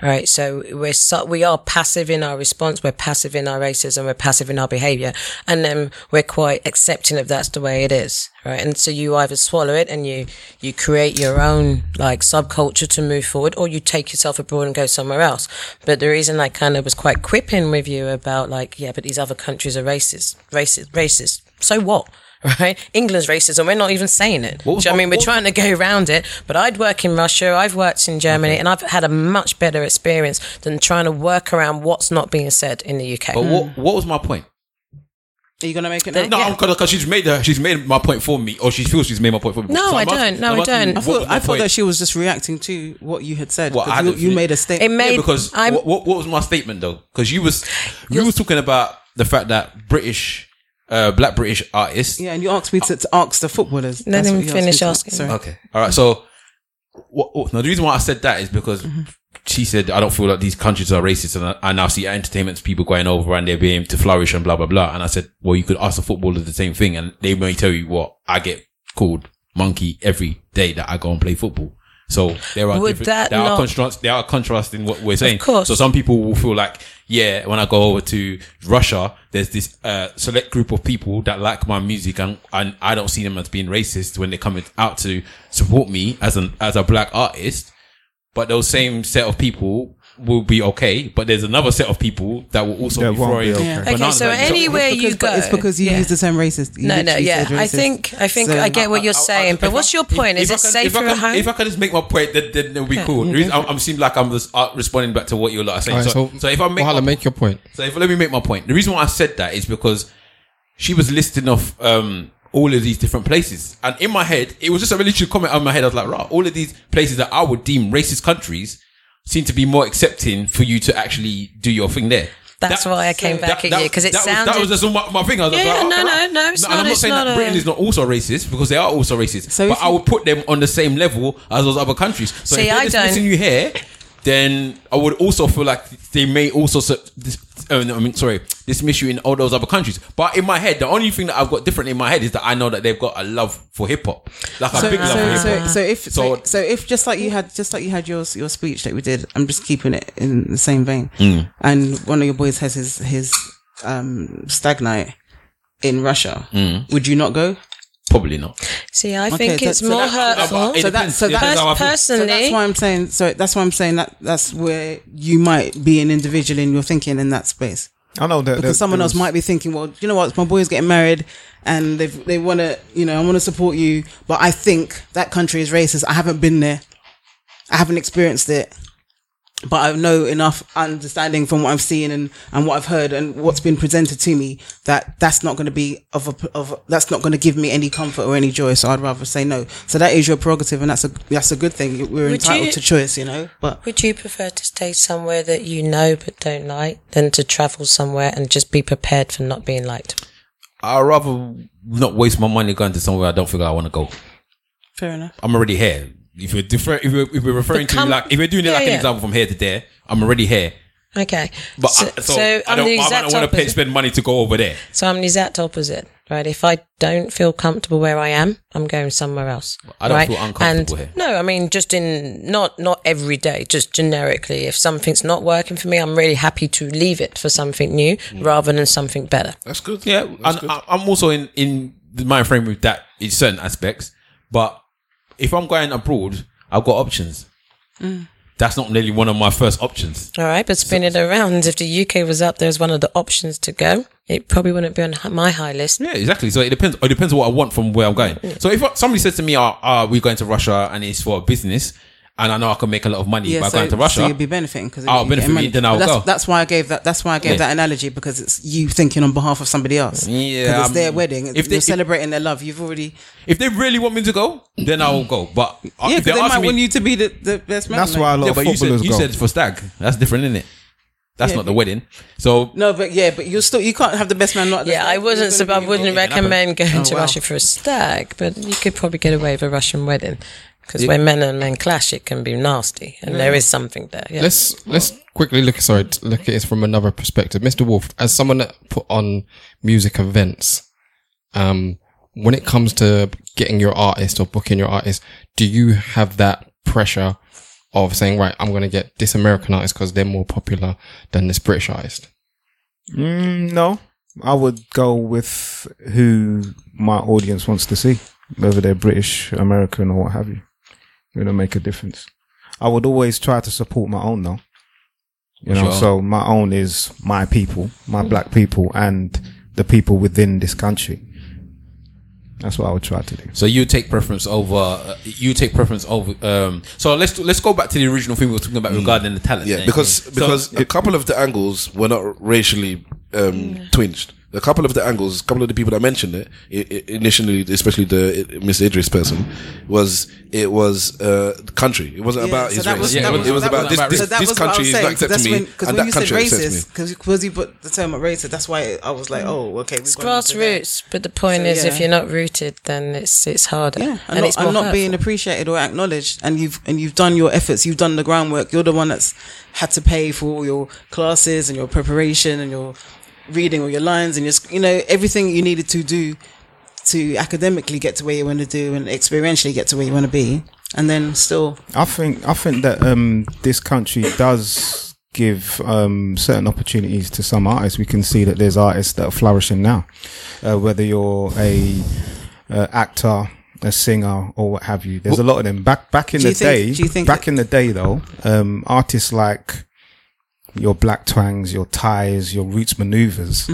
S9: Right, so we're so, we are passive in our response. We're passive in our racism. We're passive in our behaviour, and then we're quite accepting of that's the way it is. Right, and so you either swallow it and you you create your own like subculture to move forward, or you take yourself abroad and go somewhere else. But the reason I kind of was quite quipping with you about like, yeah, but these other countries are racist, racist, racist. So what? Right, England's racist, and we're not even saying it. Do you know what I mean, we're trying to go around it. But I'd work in Russia, I've worked in Germany, and I've had a much better experience than trying to work around what's not being said in the UK.
S4: but what, what was my point?
S8: Are you going to make it
S9: Then-
S8: now?
S4: No, because she's made her, she's made my point for me, or she feels she's made my point for me.
S9: No,
S4: So
S9: I
S4: I'm asking-
S9: don't. No,
S4: I'm
S9: I
S4: asking
S9: don't.
S4: you,
S8: I
S4: what
S8: thought,
S4: was my
S8: I thought
S4: point?
S8: that she was just reacting to what you had said.
S4: Well,
S8: 'cause
S4: I
S8: you,
S4: don't
S8: you
S4: think-
S8: made a
S9: it
S8: statement.
S9: made
S4: yeah, because
S9: I'm
S4: what, what, what was my statement though? Because you was you was talking about the fact that British, uh, black British artists.
S8: Yeah, and you asked me to, to ask the footballers.
S9: Let
S8: That's
S9: him
S8: what you asked me
S9: finish
S8: to-
S9: asking.
S8: Sorry.
S4: Okay. All right. So, what, what- now the reason why I said that is because
S9: Mm-hmm.
S4: she said I don't feel like these countries are racist, and I, I now see entertainment people going over and they're being to flourish and blah blah blah. And I said, well, you could ask a footballer the same thing, and they may tell you what I get called monkey every day that I go and play football. So there are
S9: Would
S4: different,
S9: that
S4: there are
S9: not-
S4: contrast there are contrasting what we're saying.
S9: course.
S4: So some people will feel like, yeah, when I go over to Russia, there's this uh, select group of people that like my music, and, and I don't see them as being racist when they come out to support me as an as a black artist. But those same set of people will be okay, but there's another set of people that will also
S2: That
S4: be
S2: won't be
S4: throwing.
S2: okay.
S9: Okay,
S4: bananas
S9: so
S4: at each other.
S9: anywhere
S8: Because-
S9: you go,
S8: but It's because you
S9: Yeah.
S8: use the term racist. You
S9: No, no,
S8: literally
S9: yeah.
S8: said
S9: I
S8: racist.
S9: think I think
S8: So-
S9: I get what you're
S4: I- I-
S9: saying,
S4: if
S9: but
S4: I-
S9: what's your
S4: if-
S9: point?
S4: if
S9: Is
S4: I
S9: it
S4: can-
S9: safe
S4: if I
S9: at
S4: can-
S9: home?
S4: If I can just make my point, then, then it'll be cool. The reason-
S9: Mm-hmm.
S4: I'm, I'm seem like I'm just uh, responding back to what you're like saying.
S5: Alright,
S4: so, so if I make,
S5: Wahala,
S4: my,
S5: make your point.
S4: so if let me make my point. The reason why I said that is because she was listing off um, all of these different places, and in my head, it was just a literal comment on my head. I was like, right, all of these places that I would deem racist countries seem to be more accepting for you to actually do your thing there.
S9: That's why I came back at you, 'cause it
S4: that
S9: sounded-
S4: was, that was just my, my thing. I was
S9: Yeah,
S4: like,
S9: yeah, no,
S4: okay,
S9: no,
S4: right.
S9: no, it's
S4: and
S9: not-
S4: I'm not
S9: it's
S4: saying
S9: not
S4: that
S9: a-
S4: Britain is not also racist because they are also racist.
S8: So
S4: but
S8: if
S4: I
S8: you-
S4: would put them on the same level as those other countries. So
S9: See,
S4: if they're
S9: I don't-
S4: dismissing you here, then I would also feel like they may also su- dis- uh, no, I mean, sorry, dismiss you in all those other countries. But in my head, the only thing that I've got different in my head is that I know that they've got a love for hip hop, like a
S8: So,
S4: big love for
S8: so,
S4: hip
S8: so,
S4: hop.
S8: so if so,
S4: So-
S8: so if just like you had just like you had your your speech that we did, I'm just keeping it in the same vein. And one of your boys has his his um stag night in Russia. Would you not go?
S4: Probably not.
S9: See, I
S8: Okay,
S9: think
S8: so-
S9: it's
S8: so
S9: more
S8: that-
S4: Uh,
S9: hurtful.
S4: but it
S8: So that-
S4: depends.
S8: so
S4: It
S8: that-
S4: depends how I
S9: Pers-
S4: feel.
S8: So that's
S9: personally,
S8: why I'm saying. So that's why I'm saying that that's where you might be an individual in your thinking in that space.
S2: I know that
S8: because someone else might be thinking, well, you know what, my boy's getting married, and they they want to, you know, I want to support you, but I think that country is racist. I haven't been there, I haven't experienced it, but I know enough understanding from what I've seen and and what I've heard and what's been presented to me that that's not going to be of a, of that's not going to give me any comfort or any joy. So I'd rather say no. So that is your prerogative, and that's a that's a good thing. We're
S9: Would
S8: entitled
S9: you-
S8: to choice, you know. But
S9: would you prefer to stay somewhere that you know but don't like than to travel somewhere and just be prepared for not being liked?
S4: I'd rather not waste my money going to somewhere I don't think I want to go.
S8: fair enough.
S4: I'm already here. If you're different, if we're, if we're referring
S9: com-
S4: to like, if we're doing it like
S9: Yeah,
S4: an
S9: yeah.
S4: example from here to there, I'm already here.
S9: Okay,
S4: But
S9: so,
S4: I, so,
S9: so
S4: I
S9: I'm
S4: don't,
S9: the
S4: I don't
S9: exact
S4: want to pay,
S9: opposite.
S4: spend money to go over there.
S9: So I'm the exact opposite, right? If I don't feel comfortable where I am, I'm going somewhere else.
S4: I don't
S9: right?
S4: feel uncomfortable
S9: and
S4: here.
S9: No, I mean just in not not every day, just generically. If something's not working for me, I'm really happy to leave it for something new
S4: Mm.
S9: rather than something better.
S7: That's good.
S4: Yeah, and I, I'm also in in the mind frame with that in certain aspects. But if I'm going abroad, I've got options.
S8: Mm.
S4: That's not really one of my first options.
S9: All right, but spin it around. If the UK was up there as one of the options to go, it probably wouldn't be on hi- my high list.
S4: Yeah, exactly. So it depends. It depends on what I want from where I'm going. So if somebody says to me, "Ah, ah, we're going to Russia and it's for business," and I know I can make a lot of money by going to Russia,
S8: So you'd be benefiting because
S4: I'll benefit, then I'll
S8: that's,
S4: go.
S8: That's why I gave that. That's why I gave
S4: Yeah.
S8: that analogy because it's you thinking on behalf of somebody else.
S4: Yeah,
S8: 'Cause it's
S4: um,
S8: their wedding.
S4: if Uh,
S8: If
S4: they-
S8: you're celebrating their love, you've already.
S4: if they really want me to go, then I will go. But uh,
S8: Yeah,
S4: if
S8: 'cause
S4: they,
S8: they,
S4: ask
S8: might
S4: me,
S8: want you to be the, the best man.
S2: That's
S8: like-
S2: why a lot
S4: yeah,
S2: of
S4: but you said,
S2: footballers
S4: you
S2: go.
S4: said it's for stag. That's different, isn't it? That's
S8: Yeah,
S4: not the wedding. So
S8: No, but yeah, but you're still. You can't have the best man. Not at the
S9: Yeah,
S8: stag.
S9: I
S8: You're
S9: wasn't.
S8: gonna
S9: So I
S8: be-
S9: wouldn't
S4: involved.
S9: recommend going to
S8: Oh, wow.
S9: Russia for a stag, but you could probably get away with a Russian wedding because when men and men clash, it can be nasty, and there is something there. Yeah.
S5: Let's let's quickly look. Sorry, t- look at this from another perspective, Mr. Wolf. As someone that put on music events, um, when it comes to getting your artist or booking your artist, do you have that pressure of saying, right, I'm going to get this American artist because they're more popular than this British artist?
S2: Mm, no, I would go with who my audience wants to see, whether they're British, American, or what have you. It don't make a difference. I would always try to support my own, though. You know, so my own is my people, my black people, and the people within this country. That's what I would try to do.
S4: So you take preference over uh, you take preference over. Um, so let's let's go back to the original thing we were talking
S2: Mm.
S4: about regarding the talent.
S7: Yeah,
S4: thing.
S7: because
S4: So-
S7: because a couple of the angles were not racially um, twinged. a couple of the angles, a couple of the people that mentioned it, i i initially, especially the uh, Miss Idris person, was it was uh, the country. It wasn't
S8: Yeah,
S7: about
S8: so
S7: his
S8: that
S7: race.
S8: was-
S4: Yeah,
S7: it
S4: that
S7: was,
S4: was- that
S7: about
S4: was
S7: this,
S4: about race.
S7: this,
S8: So that
S7: this
S8: was
S7: country
S8: what I was
S7: is
S8: saying.
S7: not
S8: that's
S7: accepting
S8: when,
S7: me,
S8: because
S7: and
S8: when you
S7: that
S8: said
S7: country accepts
S8: racist,
S7: me.
S8: because you put the term racist, that's why I was like, oh, okay. we've
S9: It's
S8: gone into that.
S9: grassroots, but the
S8: So,
S9: point is, if
S8: yeah.
S9: you're not rooted, then it's it's harder,
S8: Yeah,
S9: and,
S8: and, not,
S9: it's more
S8: and not being
S9: hurtful.
S8: appreciated or acknowledged, and you've and you've done your efforts, you've done the groundwork. You're the one that's had to pay for all your classes and your preparation and your reading all your lines and your sc- you know everything you needed to do to academically get to where you want to do and experientially get to where you want to be, and then still
S2: I think I think that um, this country does give um, certain opportunities to some artists. We can see that there's artists that are flourishing now, uh, whether you're a uh, actor, a singer, or what have you. There's a lot of them. Back back in
S8: Do
S2: the
S8: you think-
S2: day,
S8: do you think
S2: back
S8: that-
S2: in the day though, um, artists like your Black Twangs, your Ties, your Roots Maneuvers.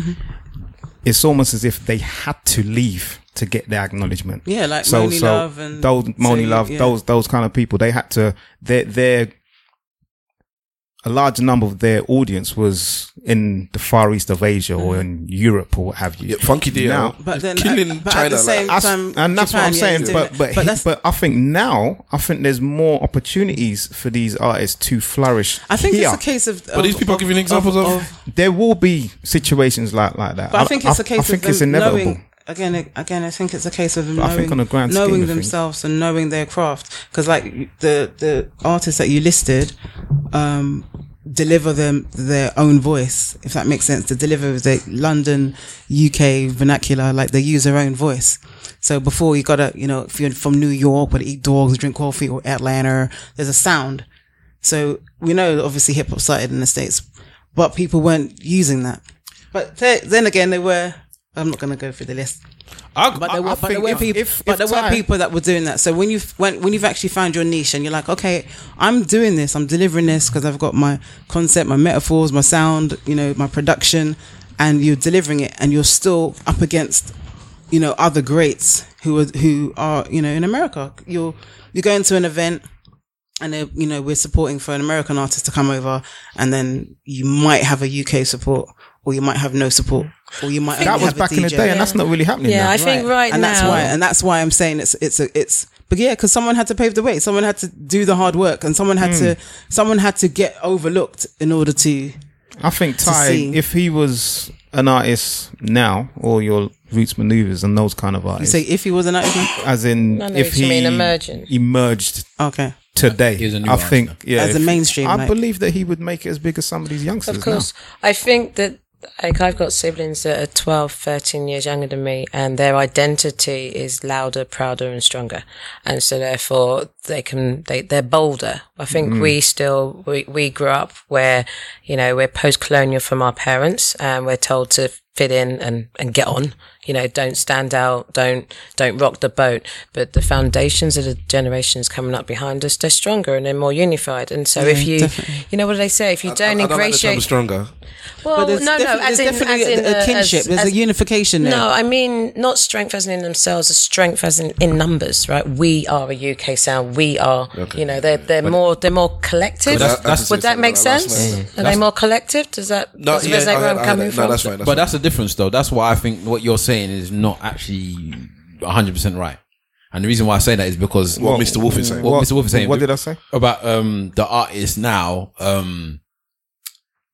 S2: It's almost as if they had to leave to get their acknowledgement
S8: Yeah, like Moni Love and-
S2: those Moni
S8: so,
S2: Love,
S8: yeah.
S2: those those kind of people. They had to. Their their a large number of their audience was in the far east of Asia
S8: Mm.
S2: or in Europe or what have you.
S7: Yeah, Funky DL.
S2: Now-
S8: but then
S7: Killing
S8: at, but
S7: China,
S8: at the
S7: like-
S8: same
S2: That's-
S8: time,
S2: and that's
S8: Japan,
S2: what I'm
S8: yeah,
S2: saying.
S8: is doing
S2: but
S8: that.
S2: but
S8: that's
S2: but, I think now I think there's more opportunities for these artists to flourish.
S8: I think
S2: here.
S8: it's a case of.
S7: But these people are giving examples of,
S2: there will be situations like like that.
S8: But I, think it's a case
S2: I think
S8: of
S2: it's
S8: them
S2: inevitable.
S8: knowing. Again, a- again, I think it's a case of them
S2: But I
S8: knowing,
S2: think on the grand scheme
S8: knowing
S2: of things-
S8: themselves and knowing their craft. Because like you- the the artists that you listed, um, deliver them their own voice, if that makes sense. They deliver the London, UK vernacular, like they use their own voice. So before you gotta, you know, if you're from New York, would eat dogs, drink coffee, or Atlanta, there's a sound. So we know obviously hip hop started in the States, but people weren't using that. But the- then again, they were. I'm not going to go through the list, but there were, but there were people, but there were people that were doing that. So when you when when you've actually found your niche and you're like, okay, I'm doing this, I'm delivering this because I've got my concept, my metaphors, my sound, you know, my production, and you're delivering it, and you're still up against, you know, other greats who are who are you know in America. You're you're going to an event and uh, you know we're supporting for an American artist to come over, and then you might have a UK support, or you might have no support, or you might.
S2: that
S8: only
S2: was
S8: have a
S2: back in the
S8: DJ.
S2: day, and that's not really happening.
S9: Yeah,
S2: now.
S9: I think right
S8: and
S9: now,
S8: that's why, and that's why I'm saying it's it's a it's. But yeah, because someone had to pave the way, someone had to do the hard work, and someone had
S9: Hmm.
S8: to someone had to get overlooked in order to.
S2: I think Ty,
S8: see.
S2: if he was an artist now, or your roots maneuvers and those kind of
S8: You
S2: artists,
S8: say if he was an actor,
S2: as in
S9: No, no,
S2: if
S9: you
S2: he
S9: mean emergent.
S2: emerged
S8: okay,
S2: today,
S4: He's a new
S2: I
S4: artist
S2: think
S4: now.
S2: yeah,
S8: As a
S2: if-
S8: mainstream,
S2: I
S8: like-
S2: believe that he would make it as big as some of these youngsters.
S9: of course. I think that like I've got siblings that are 12, 13 years younger than me, and their identity is louder, prouder, and stronger, and so therefore they can they they're bolder. I think we still we we grew up where you know we're post colonial from our parents, and we're told to fit in and and get on. You know, don't stand out, don't don't rock the boat. But the foundations of the generations coming up behind us, they're stronger and they're more unified. And so, if you, you know, what do they say? If you don't
S7: I don't like the term
S9: ingratiate,
S7: stronger.
S9: well,
S8: there's
S9: no, no,
S8: definitely-
S9: as in,
S8: there's
S9: as
S8: definitely
S9: in
S8: a,
S9: uh,
S8: a kinship,
S9: as-
S8: there's
S9: as-
S8: a unification there.
S9: No, I mean not strength as in themselves, as strength as in, in numbers, right? We are a UK sound. We are, you know, they're they're more they're more collective.
S7: But that- that's-
S9: Would that make
S7: that's-
S9: sense? Are they more collective? Does that
S7: No,
S9: does
S7: yeah,
S9: resonate where
S7: I-
S9: I'm
S7: I-
S9: coming
S7: no,
S9: from?
S7: that's right.
S4: but
S7: That's right.
S4: that's the difference, though. That's why I think what you're saying is not actually 100 percent right. And the reason why I say that is because
S7: What Mr. Wolf is saying.
S4: what, Mr. Wolf is saying
S2: What did I say?
S4: about um, the artist now um,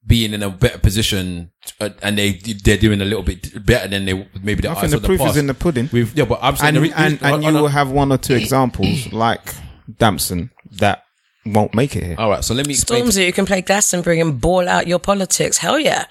S4: being in a better position uh, and they they're doing a little bit better than they maybe the
S2: I
S4: artist
S2: think the
S4: of
S2: proof
S4: past.
S2: is in the pudding.
S4: We've, yeah, but I'm saying
S2: and
S4: the re-
S2: and,
S4: on-
S2: and you
S4: on a-
S2: will have one or two examples like Damson that won't make it here.
S4: all right. So let me explain.
S9: Stormzy, you can play Glastonbury and ball out your politics. Hell yeah.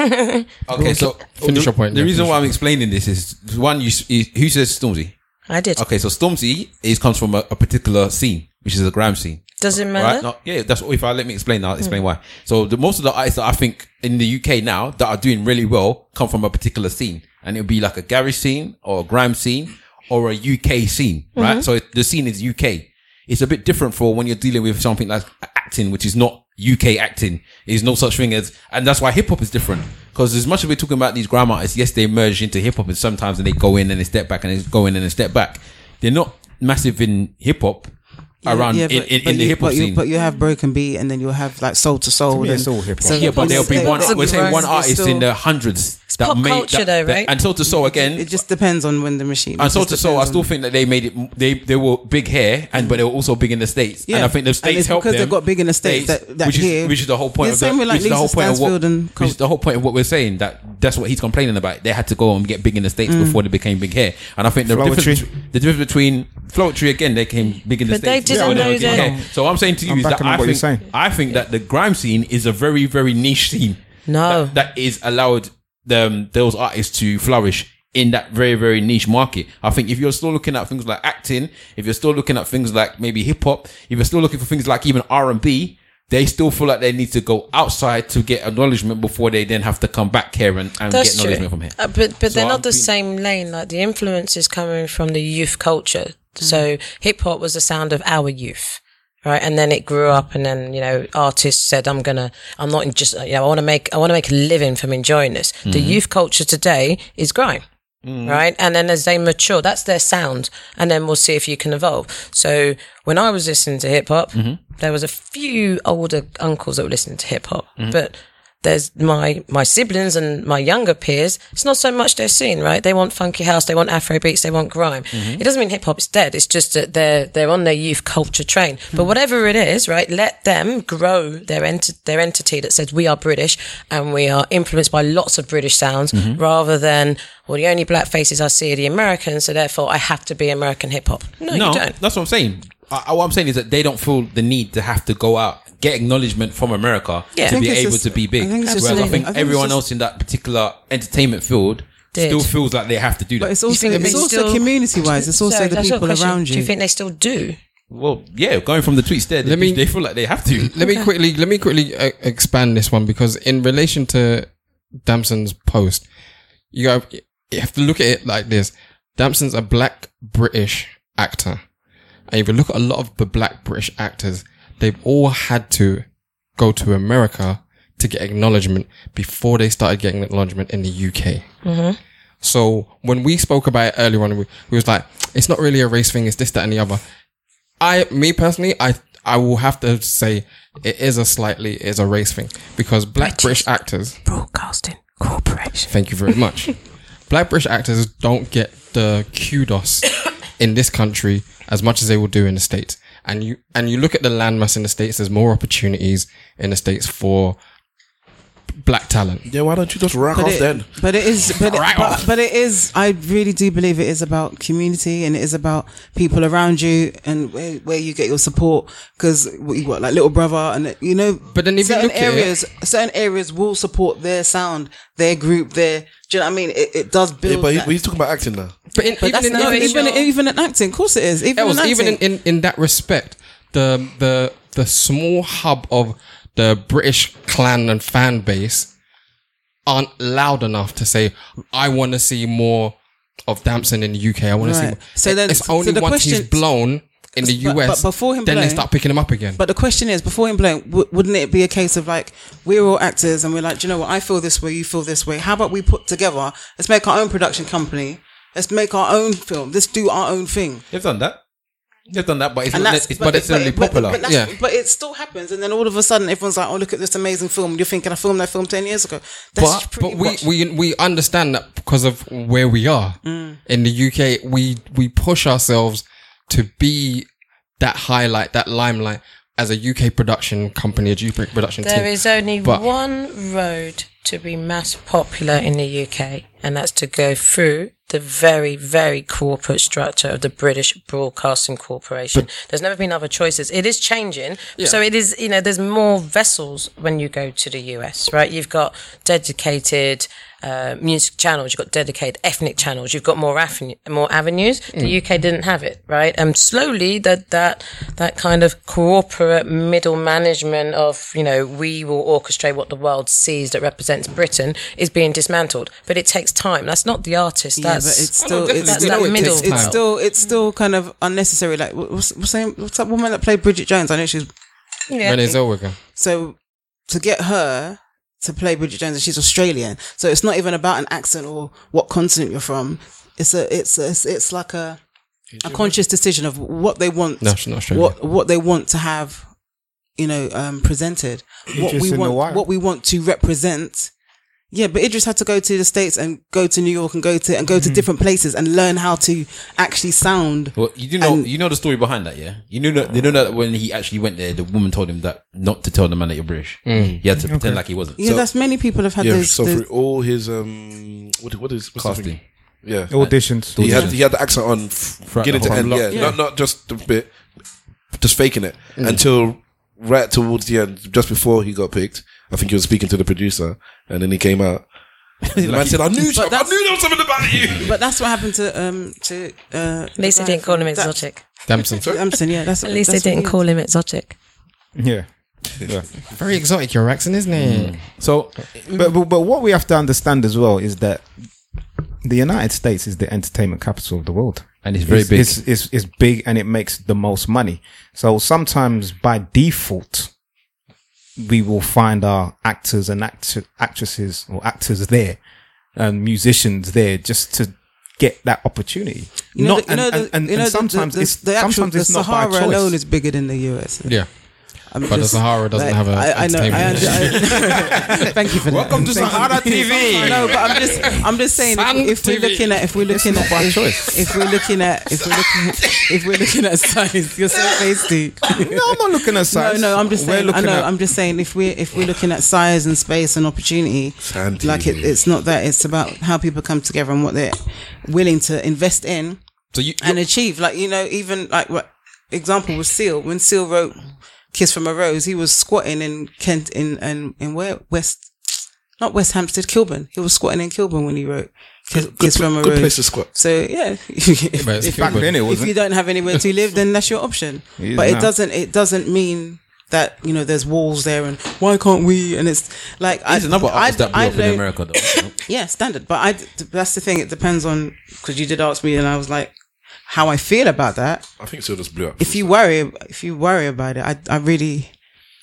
S4: Okay, so
S5: Finish
S4: the,
S5: your point,
S4: The
S5: yeah,
S4: reason
S5: finish
S4: why I'm explaining this is one. You, s- is- who says Stormzy?
S9: I did.
S4: Okay, so Stormzy is comes from a, a particular scene, which is the gram scene.
S9: Does it matter?
S4: Right? No, yeah, that's if I let me explain. I'll explain why. So the most of the artists that I think in the UK now that are doing really well come from a particular scene, and it'll be like a garage scene or a grime scene or a UK scene, right? So the scene is UK. It's a bit different for when you're dealing with something like acting, which is not UK acting. There's no such thing as, and that's why hip hop is different. Because as much as we're talking about these grime artists, yes, they merge into hip hop, and sometimes they go in and they step back and they go in and they step back. They're not massive in hip hop, around
S8: Yeah,
S4: in,
S8: but-
S4: in,
S8: but
S4: in the
S8: you-
S4: hip hop
S8: but you-
S4: scene.
S8: But you have broken beat, and then you'll have like soul to soul.
S2: me,
S8: and-
S2: it's all hip hop.
S8: so-
S4: yeah, but there'll be
S8: it's-
S4: one.
S8: it's-
S4: We're saying one
S8: it's
S4: artist
S8: still-
S4: in the hundreds that
S9: pop
S4: made
S9: culture
S4: that,
S9: though,
S4: that-
S9: right?
S4: and soul to soul again.
S8: It just depends on when the machine.
S4: and
S8: it
S4: soul
S8: just
S4: to soul, I
S8: depends
S4: still
S8: on-
S4: think that they made it. They they were big here, and but they were also big in the states.
S8: Yeah.
S4: And I think the
S8: And
S4: states
S8: it's
S4: helped
S8: because
S4: them.
S8: they got big in the States that- that
S4: which, is,
S8: here-
S4: which is the whole point.
S8: Yeah,
S4: of the,
S8: same with, like,
S4: which is the
S8: Lisa
S4: whole point of what,
S8: Stansfield and
S4: which is the whole point of what we're saying. That that's what he's complaining about. They had to go and get big in the
S8: Mm.
S4: states before they became big here. And I think the
S2: Floetry.
S4: difference, the difference between Floetry again, they came big in the
S9: But they
S4: states. before
S9: didn't
S4: were
S9: know
S4: big
S9: that-
S4: here. So what I'm saying to you
S2: I'm
S4: is that
S2: backing up
S4: I
S2: what you're
S4: think
S2: saying.
S4: I think that the grime scene is a very very niche scene
S9: No.
S4: that, that is allowed them those artists to flourish in that very very niche market. I think if you're still looking at things like acting, if you're still looking at things like maybe hip hop, if you're still looking for things like even R and B, they still feel like they need to go outside to get acknowledgement before they then have to come back here and, and get
S9: That's true.
S4: acknowledgement from here.
S9: Uh, but but
S4: So
S9: they're not
S4: I've
S9: the
S4: been-
S9: same lane. Like the influence is coming from the youth culture. So hip hop was the sound of our youth. Right. And then it grew up and then, you know, artists said, I'm going to, I'm not just, you know, I want to make, I want to make a living from enjoying this. The
S4: Mm-hmm.
S9: youth culture today is grime. Right. And then as they mature, that's their sound. And then we'll see if you can evolve. So when I was listening to hip hop, there was a few older uncles that were listening to hip hop, but there's my my siblings and my younger peers. It's not so much their scene, right? They want funky house, they want Afro beats, they want grime.
S8: Mm-hmm.
S9: It doesn't mean hip hop's dead. It's just that they're they're on their youth culture train. But
S8: Mm.
S9: whatever it is, right? Let them grow their ent- their entity that says we are British and we are influenced by lots of British sounds,
S8: Mm-hmm.
S9: rather than well, the only black faces I see are the Americans, so therefore I have to be American hip hop. No, you don't.
S4: that's what I'm saying. I, what I'm saying is that they don't feel the need to have to go out get acknowledgement from America
S9: Yeah.
S4: to
S9: I
S4: be
S8: think it's
S4: able
S8: just-
S4: to be big.
S8: I think it's
S4: Whereas
S8: just
S4: I
S9: something-
S4: think
S8: I think it's
S4: everyone
S8: just-
S4: else in that particular entertainment field
S9: Did.
S4: still feels like they have to do that.
S8: But it's also
S9: think
S8: it's
S9: they
S8: also
S9: still-
S8: community wise. It's also
S9: Sorry,
S8: the
S9: that's your
S8: people
S9: question.
S8: around
S9: Do
S8: you.
S9: you think they still do?
S4: Well, yeah, going from the tweets there, they,
S5: Let me-
S4: they feel like they have to.
S5: Let me quickly let me quickly uh, expand this one because in relation to Damson's post, you got you have to look at it like this: Damson's a black British actor, and if you look at a lot of the black British actors, they've all had to go to America to get acknowledgement before they started getting acknowledgement in the UK. So when we spoke about it earlier on, we, we was like, it's not really a race thing; it's this, that, and the other. I, me personally, I, I will have to say it is a slightly it is a race thing because black British actors.
S9: Broadcasting Corporation.
S5: Thank you very much. black British actors don't get the kudos in this country as much as they will do in the states. And you and you look at the landmass in the states. There's more opportunities in the states for black talent.
S7: Yeah, why don't you just rock
S8: but
S7: off
S8: it,
S7: then?
S8: but it is, but, it, but, but it is. I really do believe it is about community, and it is about people around you and where, where you get your support. Because you got like little brother, and you know.
S5: But then if you
S8: certain
S5: look at it-
S8: areas, certain areas will support their sound, their group, their. Do you know what I mean? It, it does build.
S7: Yeah, but he,
S8: that.
S7: he's talking about acting now.
S5: But, in,
S9: that's
S5: even in,
S9: not
S5: even
S8: even,
S5: in-
S9: it's
S8: even,
S9: not.
S8: even in acting, of course it is. Even
S5: That was-
S8: in acting.
S5: even in, in, in that respect, the the the small hub of the British clan and fan base aren't loud enough to say, I want to see more of Damson in the UK. I want to see
S8: Right.
S5: more.
S8: So then-
S5: it's
S8: so
S5: only
S8: the
S5: once he's
S8: question-
S5: blown in the
S8: But-
S5: US,
S8: but before him
S5: then they
S8: blowing-
S5: start picking him up again.
S8: But the question is, before him blowing, w- wouldn't it be a case of like we're all actors and we're like, do you know what? I feel this way, you feel this way. How about we put together? Let's make our own production company. Let's make our own film. Let's do our own thing.
S4: They've done that. They've done that, but it's
S8: And
S4: not,
S8: that's
S4: it's not necessarily popular.
S8: But, that's-
S5: Yeah.
S8: but it still happens, and then all of a sudden, everyone's like, "Oh, look at this amazing film!" You're thinking, "I filmed that film ten years ago." That's
S5: but,
S8: pretty
S5: but we,
S8: much-
S5: we we understand that because of where we are in the UK, we we push ourselves to be that highlight, that limelight as a UK production company, a UK production team.
S9: There is only
S5: But-
S9: one road to be mass popular in the UK, and that's to go through the very, very corporate structure of the British Broadcasting Corporation. there's never been other choices. It is changing. So it is, you know, there's more vessels when you go to the US, right? You've got dedicated uh, music channels, you've got dedicated ethnic channels, you've got more avenue, more avenues.
S8: Mm.
S9: The UK didn't have it, right? And slowly that that that kind of corporate middle management of you know we will orchestrate what the world sees that represents Britain is being dismantled, but it takes time. That's not the artist.
S8: yeah, but
S9: that's
S8: it's still it's
S9: that's
S8: still
S9: that middle
S8: it's, it's
S9: part.
S8: still it's still kind of unnecessary. Like what- what's what's, that- what's that woman that played Bridget Jones? I know she's
S9: Yeah.
S5: Renee Zellweger.
S8: So to get her to play Bridget Jones, and she's Australian, so it's not even about an accent or what continent you're from. It's a, it's a, it's, it's like a, a conscious decision of what they want,
S5: National Australia.
S8: what what they want to have, you know, um, presented, what
S2: Idris
S8: we
S2: in the
S8: want,
S2: wire.
S8: what we want to represent. Yeah, but Idris had to go to the states and go to New York and go to and
S2: Mm-hmm.
S8: go to different places and learn how to actually sound.
S4: Well, you do know
S8: And-
S4: you know the story behind that, yeah. You know that they know that when he actually went there, the woman told him that not to tell the man that you're British. He had to pretend like he wasn't.
S8: Yeah, that's many people have had
S7: Yeah,
S8: this.
S7: so
S8: this-
S7: through all his um, what what is what's the thing?
S4: Casting.
S7: Yeah,
S2: Auditions.
S7: he had he had the accent on f-
S4: Throughout
S7: beginning
S4: the
S7: to
S4: whole
S7: end.
S4: lot.
S7: Yeah, not not just a bit, just faking it
S8: Mm.
S7: until right towards the end, just before he got picked. I think he was speaking to the producer, and then he came out. And the man said, "I knew, some, I
S8: that's-
S7: knew there was something about you."
S8: But that's what happened to um to uh.
S9: At least they didn't call him exotic.
S5: Damson.
S8: Damson, yeah, that's
S9: At least they
S8: that's what
S9: didn't
S8: he-
S9: call him exotic.
S2: Yeah. yeah.
S5: Very exotic, your accent, isn't it?
S4: Mm. So
S2: But, but but what we have to understand as well is that the United States is the entertainment capital of the world.
S4: and it's very
S2: it's,
S4: big.
S2: It's, it's, it's big and it makes the most money. So sometimes by default, we will find our actors and act- actresses or actors there and musicians there just to get that opportunity.
S8: You know,
S2: Not
S8: the, you know,
S2: and,
S8: the,
S2: and, and,
S8: you know
S2: and
S8: the-
S2: sometimes
S8: the, the,
S2: it's
S8: the actual,
S2: sometimes it's
S8: the
S2: not
S8: Sahara
S2: by choice.
S8: alone is bigger than the US.
S5: Yeah.
S8: I'm
S5: But the Sahara doesn't have a
S8: I, I know. I,
S5: entertainment
S8: under- I- thank you for Welcome that.
S2: Sahara
S8: TV. No, but I'm just, I'm just saying. If, if we're looking at, if we're looking at,
S2: by
S8: if,
S2: choice.
S8: if we're looking at, if we're looking, if we're looking at science, you're so hasty.
S2: No, I'm not looking at
S8: No,
S2: size.
S8: no, I'm just
S2: We're
S8: saying. I
S2: looking
S8: know.
S2: at-
S8: I'm just saying. If we're if we're looking at size and space and opportunity,
S7: Sandy.
S8: like it, it's not that. It's about how people come together and what they're willing to invest in
S4: so you
S8: and achieve. Like you know, even like what example was Seal when Seal wrote "Kiss from a Rose," he was squatting in Kent in and in, where West, not West Hampstead, Kilburn. He was squatting in Kilburn when he wrote "Kiss, Kiss from a
S7: Good
S8: Rose."
S7: place to squat.
S8: So yeah, if,
S5: But it's
S2: back
S5: Cuban.
S2: then it
S8: if
S2: wasn't.
S8: you don't have anywhere to live, then that's your option.
S2: It is
S8: but it
S2: now.
S8: doesn't. It doesn't mean. That you know, there's walls there, and why can't we? And it's like
S4: there's another artist that blew up in
S8: don't-
S4: America though.
S8: yeah, standard. But I, that's the thing. It depends on because you did ask me, and I was like, how I feel about that.
S7: I think so. Just blew up.
S8: If you worry, if you worry about it, I, I really,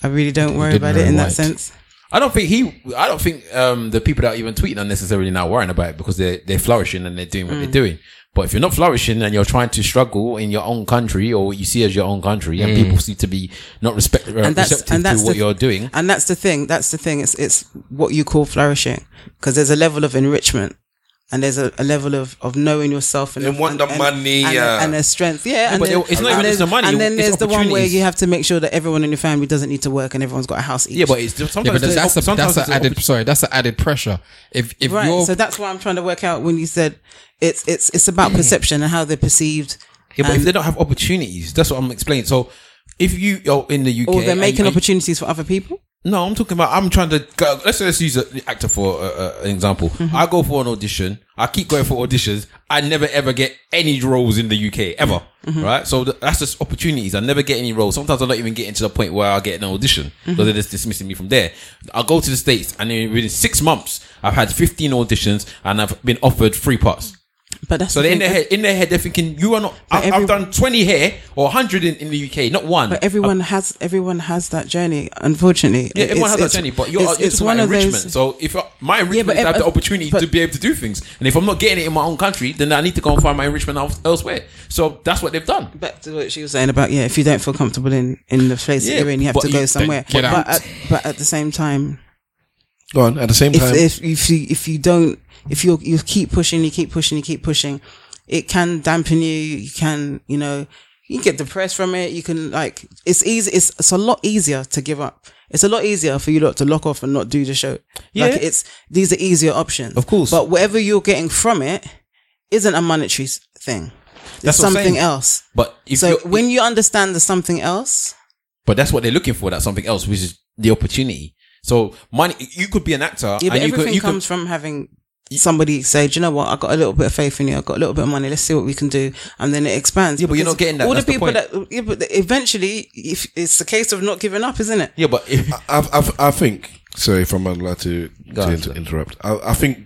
S8: I really don't worry
S5: didn't
S8: about it in
S5: know
S8: that
S5: why.
S8: sense.
S4: I don't think he. I don't think um, the people that are even tweeting are necessarily now worrying about it because they're they're flourishing and they're doing
S8: Mm.
S4: what they're doing. But if you're not flourishing and you're trying to struggle in your own country or what you see as your own country, and people seem to be not respect, uh,
S8: Mm. And that's-
S4: receptive
S8: and that's
S4: to what
S8: the-
S4: you're doing,
S8: And that's the thing. That's the thing. It's it's what you call flourishing because there's a level of enrichment. And there's a, a level of, of knowing yourself and
S7: They want the
S8: and, and-
S7: money,
S8: and,
S7: yeah.
S8: and a strength, yeah. And
S4: but
S8: then,
S4: it's not
S8: and
S4: even just
S8: then-
S4: the money,
S8: And then
S4: it's
S8: there's the one where
S4: opportunities.
S8: you have to make sure that everyone in your family doesn't need to work and everyone's got a house. Each.
S4: yeah. But it's sometimes
S5: Yeah, but
S4: there's-
S5: that's, a,
S4: sometimes
S5: that's
S4: there's
S5: an
S4: an
S5: added. Sorry, that's an added pressure. If if
S8: right.
S5: you're
S8: So that's why I'm trying to work out when you said it's it's it's about perception and how they're perceived.
S4: Yeah, but if they don't have opportunities, that's what I'm explaining. So if you are in the UK,
S8: Or they're
S4: and-
S8: making
S4: and-
S8: opportunities for other people.
S4: No, I'm talking about. I'm trying to. Go, let's let's use a- the actor for uh, uh, an example.
S8: Mm-hmm.
S4: I go for an audition. I keep going for auditions. I never ever get any roles in the UK ever.
S8: Mm-hmm.
S4: Right, so th- that's just opportunities. I never get any roles. Sometimes I'm not even getting to the point where I get an audition.
S8: Mm-hmm.
S4: So they're just dismissing me from there. I go to the states, and then within six months, I've had 15 auditions, and I've been offered three parts.
S8: But that's
S4: So
S8: the
S4: they're in
S8: thing.
S4: their head, in their head, they're thinking, "You are not. I've,
S8: every-
S4: I've done 20 here or 100 in, in the UK, not one."
S8: But everyone has everyone has that journey. Unfortunately,
S4: Yeah,
S8: It-
S4: everyone
S8: it's-
S4: has that
S8: it's-
S4: journey, but you're,
S8: it's-
S4: you're
S8: it's
S4: talking
S8: one
S4: about
S8: of those-
S4: enrichment. so if I, my enrichment is
S8: but
S4: I have the
S8: ev-
S4: opportunity
S8: but-
S4: to be able to do things, and if I'm not getting it in my own country, then I need to go and find my enrichment else- elsewhere. So that's what they've done.
S8: back to what she was saying about yeah, if you don't feel comfortable in in the place
S4: Yeah,
S8: that you're in, you have
S4: but
S8: to
S4: you
S8: go
S4: don't
S8: somewhere.
S5: get
S8: but,
S5: out.
S8: At, but at the same time,
S7: Go on. At the same
S8: if
S7: time,
S8: if if you, if you don't if you you keep pushing, you keep pushing, you keep pushing, it can dampen you. You can you know you get depressed from it. You can like it's easy. It's it's a lot easier to give up. It's a lot easier for you lot to lock off and not do the show. Yeah, like it's these are easier options, of
S4: course.
S8: But whatever you're getting from it isn't a monetary s- thing. It's
S4: That's what I'm
S8: something
S4: saying.
S8: else.
S4: But if
S8: So
S4: you're-
S8: when you understand the something else,
S4: but that's what they're looking for. That's something else, which is the opportunity. So money, you could be an actor,
S8: yeah, but
S4: and you
S8: everything
S4: could, you could
S8: comes from having somebody say, "Do you know what? I got a little bit of faith in you. I got a little bit of money. Let's see what we can do." And then it expands. Yeah,
S4: but you're not getting that.
S8: All
S4: That's
S8: the
S4: the
S8: people
S4: point.
S8: that, yeah, but eventually, if it's a case of not giving up, isn't it?
S4: yeah, but
S8: Uh,
S4: if,
S7: I, I, I think. Sorry if I'm allowed to, to
S4: on,
S7: inter-
S4: sir.
S7: interrupt. I, I think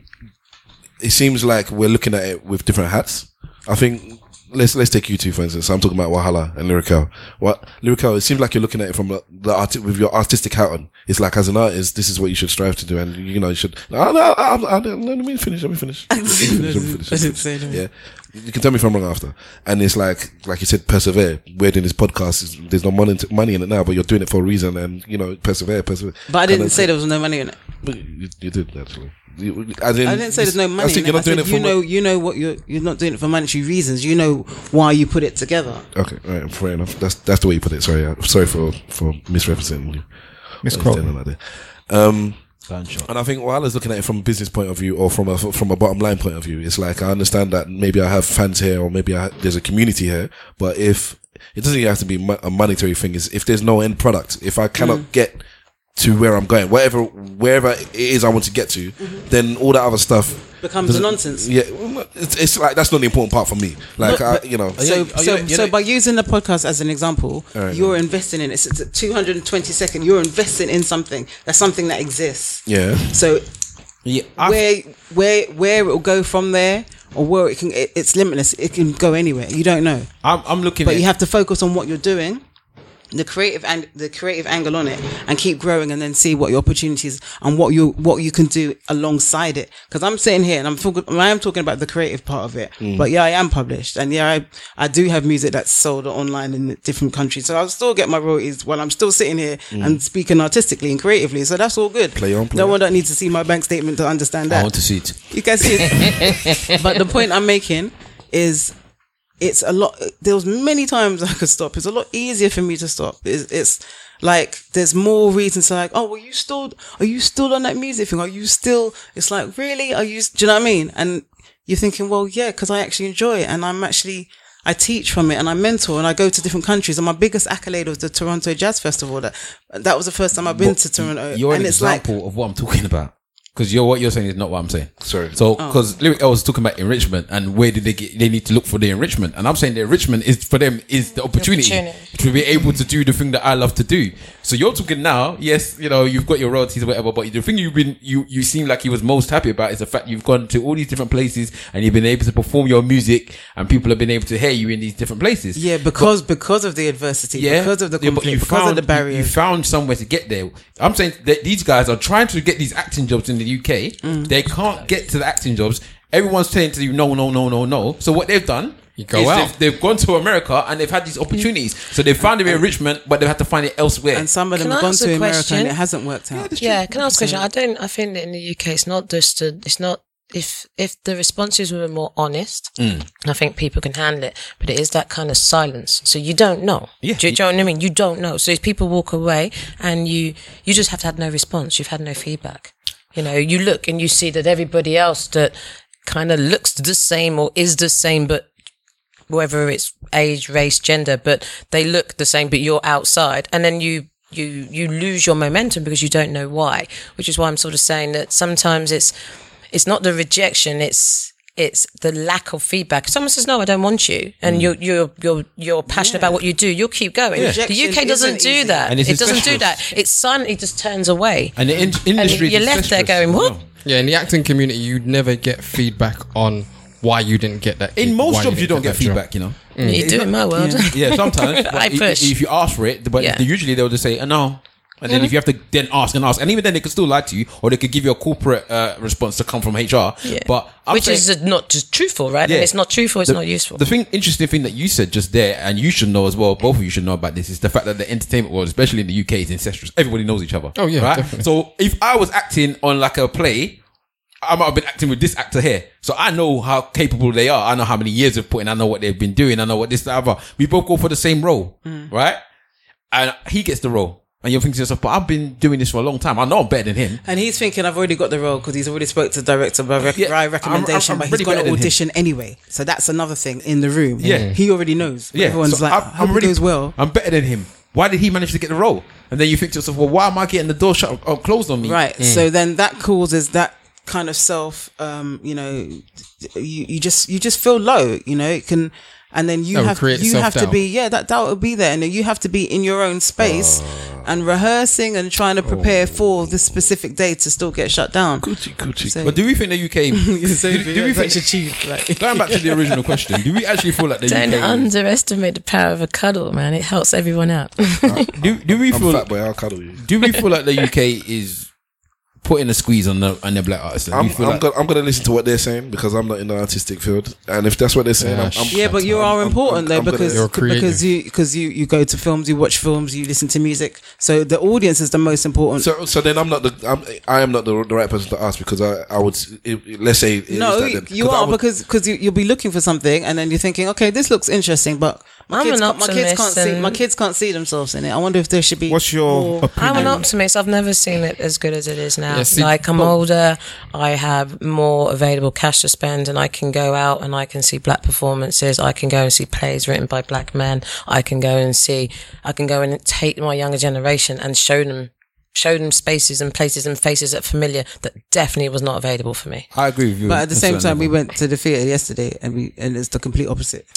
S7: it seems like we're looking at it with different hats. I think let's let's take you two for instance. I'm talking about Wahala and Lyrical. What Lyrical? It seems like you're looking at it from the, the art with your artistic hat on. It's like as an artist, this is what you should strive to do, and you know you should. No, no, I, I, I, let me finish. Let me finish. Let me finish, let me finish.
S8: say that.
S7: Yeah, you can tell me if I'm wrong after. And it's like, like you said, persevere. We're doing this podcast. is- There's no money, money in it now, but you're doing it for a reason, and you know, persevere, persevere.
S8: But I
S7: Kind
S8: didn't
S7: of
S8: say
S7: thing.
S8: there was no money in it.
S7: But you, you did actually. You, I didn't.
S8: I didn't say there's no money.
S7: I think
S8: in
S7: you're
S8: it.
S7: not doing
S8: I
S7: it
S8: said
S7: for.
S8: you know.
S7: mon-
S8: You know what you're. You're not doing it for monetary reasons. You know why you put it together.
S7: Okay, all right, fair enough. That's that's the way you put it. Sorry, uh, sorry for for misrepresenting you.
S2: Misquoting.
S7: Like that. Um, and I think while I was looking at it from a business point of view or from a from a bottom line point of view, it's like I understand that maybe I have fans here or maybe I, there's a community here, but if it doesn't even have to be mo- a monetary thing, is if there's no end product, if I cannot
S8: Mm.
S7: get to where I'm going, whatever wherever it is I want to get to,
S8: Mm-hmm.
S7: then all that other stuff
S8: Becomes
S7: doesn't-
S8: nonsense.
S7: Yeah, well, it's, it's like that's not the important part for me. Like I, you know,
S8: So,
S4: Oh,
S8: so,
S4: yeah, yeah,
S8: so
S4: yeah.
S8: by using the podcast as an example, you're investing in it. It's a 220 second. You're investing in something. That's something that exists.
S7: yeah.
S8: So
S4: Yeah,
S8: where where where it will go from there, or where it can, it, it's limitless. It can go anywhere. You don't know,
S4: I'm, I'm looking
S8: but
S4: at
S8: you have to focus on what you're doing, the creative and the creative angle on it, and keep growing, and then see what your opportunities and what you what you can do alongside it. Because I'm sitting here and I'm talking, I am talking about the creative part of it.
S7: Mm.
S8: But yeah, I am published, and yeah, I I do have music that's sold online in different countries, so I'll still get my royalties while I'm still sitting here and speaking artistically and creatively. So that's all good.
S7: Mm. Play on, play
S8: no
S7: on.
S8: one don't need to see my bank statement to understand that.
S4: I want to see it.
S8: You can see it. but the point I'm making is it's a lot there was many times I could stop. It's a lot easier for me to stop. It's, it's like there's more reasons to like, oh well you still are you still on that music thing? Are you still it's like, really? Are you do you know what I mean? And you're thinking, well, yeah, because I actually enjoy it and I'm actually I teach from it and I mentor and I go to different countries and my biggest accolade was the Toronto Jazz Festival that that was the first time I've been
S4: But
S8: to Toronto
S4: You're
S8: and
S4: an
S8: it's like
S4: example of what I'm talking about. Because you're what you're saying is not what I'm saying.
S7: Sorry.
S4: So
S8: Oh.
S4: because lyric L was talking about enrichment and where did they get? They need to look for the enrichment, and I'm saying the enrichment is for them is the opportunity,
S9: opportunity.
S4: to be able to do the thing that I love to do. So you're talking now, yes, you know you've got your royalties or whatever, but the thing you've been you you seem like you was most happy about is the fact you've gone to all these different places and you've been able to perform your music and people have been able to hear you in these different places.
S8: Yeah, because because of the adversity, because of the
S4: Yeah, but
S8: conflict, because
S4: found,
S8: of the
S4: You
S8: barriers.
S4: found somewhere to get there. I'm saying that these guys are trying to get these acting jobs in the UK.
S8: Mm.
S4: They can't get to the acting jobs. Everyone's saying to you, no, no, no, no, no. So what they've done
S5: go
S4: is
S5: out.
S4: They've, they've gone to America and they've had these opportunities. So they found them in Richmond, but they've had to find it elsewhere.
S8: and some of them
S9: Can I
S8: have gone
S9: ask
S8: to
S9: a
S8: America
S9: question?
S8: and it hasn't worked out.
S9: yeah, can I ask a question? I don't. I think that in the UK, it's not just. A, it's not if if the responses were more honest. I think people can handle it, but it is that kind of silence. So you don't know.
S4: Yeah.
S9: Do, you- do you know what I mean? You don't know. So if people walk away, and you you just have had no response. You've had no feedback. You know, you look and you see that everybody else that kind of looks the same or is the same, but whether it's age, race, gender, but they look the same, but you're outside. And then you, you, you lose your momentum because you don't know why, which is why I'm sort of saying that sometimes it's, it's not the rejection. It's, it's the lack of feedback. If someone says, no, I don't want you.
S4: Mm.
S9: And you're, you're, you're, you're passionate about what you do. You'll keep going. The
S8: Rejection
S9: UK doesn't
S8: isn't
S9: do
S8: easy.
S9: that.
S4: And it's
S9: It doesn't do that.
S4: incestuous.
S9: It silently just turns away.
S4: and the in-
S9: And
S4: industry,
S9: you're
S4: is
S9: left there
S4: incestuous
S9: going,
S4: as
S9: what?
S4: well.
S5: Yeah, in the acting community, you'd never get feedback on why you didn't get that.
S4: In
S5: gig,
S4: most
S5: why
S4: jobs, you don't
S5: didn't
S4: get
S5: that job.
S4: feedback. You know,
S9: Mm. You
S4: It's
S9: do
S4: not-
S9: in my world.
S4: Yeah, sometimes. but
S9: I
S4: if-
S9: push.
S4: If you ask for it, but
S9: Yeah.
S4: usually they'll just say, uh no. And then if you have to then ask and ask, and even then they could still lie to you, or they could give you a corporate uh, response to come from HR.
S9: Yeah.
S4: But I'm
S9: which
S4: saying-
S9: is uh, not just truthful, right?
S4: Yeah.
S9: And it's not truthful. It's
S4: the,
S9: not useful.
S4: The thing, interesting thing that you said just there, and you should know as well, both of you should know about this, is the fact that the entertainment world, especially in the UK, is incestuous. Everybody knows each other.
S5: Oh, yeah,
S4: right.
S5: definitely.
S4: So if I was acting on like a play, I might have been acting with this actor here, so I know how capable they are. I know how many years they've put in. I know what they've been doing. I know what this, that, other. We both go for the same role,
S9: Mm.
S4: right? And he gets the role, and you're thinking to yourself, "But I've been doing this for a long time. I know I'm better than him."
S8: and he's thinking, I've already got the role because he's already spoke to the director by, rec-
S4: Yeah,
S8: by
S4: I'm-
S8: recommendation,
S4: I'm- I'm
S8: but
S4: really
S8: he's going
S4: better
S8: to
S4: than him.
S8: audition anyway. So that's another thing in the room.
S4: Yeah.
S8: he already knows.
S4: Yeah,
S8: everyone's
S4: so
S8: like,
S4: I'm-
S8: I hope
S4: I'm
S8: it
S4: really-
S8: goes well.
S4: I'm better than him. Why did he manage to get the role? And then you think to yourself, well, why am I getting the door shut or closed on me?
S8: Right. So then that causes that kind of self, um, you know, you, you just you just feel low. You know, it can, and then you
S5: That would
S8: have
S5: create
S8: you have to
S5: self-doubt.
S8: be yeah that doubt will be there, and then you have to be in your own space.
S5: Oh.
S8: And rehearsing and trying to prepare for this specific day to still get shut down.
S7: Gucci, Gucci.
S8: So-
S4: But do we think the UK?
S8: so
S4: do, do we think, going back to the original question, do we actually feel like the
S9: Don't
S4: UK?
S9: underestimate the power of a cuddle, man. It helps everyone out.
S4: Do, do we
S7: I'm
S4: feel?
S7: fat boy. I'll cuddle you.
S4: Do we feel like the UK is putting a squeeze on the on the black artists.
S7: I'm,
S4: you feel
S7: I'm,
S4: like-
S7: gonna, I'm gonna listen to what they're saying because I'm not in the artistic field, and if that's what they're saying, I'm, I'm,
S8: Yeah, but you are important
S7: I'm gonna-
S8: though because
S7: You're a
S5: creative.
S8: because you because you you go to films, you watch films, you listen to music. So the audience is the most important.
S7: So, so then I'm not the I'm, I am not the, the right person to ask because I I would it, let's say it is
S8: no,
S7: that then.
S8: you
S7: 'Cause I
S8: are
S7: would-
S8: because because you, you'll be looking for something, and then you're thinking, okay, this looks interesting, but my
S9: I'm
S8: kids,
S9: an
S8: can't, my kids can't
S9: optimist
S8: see my
S9: and-
S8: kids can't see themselves in it. I wonder if there should be.
S2: What's your
S8: more-
S2: opinion?
S9: I'm an optimist. I've never seen it as good as it is now.
S5: Yeah, see,
S9: like I'm
S5: but-
S9: older, I have more available cash to spend, and I can go out and I can see black performances. I can go and see plays written by black men. I can go and see. I can go and take my younger generation and show them, show them spaces and places and faces that are familiar that definitely was not available for me.
S4: I agree with you.
S8: But at the same
S4: Certainly.
S8: time, we went to the theater yesterday, and we and it's the complete opposite.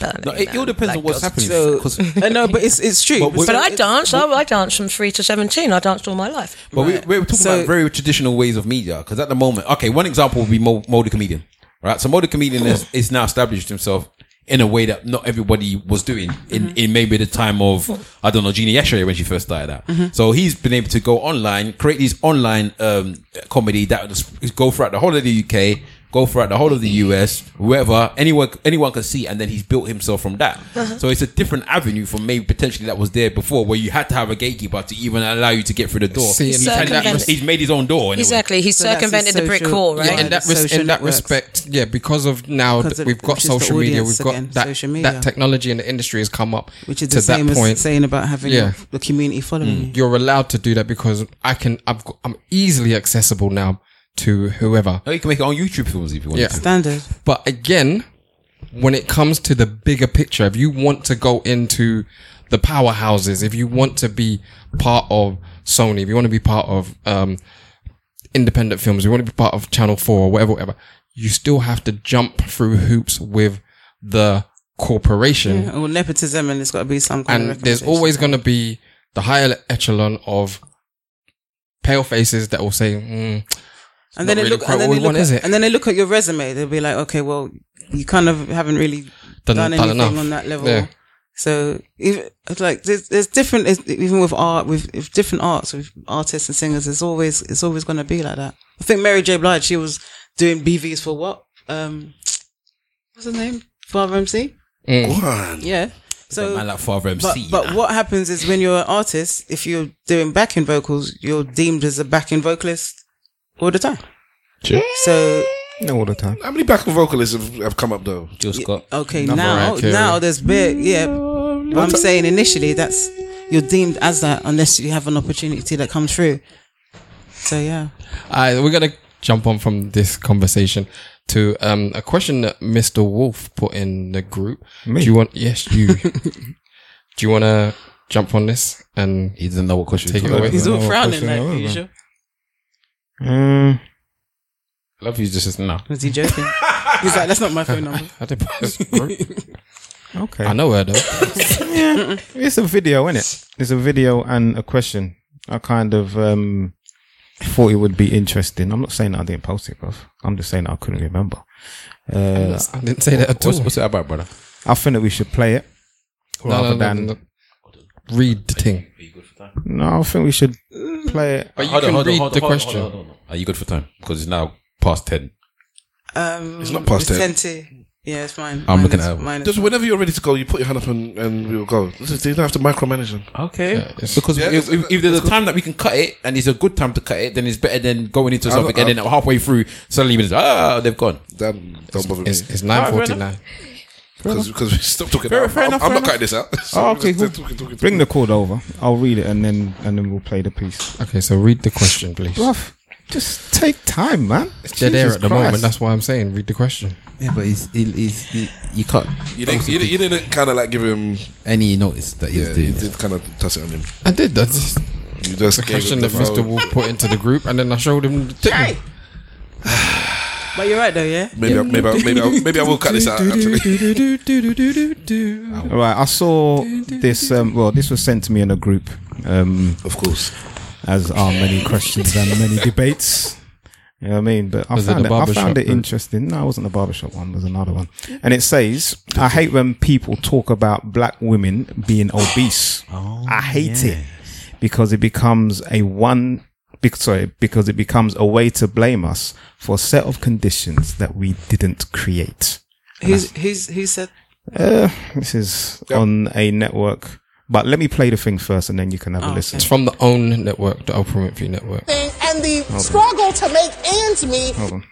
S9: But,
S4: No, it, it all depends on what's happening.
S8: So
S4: 'cause-
S8: I know, but it's it's true.
S4: But we-
S9: But I
S8: don't.
S9: danced. I, I danced from three to seventeen. I danced all my life.
S4: But we, we're talking
S8: So-
S4: about very traditional ways of media because at the moment, okay, one example would be Mo, Mo the comedian, right? So Mo the comedian is, is now established himself in a way that not everybody was doing in, in maybe the time of I don't know Jeannie Yeshere when she first started out. So he's been able to go online, create these online um, comedy that is- go throughout the whole of the UK. Go throughout the whole of the US, wherever anyone anyone can see, and then he's built himself from that. So it's a different avenue from maybe potentially that was there before, where you had to have a gatekeeper to even allow you to get through the door.
S5: See,
S4: he's,
S5: and
S4: had
S9: that
S4: that-
S9: was-
S4: he's made his own door. Anyway.
S9: Exactly. He
S8: So that's his
S9: circumvented the brick
S8: social-
S9: wall, right?
S8: Yeah,
S5: Yeah, in that
S8: the
S5: res-
S8: social
S5: in that
S8: networks.
S5: respect, yeah, because of now
S8: Because
S5: that
S8: of-
S5: we've got
S8: which is the
S5: social media, we've
S8: audience
S5: got
S8: again,
S5: that
S8: social media.
S5: that technology in the industry has come up,
S8: Which is
S5: to
S8: the same
S5: that
S8: as
S5: point.
S8: saying about having
S5: Yeah. Mm.
S8: the community following. you.
S5: You're allowed to do that because I can. I've got, I'm easily accessible now to whoever.
S4: No, you can make it on YouTube films if you want
S5: Yeah.
S4: to.
S8: Standard.
S5: But again, when it comes to the bigger picture, if you want to go into the powerhouses, if you want to be part of Sony, if you want to be part of um, independent films, if you want to be part of Channel 4 or whatever, whatever, you still have to jump through hoops with the corporation.
S8: Well, nepotism, and it's got to be some kind
S5: And
S8: of.
S5: there's always going to be the higher echelon of pale faces that will say, mm,
S8: and
S5: not
S8: then they
S5: really
S8: look,
S5: quite
S8: and then
S5: what
S8: they
S5: we
S8: look,
S5: want,
S8: at,
S5: is it?
S8: and then they look at your resume. They'll be like, okay, well, you kind of haven't really
S5: done,
S8: done
S5: done
S8: anything
S5: enough.
S8: on that level.
S5: Yeah.
S8: So even it's like there's, there's different it's- even with art with, with different arts with artists and singers it's always it's always going to be like that. I think Mary J Blige she was doing BVs for what um what's her name Father MC
S5: Mm.
S8: yeah so
S4: Man like Father
S8: but,
S4: MC.
S8: but what happens is when you're an artist, if you're doing backing vocals, you're deemed as a backing vocalist all the time. So
S2: No, all the time.
S7: how many backing vocalists have, have come up though?
S4: Jill Scott.
S8: okay,
S5: Not
S8: now
S5: Mariah Carey.
S8: now there's bit yeah. But I'm saying initially that's you're deemed as that unless you have an opportunity that comes through. So yeah,
S5: Uh, we're gonna jump on from this conversation to um, a question that Mr. Wolf put in the group.
S2: Me?
S5: Do you want? Yes, you. Do you want to jump on this and
S4: He doesn't know what question
S5: take it away?
S8: he's all
S2: what
S8: frowning
S2: question
S8: like
S2: that was,
S8: usual.
S2: Mm.
S4: Love you just now.
S8: Was he joking? He's like, that's not my phone number.
S5: I, didn't put this group.
S2: okay.
S5: I know her though.
S2: It's a video, isn't it? It's a video and a question. I kind of um, thought it would be interesting. I'm not saying that I didn't post it, bruv. I'm just saying that I couldn't remember. Uh,
S5: I didn't say that at all.
S4: What's, what's it about, brother?
S2: I think that we should play it
S5: No, no,
S2: rather
S5: no,
S2: than.
S5: no. Read the thing.
S2: No, I think we should play it.
S5: But you can read the question.
S4: Are you good for time? Because it's now past 10.
S8: Um, it's
S7: not past ten.
S8: ten to. Yeah, it's fine.
S4: I'm looking
S8: is-
S4: at it.
S8: mine is
S7: Just
S8: fine.
S7: whenever you're ready to go, you put your hand up and, and we'll go. This is, you don't have to micromanage them.
S3: Okay.
S4: Because
S7: Yeah,
S4: if,
S7: it's-
S4: if, if there's a time that we can cut it and it's a good time to cut it, then it's better than going into something
S7: I've-
S4: and then halfway through, suddenly you're just, ah, they've gone.
S7: Then don't bother me
S5: It's, it's nine forty nine.
S7: because we stop talking. now.
S4: fair
S7: I'm,
S4: enough,
S7: I'm
S4: fair
S7: not cutting this out. So
S2: Oh,
S7: we're
S2: okay,
S7: just
S2: cool.
S7: talking, talking,
S2: Bring
S7: talking.
S2: the cord over. I'll read it and then and then we'll play the piece.
S5: Okay, so read the question, please.
S2: Bruv, just take time, man. It's
S5: They're there at the moment. That's why I'm saying read the question.
S4: Yeah, but it's, you can't.
S7: You didn't, you, didn't- you didn't kind of like give him.
S4: Any notice that
S7: Yeah, you did kind of toss it on him.
S5: I did. That's
S7: You just
S5: the
S7: gave
S5: question
S7: him
S5: that
S7: the
S5: Mr. Wolf put into the group, and then I showed him the thing.
S8: But you're right though, yeah.
S7: Maybe, I, maybe, I, maybe, I, maybe I will cut this out. Actually.
S2: Right, I saw this. Um, well, this was sent to me in a group. Um,
S7: Of course.
S2: as are many questions and many debates. You know what I mean? But I
S5: Was it
S2: found
S5: the
S2: it, I
S5: barbershop
S2: found it
S5: group?
S2: interesting. No, it wasn't the barbershop one. It was another one. And it says, I hate when people talk about black women
S7: Oh,
S2: being obese. I hate it because it becomes a one because, sorry, because it becomes a way to blame us for a set of conditions that we didn't create.
S8: Who's who's who said?
S2: Uh, this is on a network, but let me play the thing first and then you can have a listen.
S5: It's from the OWN network, the Oprah Winfrey network.
S10: thing and the struggle to make ends meet.
S2: Hold on.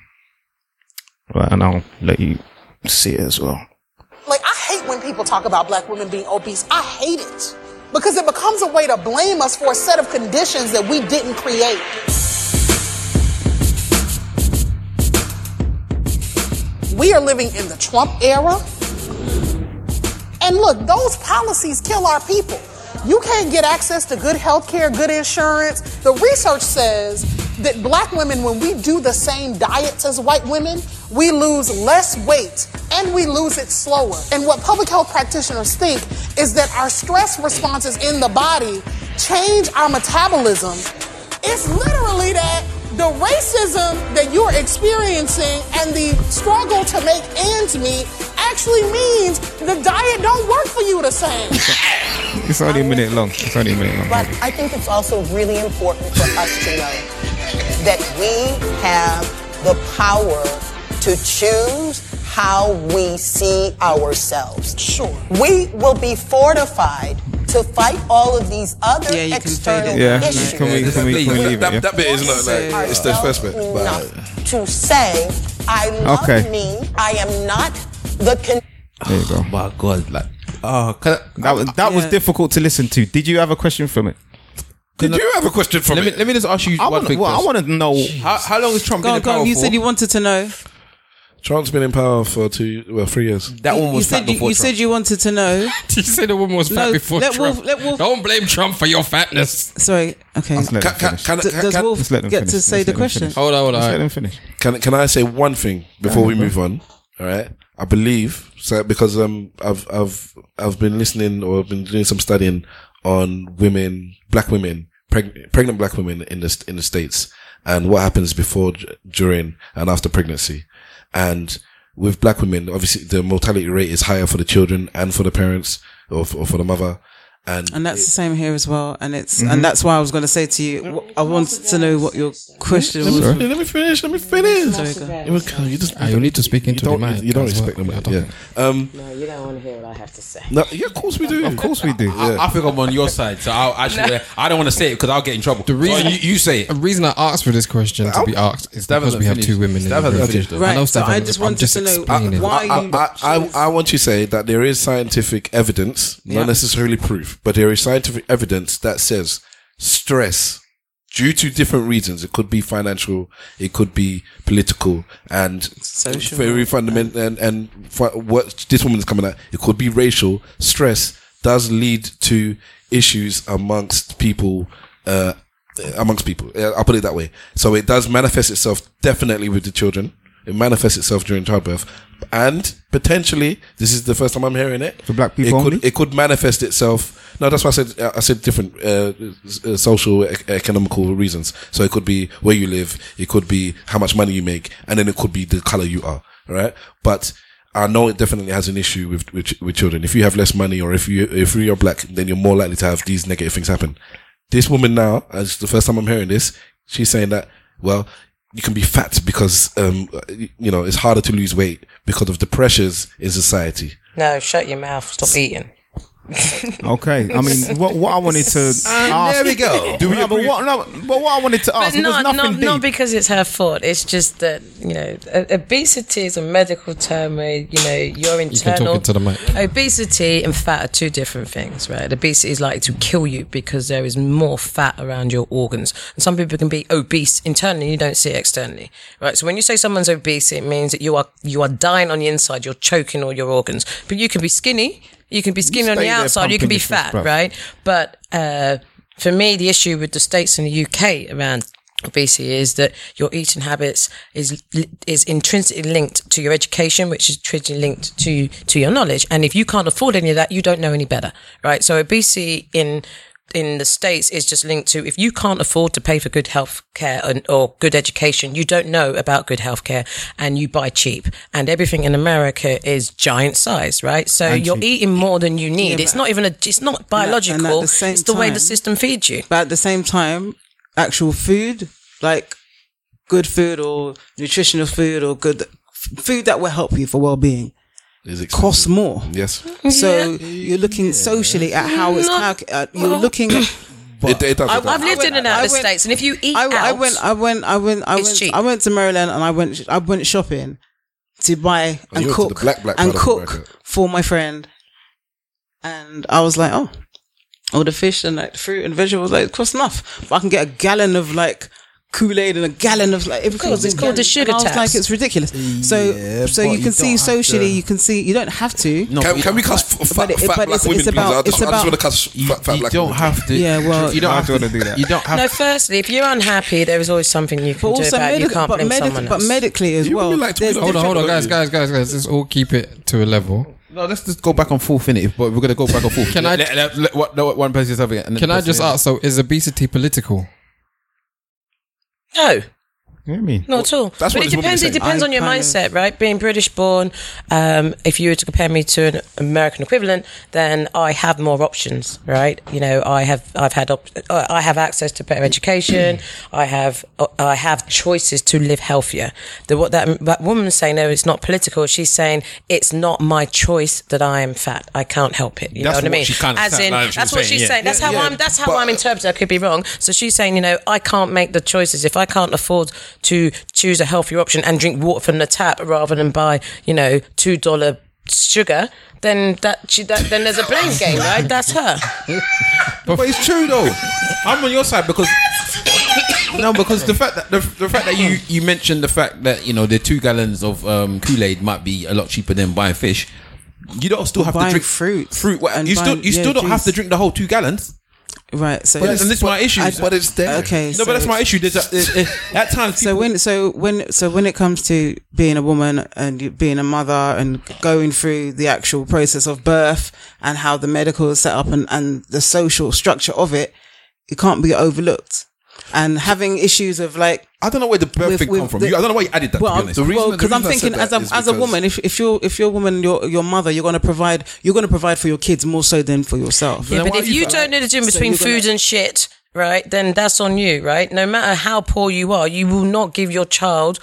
S2: Right, and I'll let you see it as well.
S10: Like, I hate when people talk about black women being obese. I hate it because it becomes a way to blame us for a set of conditions that we didn't create. We are living in the Trump era. And look, those policies kill our people. You can't get access to good health care, good insurance. The research says that black women, when we do the same diets as white women, we lose less weight and we lose it slower. And what public health practitioners think is that our stress responses in the body change our metabolism. It's literally that the racism that you're experiencing and the struggle to make ends meet actually means the diet don't work for you the same.
S2: It's only a minute long. It's only a minute long.
S10: But I think it's also really important for us to know that we have the power to choose how we see ourselves. Sure. We will be fortified to fight all of these other
S8: Yeah, you can fade
S10: external
S8: it.
S2: Yeah,
S10: issues.
S2: can we, can we, can we leave it?
S7: that,
S2: Yeah?
S7: that bit is not like it's the first bit. But
S10: Enough to say, I love
S2: Okay.
S10: me. I am not the. Con-
S2: There you go.
S4: My God, like, oh, can I,
S2: That was that was
S8: Yeah.
S2: difficult to listen to. Did you have a question from it?
S7: did you have a question from
S4: let me
S7: it?
S4: let me just ask you
S2: I
S4: one
S2: want.
S4: thing.
S2: Well, I
S4: first.
S2: want to know.
S4: how, how long has Trump
S8: Go
S4: been
S8: on,
S4: in
S8: go
S4: power
S8: on. You
S4: for?
S8: said you wanted to know.
S7: Trump's been in power for two, well, three years.
S4: that
S8: You-
S4: one
S8: you
S4: was
S8: said
S4: fat
S8: you,
S4: before
S8: you
S4: Trump.
S8: said you wanted to know.
S5: you said the woman was fat
S8: No,
S5: before
S8: let
S5: Trump.
S8: Wolf- let Wolf-
S5: Don't blame Trump for your fatness.
S8: Sorry. Okay.
S2: Let's let
S7: Can,
S2: them
S7: can,
S2: finish.
S7: can,
S8: D-
S7: can,
S8: does
S7: can,
S8: Wolf
S2: Let's let them
S8: get
S2: finish.
S8: to
S2: Let's
S8: say the
S2: let them
S8: question?
S2: finish.
S5: Hold on, hold
S2: Let's let
S5: on.
S2: them finish.
S7: can, can I say one thing before we move on? All right. I believe so because um I've I've I've been listening or I've been doing some studying on women, black women, preg- pregnant black women in the st- in the states, and what happens before, d- during, and after pregnancy, and with black women, obviously the mortality rate is higher for the children and for the parents or, f- or for the mother, and
S8: And that's the same here as well. And it's and that's why I was going to say to you, wh- I wanted to know what your question was.
S2: Sorry.
S7: let me finish. Let me finish.
S8: Sorry, go.
S7: You will- You just
S5: Ah, you need to speak into
S7: you don't,
S5: the mic
S7: You don't
S5: as well.
S7: respect
S5: I
S7: them.
S5: don't
S7: Yeah.
S5: know.
S7: Um.
S9: No, you don't want to hear what I have to say.
S7: No, yeah. Of course we do.
S2: Of course we do.
S4: I, I think I'm on your side, so I'll actually. I don't want to say it because I'll get in trouble. The
S5: reason-
S4: you, you say it.
S5: The reason I asked for this question to be asked
S4: Stav
S5: is because
S4: hasn't
S5: we have
S4: finished.
S5: two women in
S4: Stav
S5: the
S4: hasn't
S5: room.
S4: finished, though.
S8: Right,
S5: I know
S8: so
S5: Stav
S8: I
S5: hasn't-
S8: just
S5: I'm
S8: wanted to know
S5: explaining.
S8: why-
S7: I, I, I, I want you to say that there is scientific evidence,
S8: Yeah.
S7: not necessarily proof, but there is scientific evidence that says stress due to different reasons. It could be financial, it could be political, and
S8: Social.
S7: very fundamental. And, and fi- what this woman is coming at, it could be racial. Stress does lead to issues amongst people. Uh, amongst people, Uh, I'll put it that way. So it does manifest itself definitely with the children. It manifests itself during childbirth, and potentially this is the first time I'm hearing it.
S2: For black
S7: it
S2: people
S7: could,
S2: only?
S7: it could manifest itself. No, that's why I said I said different uh, s- uh, social e- economical reasons. So it could be where you live, it could be how much money you make, and then it could be the color you are, right? But I know it definitely has an issue with with, ch- with children. If you have less money, or if you if you're black, then you're more likely to have these negative things happen. This woman now, as the first time I'm hearing this, she's saying that well, you can be fat because um you know it's harder to lose weight because of the pressures in society.
S9: No, shut your mouth. Stop eating.
S2: Okay. I mean, what what I wanted to ask.
S7: there we go.
S2: Do we no, but what, no, but what I wanted to ask
S9: But
S2: it was
S9: not,
S2: nothing
S9: not,
S2: deep.
S9: not because it's her fault. It's just that, you know, o- obesity is a medical term where, you know, your
S5: You can talk
S9: internal.
S5: into the mic.
S9: Obesity and fat are two different things, right? Obesity is likely to kill you because there is more fat around your organs. And some people can be obese internally, you don't see it externally, right? So when you say someone's obese, it means that you are you are dying on the inside, you're choking all your organs. But you can be skinny, you can be skinny on
S2: stay
S9: the
S2: there
S9: outside, you can
S2: pumping
S9: be
S2: your fist,
S9: fat,
S2: bruv.
S9: right? But uh, for me, the issue with the states and the UK around obesity is that your eating habits is is intrinsically linked to your education, which is intrinsically linked to to your knowledge. And if you can't afford any of that, you don't know any better, right? So obesity in in the states is just linked to if you can't afford to pay for good health care and, or good education you don't know about good health care and you buy cheap and everything in america is giant size right so you're eating more than you need it's not even a it's not biological
S8: the same
S9: it's the way the
S8: time-
S9: system feeds you
S8: But at the same time, actual food, like good food or nutritional food or good f- food that will help you for well being
S1: Is it
S8: costs more.
S1: Yes.
S8: So you're looking socially at how it's calc- uh, you're looking.
S1: It, it does. it
S9: I've
S1: does.
S9: lived in and out of the
S8: I went-
S9: states, and if you eat
S8: I,
S9: out,
S8: I went, I went, I went, I
S9: It's
S8: went,
S9: cheap.
S8: I went to Maryland and I went, I went shopping to buy
S1: Oh, you
S8: and
S1: went to the
S8: cook
S1: black, black
S8: and
S1: part of
S8: cook
S1: America.
S8: for my friend. And I was like, oh, all the fish and like fruit and vegetables, like it costs enough. But I can get a gallon of like Kool Aid and a gallon of like everything.
S9: Course,
S8: was in
S9: it's called
S8: gallons.
S9: the sugar
S8: And I was
S9: tax.
S8: like, it's ridiculous. So, so
S7: but
S8: you
S7: you
S8: can see
S7: don't have
S8: socially,
S7: to-
S8: you can see you don't have to.
S4: No,
S1: Can,
S4: you
S1: can we
S4: don't-
S1: cuss f- fat,
S8: But it-
S1: fat
S8: but
S1: black
S8: it's-
S1: women,
S8: it's
S1: please?
S8: about-
S1: I just,
S8: it's
S1: I just
S8: about-
S1: want to cuss
S4: You,
S1: fat, fat
S4: you
S1: black
S4: don't
S1: women.
S4: have to.
S8: Yeah, well-
S4: you don't
S2: Why
S4: have
S2: do you wanna do that?
S4: You don't have.
S9: no. Firstly, if you're unhappy, there is always something you can
S8: uh, But
S9: do
S8: also,
S9: about. it. you
S8: medic-
S9: can't
S8: but,
S9: blame
S8: medic-
S9: someone
S8: but
S9: else.
S8: medically as
S1: You
S8: well.
S1: really like to
S8: there's
S1: be
S8: different-
S1: the
S5: Hold on, hold on, guys, guys, guys, guys. Let's all keep it to a level.
S4: No, let's just go back and forth in it. But we're gonna go back and forth.
S5: Can I-
S4: Let, let- let- what- no, one person is having it. and then
S5: Can
S4: the
S5: I
S4: person
S5: just
S4: is-
S5: ask? So, is obesity political?
S9: No,
S2: You know what I mean?
S9: not at all.
S1: that's what
S9: but it
S1: this woman
S9: depends.
S1: is
S9: It depends
S8: I
S9: on your
S8: kind of-
S9: mindset, right? Being British born, um, if you were to compare me to an American equivalent, then I have more options, right? You know, I have I've had op- uh, I have access to better education. I have uh, I have choices to live healthier. The what that that woman's saying though, it's not political. She's saying it's not my choice that I am fat. I can't help it. You
S4: That's
S9: know what, I
S4: what
S9: mean?
S4: she kind of
S9: As
S4: sound
S9: in,
S4: like she
S9: that's
S4: was
S9: what
S4: saying,
S9: she's
S4: yeah.
S9: saying. That's how
S1: Yeah,
S9: I'm. That's how
S1: but-
S9: I'm interpreting. I could be wrong. So she's saying, you know, I can't make the choices. If I can't afford to choose a healthier option and drink water from the tap rather than buy, you know, two dollar sugar, then that, she, that then there's a blame game, right? That's her.
S4: But it's true though. I'm on your side because no, because the fact that the, the fact that you you mentioned the fact that you know the two gallons of um, Kool Aid might be a lot cheaper than buying fish. You don't still have to
S8: buying
S4: drink
S8: fruit
S4: Fruit. what-
S8: and
S4: you still
S8: buying-
S4: you still
S8: yeah,
S4: don't have to
S8: juice.
S4: drink the whole two gallons.
S8: right? So
S4: But and this is my issue.
S1: But it's there.
S8: okay.
S4: no, but that's my issue. There's a, there's a- at times
S8: So
S4: people-
S8: when so when so when it comes to being a woman and you- being a mother and going through the actual process of birth and how the medical is set up and, and the social structure of it, it can't be overlooked. And having issues of like
S4: I don't know where the birth
S8: with-
S4: thing
S8: with
S4: come from.
S8: the-
S4: You- I don't know why you added that. to be
S8: well,
S4: honest.
S1: reason- the
S8: because I'm
S1: reason I
S8: thinking
S1: said
S8: as
S1: that
S8: a
S1: is
S8: as a
S1: because-
S8: woman, if if you're if you're a woman, your your mother, you're gonna provide you're gonna provide for your kids more so than for yourself.
S9: Yeah, but if you don't know the difference
S8: So
S9: between
S8: you're gonna-
S9: food and shit, right, then that's on you, right? No matter how poor you are, you will not give your child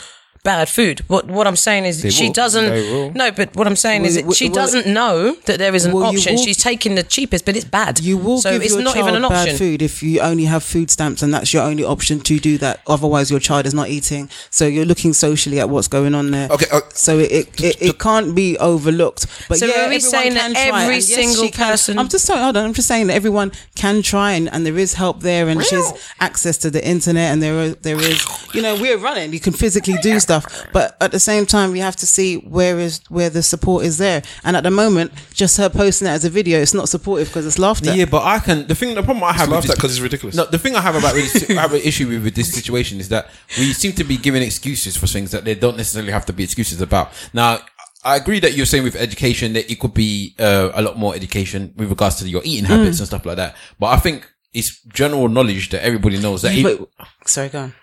S9: bad food. What what I'm saying is she
S2: will. They will.
S9: doesn't no, but what I'm saying
S8: Will-
S9: is it,
S8: will-
S9: she
S8: will-
S9: doesn't know that there is an
S8: Will you
S9: option.
S8: will-
S9: She's taking the cheapest, but it's bad.
S8: You will
S9: so
S8: give
S9: it's
S8: your
S9: not
S8: child
S9: even an
S8: bad
S9: option.
S8: food if you only have food stamps and that's your only option to do that. Otherwise, your child is not eating. So you're looking socially at what's going on there.
S1: Okay, uh,
S8: so it it, it, it can't be overlooked. But
S9: So
S8: yeah,
S9: are we
S8: everyone
S9: saying
S8: can
S9: that
S8: try,
S9: every
S8: and yes,
S9: single
S8: she can.
S9: person-
S8: I'm just sorry. Hold on. I'm just saying that everyone can try and, and there is help there and she's access to the internet and there is, there is you know we're running. You can physically do stuff, but at the same time you have to see where is where the support is there. And at the moment, just her posting that as a video, it's not supportive because it's laughter.
S4: Yeah, but I can. The thing, the problem I have
S1: laugh
S4: with this-
S1: at 'cause it's ridiculous.
S4: No, the thing I have about really, I have an issue with, with this situation is that we seem to be giving excuses for things that they don't necessarily have to be excuses about. Now, I agree that you're saying with education that it could be uh, a lot more education with regards to your eating
S1: Mm.
S4: habits and stuff like that. But I think it's general knowledge that everybody knows that. if-
S8: But- sorry, go on.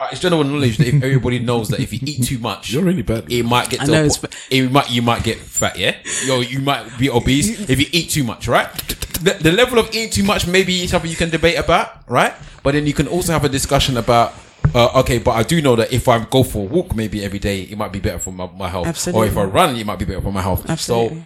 S4: uh, it's general knowledge that if everybody knows that if you eat too much,
S1: You're really bad.
S4: It might get.
S8: I
S4: to
S8: know,
S4: a
S8: it's
S4: po- it might you might get fat. Yeah, yo, you might be obese if you eat too much, right? The, the level of eating too much maybe is something you can debate about, right? But then you can also have a discussion about. Uh, okay, but I do know that if I go for a walk maybe every day, it might be better for my, my health. Or if I
S8: Absolutely.
S4: run, it might be better for my health.
S8: Absolutely.
S4: So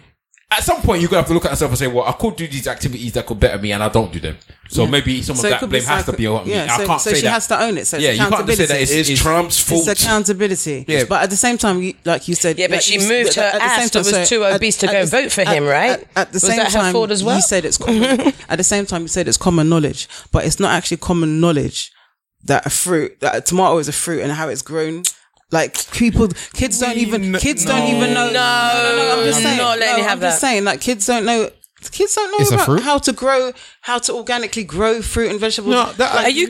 S4: at some point, you're going to have to look at yourself and say, well, I could do these activities that could better me and I don't do them. So maybe some
S8: So it
S4: of that
S8: could be
S4: blame has to
S8: psycho-
S4: be on me.
S8: Yeah,
S4: I
S8: so-
S4: can't
S8: so
S4: say
S8: she
S4: that.
S8: has to own it, so it's
S4: yeah, you can't just say that it's,
S8: accountability.
S1: It's Trump's fault.
S8: It's accountability.
S4: Yeah.
S8: But at the same time, you, like you said,
S9: Yeah, but
S8: like
S9: she
S8: you s-
S9: moved her
S8: at the
S9: ass
S8: same
S9: that was
S8: so
S9: too obese to
S8: at
S9: go
S8: the s-
S9: vote for
S8: at-
S9: him, right?
S8: At, at the
S9: Was
S8: same
S9: that her
S8: time,
S9: fault as well?
S8: you said it's common, at the same time you said it's common knowledge, but it's not actually common knowledge that a fruit, that a tomato is a fruit and how it's grown. Like people, kids don't even kids don't even know. No, I'm just
S9: I'm
S8: saying.
S9: not letting
S8: no,
S9: you have
S8: I'm just
S9: that.
S8: saying, like kids don't know. Kids don't know
S5: It's a
S8: about
S5: fruit?
S8: how to grow, how to organically grow fruit and vegetables.
S4: No, that-
S8: Like,
S9: Are you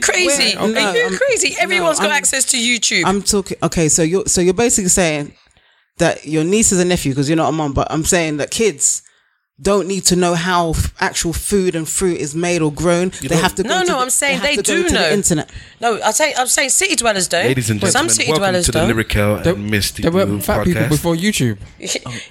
S8: where-
S9: crazy?
S8: no,
S9: Are you
S8: I'm-
S9: crazy?
S8: no,
S9: Everyone's got
S8: I'm-
S9: access to YouTube.
S8: I'm talking. Okay, so you're so you're basically saying that your nieces and nephew, because you're not a mum, but I'm saying that kids don't need to know how f- actual food and fruit is made or grown. they have to go to
S9: No, no,
S8: the-
S9: I'm saying
S8: have
S9: they,
S8: to go
S9: do
S8: to
S9: know.
S8: the internet.
S9: No, I'm saying, I'm saying city dwellers don't.
S7: Ladies and
S9: Some
S7: gentlemen,
S9: city
S7: welcome
S9: dwellers
S7: to the
S9: don't.
S7: Lyrical and Misty
S5: There were
S7: Blue
S5: fat people
S7: podcast.
S5: before YouTube.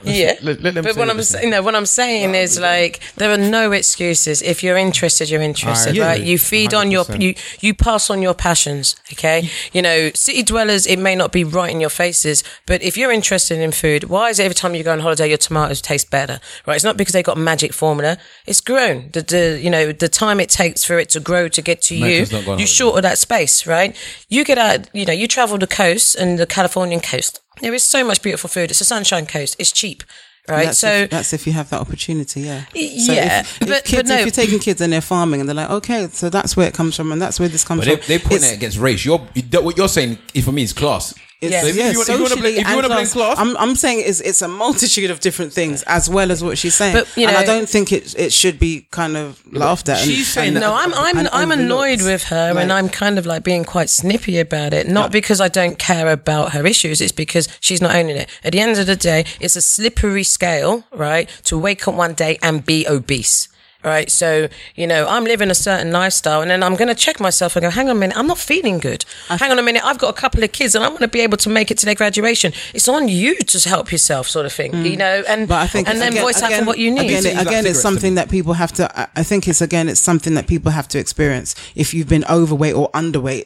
S9: yeah,
S5: let- let them
S9: but
S5: say
S9: what
S5: what
S9: I'm
S5: they
S9: saying, no, what I'm saying is like there are no excuses. If you're interested, you're interested,
S5: agree.
S9: right? You feed on your
S5: 100%.
S9: you you pass on your passions. Okay, you know, city dwellers, it may not be right in your faces, but if you're interested in food, why is it every time you go on holiday your tomatoes taste better? Right? It's not because they got magic formula. It's grown. The, the you know the time it takes for it to grow to get to you,
S4: America's not going
S9: you
S4: holiday.
S9: shorter that space, right? You get out, you know, you travel the coast and the Californian coast. There is so much beautiful food. It's a sunshine coast. It's cheap, right?
S8: That's
S9: so
S8: if, that's if you have that opportunity, yeah.
S9: Y-
S8: if-
S9: yeah,
S8: if,
S9: but-
S8: kids,
S9: but no.
S8: if you're taking kids and they're farming and they're like, okay, so that's where it comes from and that's where this comes
S4: But they,
S8: from.
S4: they put
S8: It's-
S4: it against race. You're, you, that- what you're saying is- for me is class.
S8: It's,
S9: Yeah.
S8: yeah,
S9: So if
S4: you wanna- if you wanna
S8: socially
S4: blame- if you
S8: and
S4: wanna blame class-
S8: I'm, I'm saying it's, it's a multitude of different things as well as what she's saying.
S9: But, you
S8: and I
S9: know-
S8: don't think it it should be kind of laughed at. and-
S4: she's saying
S8: and-
S9: no, I'm I'm
S8: and
S9: I'm annoyed
S8: overlooked.
S9: with her, and
S8: Like-
S9: I'm kind of like being quite snippy about it. Not because I don't care about her issues; it's because she's not owning it. At the end of the day, it's a slippery scale, right? To wake up one day and be obese. Right, so you know I'm living a certain lifestyle, and then I'm going to check myself and go, "Hang on a minute, I'm not feeling good. Hang on a minute, I've got a couple of kids, and I want to be able to make it to their graduation. It's on you to help yourself, sort of thing, you know." And
S8: Mm. But I think
S9: and then
S8: again-
S9: voice out
S8: again-
S9: for what you need.
S8: Again,
S4: like
S8: it- again it's
S4: cigarettes to
S8: something that people have to. I- I think it's again, it's something that people have to experience. If you've been overweight or underweight,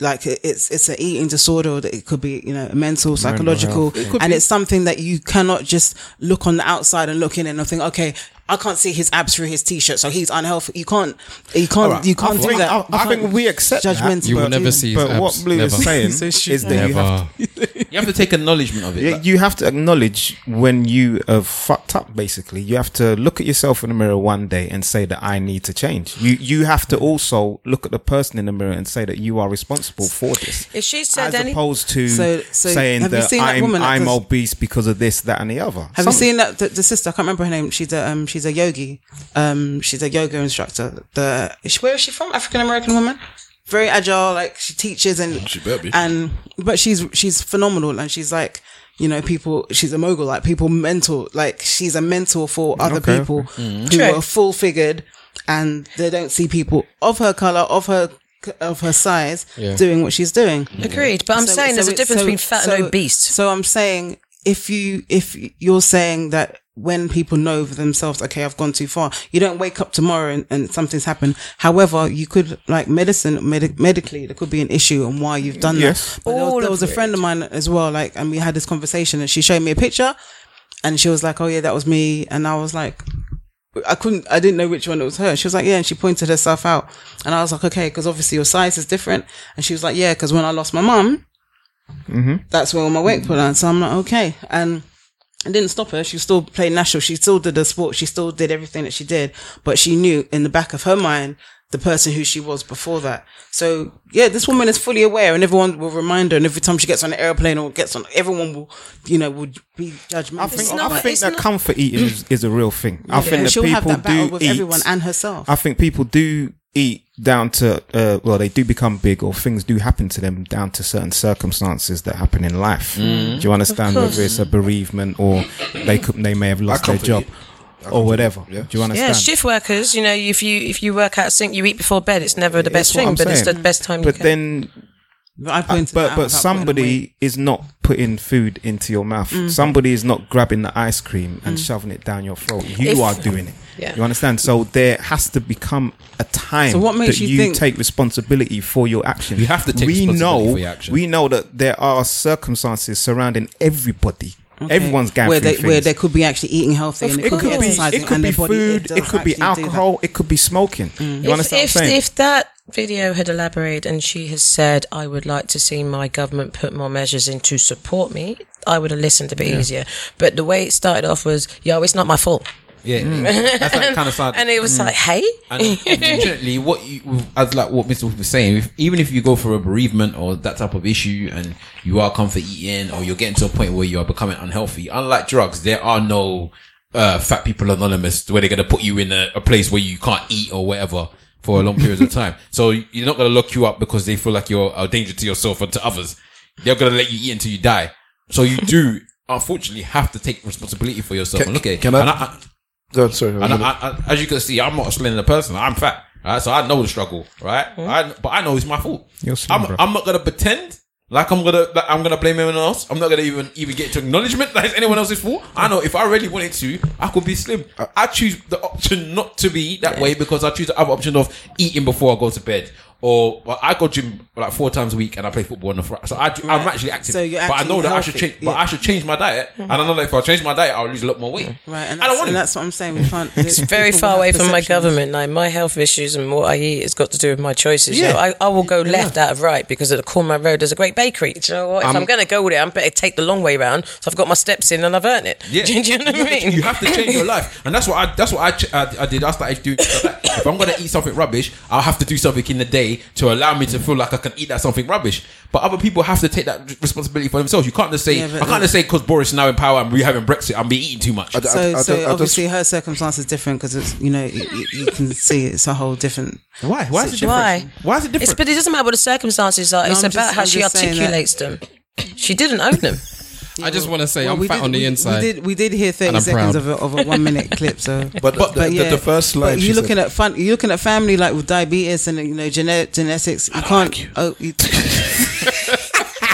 S8: like it- it's it's an eating disorder. or It could be you know mental, psychological, and it's something that you cannot just look on the outside and look in and think, okay, I can't see his abs through his t-shirt, so he's unhealthy. You can't, you can't, you can't do
S2: think,
S8: that.
S2: I, I think we accept that,
S8: judgmental.
S5: You will
S2: but-
S5: never see his
S2: But what
S5: abs.
S2: Blue
S5: Never.
S2: is saying
S8: So she-
S2: is that you have to
S4: You have to take acknowledgement of it.
S2: Yeah,
S4: Like,
S2: you have to acknowledge when you have fucked up. Basically, you have to look at yourself in the mirror one day and say that I need to change. You you have to also look at the person in the mirror and say that you are responsible for this.
S9: if she said
S2: As
S9: any,
S2: opposed to
S8: So- so
S2: saying
S8: have you
S2: that
S8: seen that
S2: I'm,
S8: woman that
S2: I'm
S8: does-
S2: obese because of this, that, and the other.
S8: Have you seen that the, the sister? I can't remember her name. She's a um, she's a yogi. Um, she's a yoga instructor. The is she- where is she from? African American woman. Very agile. Like she teaches and
S7: She better be.
S8: and but she's she's phenomenal and she's like you know people. She's a mogul. Like people mentor. Like she's a mentor for other
S2: Okay.
S8: people
S7: Mm-hmm.
S8: who
S9: True.
S8: are full figured and they don't see people of her color of her of her size doing what she's doing.
S9: Agreed, but I'm
S8: So-
S9: saying
S8: so
S9: there's a
S8: it-
S9: difference
S8: so-
S9: between fat
S8: so-
S9: and obese.
S8: So I'm saying if you if you're saying that when people know for themselves, okay, I've gone too far. You don't wake up tomorrow and, and something's happened. However, you could like medicine medi- medically there could be an issue and why you've done
S2: Yes.
S8: that. But there was,
S9: All
S8: there
S9: of
S8: was a friend of mine as well, like, and we had this conversation, and she showed me a picture, and she was like, "Oh yeah, that was me," and I was like. I couldn't, I didn't know which one it was her. She was like, yeah, and she pointed herself out. And I was like, okay, because obviously your size is different. And she was like, yeah, because when I lost my mum, that's where all my weight put on. So I'm like, okay. And it didn't stop her. She still played national. She still did the sport. She still did everything that she did. But she knew in the back of her mind the person who she was before that. So yeah, this woman is fully aware, and everyone will remind her. And every time she gets on an airplane or gets on, everyone will, you know, would be judgmental.
S2: I think,
S9: It's not-
S2: I think
S9: it's
S2: that
S9: not-
S2: comfort eating is, is a real thing. I think
S8: and
S2: that
S8: she'll
S2: people
S8: have that battle
S2: do
S8: with
S2: eat.
S8: everyone and herself.
S2: I think people do eat down to uh, well, they do become big, or things do happen to them down to certain circumstances that happen in life.
S9: Mm.
S2: Do you understand whether it's a bereavement or they could they may have lost their
S7: comfort
S2: job or whatever? Do you
S9: Yeah,
S2: understand?
S9: shift workers. You know, if you if you work out of sync, you eat before bed. It's never the best
S2: It's what
S9: thing,
S2: I'm
S9: but it's the
S2: saying.
S9: best time.
S2: But
S9: you can.
S2: then
S8: but I
S2: Uh,
S8: pointed that
S2: but
S8: out
S2: but
S8: about putting weight.
S2: somebody is not putting food into your mouth.
S8: Mm.
S2: Somebody is not grabbing the ice cream and shoving it down your throat. You
S9: If-
S2: are doing it.
S9: Yeah.
S2: You understand? So there has to become a time
S8: So what makes
S2: that
S8: you
S2: you
S8: think-
S2: take responsibility for your actions. You
S4: have to take
S2: we
S4: responsibility
S2: know,
S4: for your actions.
S2: We know that there are circumstances surrounding everybody. Everyone's going
S8: where
S2: through
S8: they
S2: things.
S8: where they could be actually eating healthy and
S2: it could
S8: be
S2: be
S8: exercising
S2: it could
S8: and
S2: be
S8: their body
S2: food, it
S8: doesn't
S2: could be
S8: actually do that. Mm.
S2: alcohol, it could be smoking. You
S9: if,
S2: understand
S9: if,
S2: what I'm saying?
S9: if that video had elaborated and she has said, I would like to see my government put more measures in to support me, I would have listened a bit easier. But the way it started off was, yo, it's not my fault.
S4: yeah, that's that kind of side.
S9: And it was
S2: Mm.
S9: like, hey?
S4: And unfortunately, what you, as like what Mr. Wolf was saying, if, even if you go for a bereavement or that type of issue, and you are comfort eating, or you're getting to a point where you are becoming unhealthy, unlike drugs, there are no uh, fat people anonymous where they're going to put you in a, a place where you can't eat or whatever for a long period of time. So you're not going to lock you up because they feel like you're a danger to yourself and to others. They're going to let you eat until you die. So you do. Unfortunately, have to take responsibility for yourself and look at it.
S7: can I-
S4: And I-
S7: Go on, sorry.
S4: And I, I, I- as you can see, I'm not a slender person. I'm fat, right? So I know the struggle, right? I, but I know it's my fault.
S2: You're
S4: I'm,
S2: slim, bro.
S4: I'm not gonna pretend like I'm gonna like I'm gonna blame anyone else. I'm not gonna even even get to acknowledgement that it's anyone else's fault. I know if I really wanted to, I could be slim.
S8: Uh,
S4: I choose the option not to be that way because I choose the other option of eating before I go to bed. Or well, I go gym like four times a week and I play football on the Friday. So I, do- I'm actually active,
S8: So you're
S4: but I know
S8: actually
S4: that I should
S8: healthy. Mm-hmm.
S4: change. But I should change my diet, and I know that if I change my diet, I'll lose a lot more weight.
S8: Right, and
S4: I don't
S8: that's,
S4: want
S8: and
S4: to.
S8: that's what I'm saying. We can't. It's
S9: very far away from my government. Like my health issues and what I eat has got to do with my choices.
S4: Yeah.
S9: So I, I will go left out of right because at the corner of my road there's a great bakery. Do you know what? If
S4: Um,
S9: I'm, going to go with it, I'm better take the long way round. So I've got my steps in and I've earned it.
S4: Yeah.
S9: Do you know what
S4: Yeah,
S9: I
S4: but
S9: mean?
S4: You have to change your life, and that's what I that's what I ch- I, I did. I started doing. if I'm gonna eat something rubbish, I'll have to do something in the day to allow me to feel like I can eat that something rubbish. But other people have to take that responsibility for themselves. You can't just say
S8: Yeah,
S4: I
S8: but
S4: can't
S8: look-
S4: just say because Boris is now in power and we're having Brexit, I'm be eating too much.
S8: So,
S7: I- I
S8: so
S7: don't- I don't-
S8: obviously her circumstance is different because it's you know you, you- you can see it's a whole different.
S4: Why? Why is it different?
S9: Why?
S4: Why is it
S9: It's,
S4: different?
S9: but it doesn't matter what the circumstances are.
S8: No,
S9: it's
S8: I'm just-
S9: about how
S8: I'm
S9: she
S8: just saying that-
S9: articulates them. She didn't own them.
S5: I just want to say
S8: Well,
S5: I'm fat on the
S8: we,
S5: inside.
S8: We did we did hear
S5: And
S8: 30
S5: I'm proud.
S8: seconds of a, of a one minute clip. So,
S7: But, the, the, the, first line,
S8: But
S7: she
S8: you're looking
S7: said,
S8: at fun. You're looking at family like with diabetes and you know gene- genetics. You can't. Oh, you,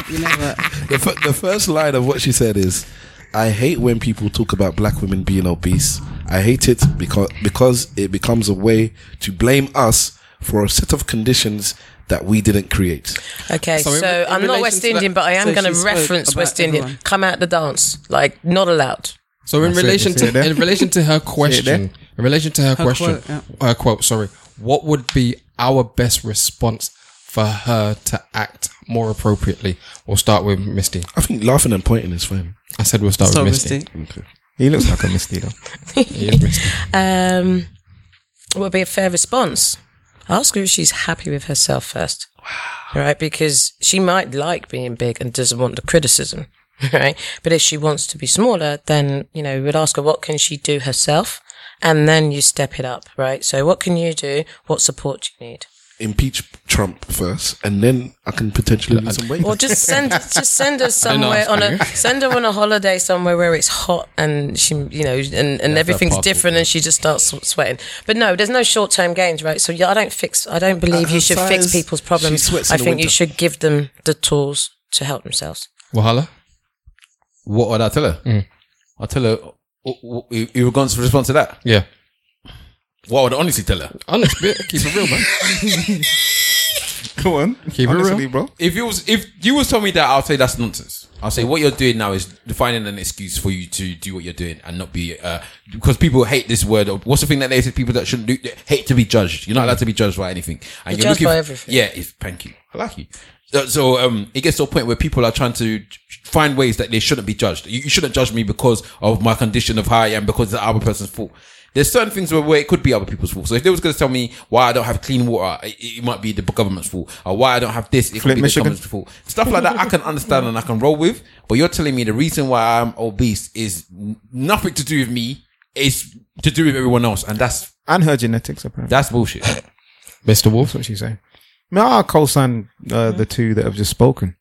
S8: you never.
S7: the, fir- the first line of what she said is, "I hate when people talk about black women being obese. I hate it because because it becomes a way to blame us for a set of conditions that we didn't create."
S9: Okay, so,
S5: So in- in
S9: I'm not
S5: relation
S9: West
S5: to that-
S9: Indian, but I am
S8: So
S9: going
S8: she
S9: to
S8: spoke
S9: reference
S8: about
S9: West Indian.
S8: everyone.
S9: Come out the dance, like not allowed.
S5: So in
S2: That's it,
S5: relation
S2: you see it
S5: to
S2: there?
S5: in relation to her question, in relation to her, question,
S8: quote, yeah.
S5: her quote. Sorry, what would be our best response for her to act more appropriately? We'll start with Misty.
S7: I think laughing and pointing is fine.
S5: I said we'll start
S8: So
S5: with Misty.
S8: Misty.
S2: He looks like a misty though.
S5: He is Misty.
S9: Um, what would be a fair response? Ask her if she's happy with herself first. Right? Because she might like being big and doesn't want the criticism. Right? But if she wants to be smaller, then, you know, we would ask her what can she do herself? And then you step it up, right? So what can you do? What support do you need?
S7: Impeach Trump first, and then I can potentially lose some weight.
S9: Or just send just send her somewhere
S5: ask
S9: on a
S5: you.
S9: send her on a holiday somewhere where it's hot and she you know and, and everything's
S4: passport,
S9: different and she just starts sw- sweating. But no, there's no short term gains, right? So yeah, I don't fix I don't believe
S7: her
S9: you should
S7: size,
S9: fix people's problems.
S7: she sweats in
S9: I
S7: the
S9: think you
S7: winter.
S9: should give them the tools to help themselves.
S5: Wahala.
S4: what would I tell her? I tell her. w- w- You you were going to respond to that.
S5: Yeah.
S4: What would I honestly tell her?
S5: Honest bit. Keep it real, man.
S2: Go on.
S5: Keep it
S2: Honestly,
S5: real.
S2: bro.
S4: if you was if you was telling me that, I'll say that's nonsense. I'll say what you're doing now is finding an excuse for you to do what you're doing and not be uh, because people hate this word. What's the thing that they say? People that shouldn't do they hate to be judged. You're not allowed to be judged by anything. And
S9: You're judged by everything.
S4: Yeah, it's, thank you. I like you. So, so, um, it gets to a point where people are trying to find ways that they shouldn't be judged. You, you shouldn't judge me because of my condition of how I am because it's the other person's fault. There's certain things where, where it could be other people's fault. So if they was going to tell me why I don't have clean water, it, it might be the government's fault. Or why I don't have this, it could
S2: Flint,
S4: be the
S2: Michigan.
S4: government's fault. Stuff like that I can understand and I can roll with. But you're telling me the reason why I'm obese is n- nothing to do with me. It's to do with everyone else. And that's,
S2: And her genetics apparently.
S4: that's bullshit.
S5: Mr. Wolf.
S2: That's what she's saying. No, I'll co-sign uh,
S4: Mm.
S2: the two that have just spoken.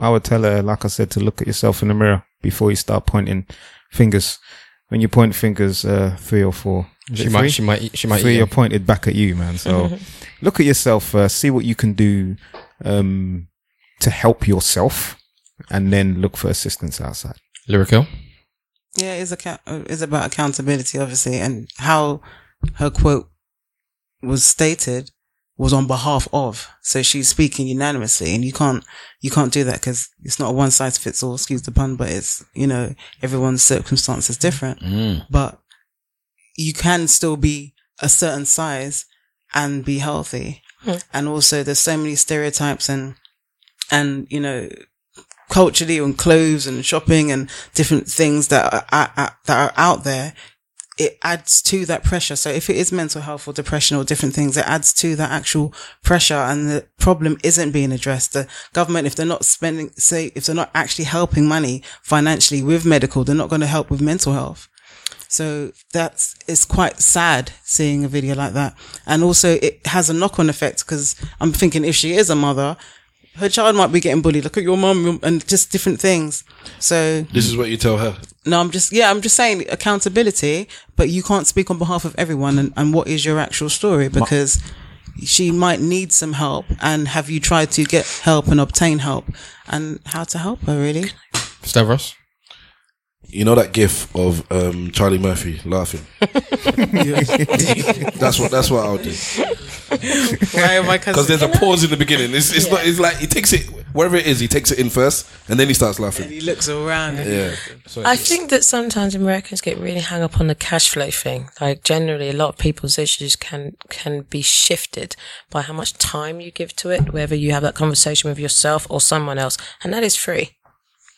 S2: I would tell her, like I said, to look at yourself in the mirror before you start pointing fingers. When you point fingers, uh, three or four. Is
S5: She
S2: it
S5: might.
S2: three?
S5: She might. Eat, she might.
S2: three
S5: eat
S2: are
S5: him.
S2: pointed back at you, man. So
S7: Mm-hmm.
S2: look at yourself, uh, see what you can do um, to help yourself, and then look for assistance outside.
S5: Lyrical.
S8: Yeah, it's account- uh, it's about accountability, obviously, and how her quote was stated was on behalf of. So she's speaking unanimously, and you can't you can't do that because it's not a one size fits all. Excuse the pun, but it's you know everyone's circumstance is different. But you can still be a certain size and be healthy, and also there's so many stereotypes and and you know culturally on clothes and shopping and different things that are, are, are- that are out there, it adds to that pressure. So if it is mental health or depression or different things, it adds to that actual pressure and the problem isn't being addressed. The government, if they're not spending, say, if they're not actually helping money financially with medical, they're not going to help with mental health. So that's it's quite sad seeing a video like that, and also it has a knock-on effect because I'm thinking if she is a mother, her child might be getting bullied. Look at your mum and just different things. So
S7: This is what you tell her.
S8: no, I'm just yeah, I'm just saying accountability, but you can't speak on behalf of everyone and, and what is your actual story because she might need some help and have you tried to get help and obtain help and how to help her really?
S5: Stavros.
S7: You know that gif of um, Charlie Murphy laughing. that's what that's what I'll do.
S3: Why am I cousin?
S7: Because there's a pause in the beginning. It's, it's not. It's like he takes it wherever it is. He takes it in first, and then he starts laughing.
S8: He looks around.
S7: Yeah,
S9: I think that sometimes Americans get really hung up on the cash flow thing. Like generally, a lot of people's issues can can be shifted by how much time you give to it, whether you have that conversation with yourself or someone else, and that is free.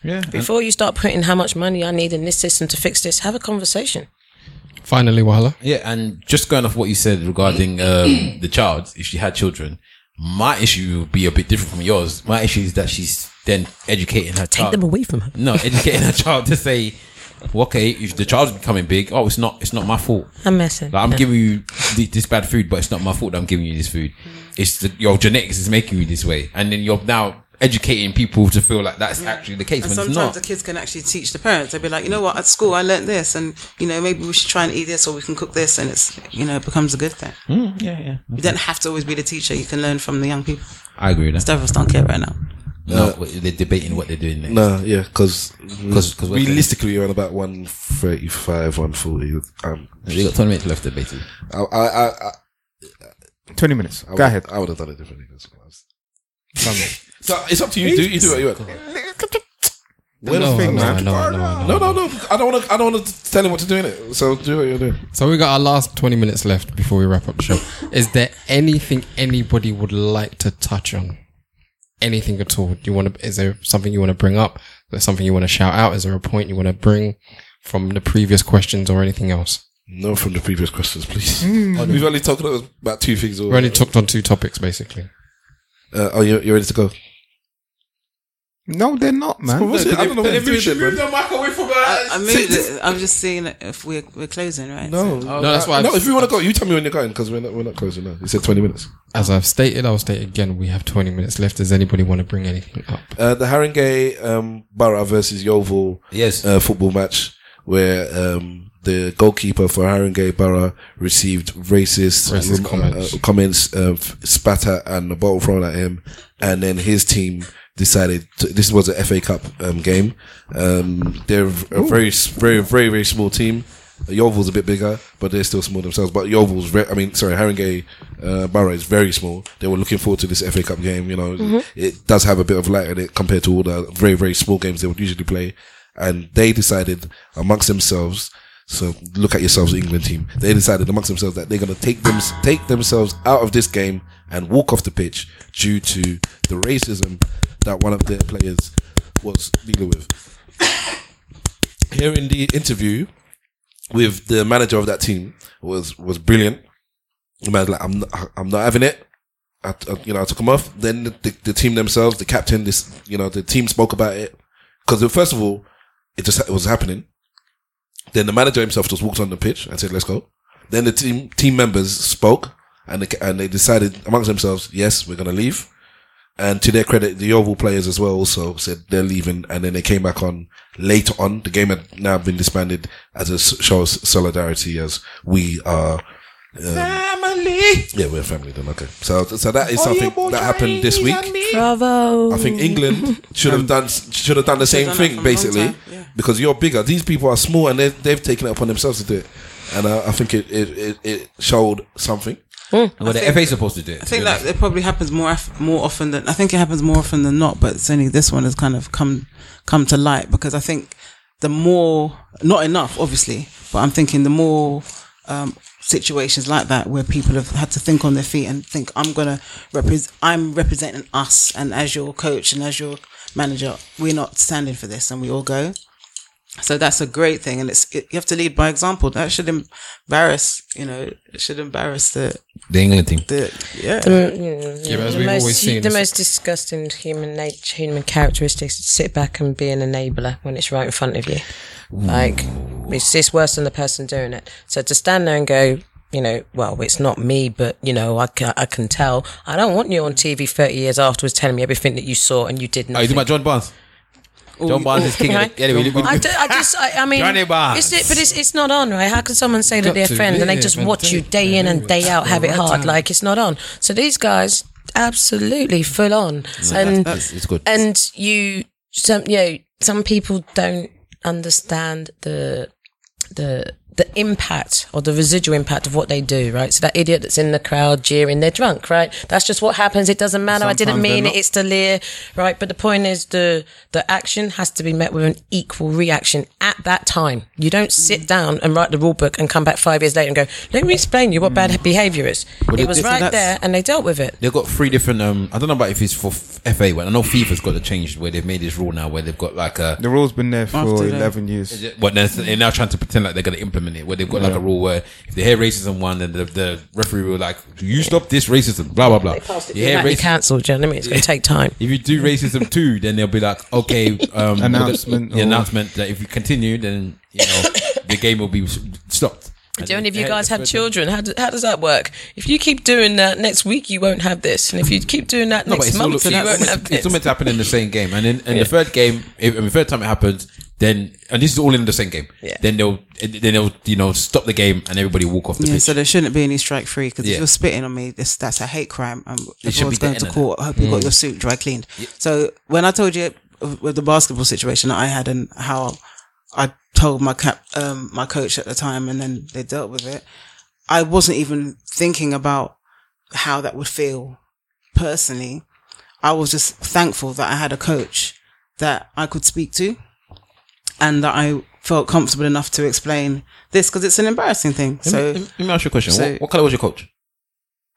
S2: Yeah.
S9: Before you start putting how much money I need in this system to fix this, have a conversation.
S5: Finally, Wahala.
S4: Yeah, and just going off what you said regarding um, the child, if she had children, my issue would be a bit different from yours. My issue is that she's then educating her
S9: Take
S4: child.
S9: them away from her.
S4: No, educating her child to say, well, okay, if the child's becoming big, oh, it's not, it's not my fault.
S9: I'm messing.
S4: Like, I'm giving you th- this bad food, but it's not my fault that I'm giving you this food. It's the, your genetics is making you this way, and then you're now educating people to feel like that's actually the case when
S8: And
S4: it's not.
S8: sometimes the kids can actually teach the parents. They'll be like, you know what, at school I learnt this, and you know maybe we should try and eat this, or we can cook this, and it's you know it becomes a good thing.
S4: yeah, yeah.
S8: You don't have to always be the teacher. You can learn from the young people.
S4: I agree with that.
S8: Stavros don't care right now.
S4: No, they're debating what they're doing next.
S7: no, yeah, because
S4: 'Cause- Mm. 'cause we're-
S7: realistically, you're on about one thirty-five, one forty. Um,
S4: They got 20 minutes left to debate it.
S7: I, I, I, I,
S2: 20 minutes.
S7: I would,
S2: Go ahead.
S7: I would have done it differently. That's what I was-
S2: Sunday.
S7: So it's up to you. Do you do what you want?
S2: Little thing,
S5: no,
S2: man.
S5: no, no, no,
S7: No, no, no. I don't want to. I don't want to tell him what to do in it. So do what you're doing.
S5: So we got our last 20 minutes left before we wrap up the show. Is there anything anybody would like to touch on? Anything at all? Do you want to, is there something you want to bring up? Is there something you want to shout out? Is there a point you want to bring from the previous questions or anything else?
S7: No, from the previous questions, please. Hmm. We've only talked about two things.
S5: We only talked on two topics basically.
S7: Uh, oh, you're, you're ready to go.
S2: No, they're not, man.
S7: What's it? I don't know what you're doing, then, man.
S8: I, I moved it. I'm just seeing if we're we're closing, right?
S7: No,
S5: No, that's why,
S7: Oh. no.
S5: I've-
S7: If you want to go, you tell me when you're going because we're not we're not closing now. You said twenty minutes.
S5: as I've stated, I'll state again, we have 20 minutes left. Does anybody want to bring anything up?
S7: Uh, the Haringey um, Borough versus Yeovil
S4: Yes.
S7: uh, football match where um, the goalkeeper for Haringey Borough received racist,
S5: Racist comments.
S7: uh, comments uh, spat at and a bottle thrown at him, and then his team decided to, this was a FA Cup um, game. Um, they're a very s- very very very small team. Yeovil's a bit bigger, but they're still small themselves. But Yeovil's, re- I mean, sorry, Haringey uh, Borough is very small. They were looking forward to this FA Cup game. You know, it does have a bit of light in it compared to all the very very small games they would usually play. And they decided amongst themselves so look at yourselves, England team. They decided amongst themselves that they're going to take them take themselves out of this game and walk off the pitch due to the racism that one of their players was dealing with. Here in the interview with the manager of that team was was brilliant. The man's like, I'm not, I'm not having it. I, I- you know, I took him off. Then the, the, the team themselves, the captain, this, you know, the team spoke about it because first of all, it just it was happening. Then the manager himself just walked on the pitch and said, "Let's go." Then the team team members spoke and they, and they decided amongst themselves, "Yes, we're going to leave." And to their credit, the Oval players as well also said they're leaving, and then they came back on later on. The game had now been disbanded as a s- show of s- solidarity, as we are. family. Yeah, we're family then. Okay, so so that is something that happened this week.
S9: Bravo.
S7: I think England should have done should have done the same
S8: Um, done that
S7: thing
S8: from a long
S7: basically
S8: time, yeah.
S7: because you're bigger. These people are small and they've, they've taken it upon themselves to do it, and uh, I, I think it, it, it, it showed something.
S4: Well, the FA's supposed to do it.
S8: I think that it probably happens more of- more often than I think it happens more often than not. But it's only this one has kind of come come to light because I think the more not enough, obviously, but I'm thinking the more um, situations like that where people have had to think on their feet and think I'm gonna represent I'm representing us, and as your coach and as your manager, we're not standing for this, and we all go. So that's a great thing, and it's it, you have to lead by example. That should embarrass, you know, it should embarrass the
S4: The England team.
S8: the yeah.
S5: Yeah, but as
S9: the
S5: we've
S9: most,
S5: always seen,
S9: the
S5: it's-
S9: most disgusting human nature, human characteristics is to sit back and be an enabler when it's right in front of you. Like, it's, it's worse than the person doing it. So to stand there and go, you know, well, it's not me, but you know, I can, I can tell. I don't want you on TV 30 years afterwards telling me everything that you saw and you did
S4: Oh, you
S9: nothing.
S4: do my John Barnes. John Barnes is king. of the- Anyway, we-
S9: I, do, I just, I, I mean,
S4: Johnny Barnes.
S9: it's it, but it's, it's not on, right? How can someone say that
S4: Got
S9: they're
S4: to
S9: friends and they just
S4: live
S9: watch you day in and day out have it hard? Like it's not on. So these guys, absolutely full on,
S4: No, that's-
S9: and
S4: that's- it's good.
S9: And you, some, you know, some people don't understand the the the impact or the residual impact of what they do, right? So that idiot that's in the crowd jeering, they're drunk, right? That's just what happens. It doesn't matter. I didn't
S11: Sometimes they're
S9: mean it.
S11: not.
S9: It's delirium, right? But the point is, the the action has to be met with an equal reaction at that time. You don't
S4: Mm.
S9: sit down and write the rule book and come back five years later and go, "Let me explain you what bad behaviour is."
S4: Mm. But
S9: it
S4: it-
S9: was
S4: So
S9: right
S4: that's-
S9: there, and they dealt with it.
S4: They've got three different. Um, I don't know about if it's for F- FA one. I know FIFA's got to change where they've made this rule now, where they've got like a.
S2: The rule's been there for
S4: After that.
S2: 11 years.
S4: Is it- But they're, they're now trying to pretend like they're going to implement it. Where they've got like
S2: Yeah.
S4: a rule where if they hear racism one, then the, the referee will like, "You stop this racism." Blah blah blah.
S9: It might be cancelled. Do you know what I mean? It's going to take time.
S4: If you do racism two, then they'll be like, okay, um,
S2: Announcement
S4: The,
S2: or-
S4: announcement that if you continue, then you know the game will be s- stopped.
S9: Do any of you guys have children? How, do, how does that work? If you keep doing that next week, you won't have this, and if you keep doing that
S4: No, but
S9: next
S4: it's all,
S9: month,
S4: it's,
S9: you won't
S4: it's,
S9: have
S4: it's all
S9: this.
S4: meant to happen in the same game, and in, in
S9: Yeah.
S4: the third game, if, if the third time it happens, then and this is all in the same game.
S9: Yeah.
S4: Then they'll then they'll you know stop the game and everybody walk off the
S8: Yeah,
S4: pitch.
S8: so there shouldn't be any strike free because
S4: Yeah.
S8: if you're spitting on me, this that's a hate crime. and
S4: It should be
S8: everyone's going
S4: the
S8: to
S4: end of
S8: court.
S4: that.
S8: I hope you
S4: Mm.
S8: got your suit dry cleaned. So when I told you with the basketball situation that I had and how I told my cap, um, my coach at the time, and then they dealt with it. I wasn't even thinking about how that would feel personally. I was just thankful that I had a coach that I could speak to and that I felt comfortable enough to explain this because it's an embarrassing thing.
S4: Let me-
S8: So
S4: let me- let me ask you a question.
S8: so-
S4: what, what color was your coach?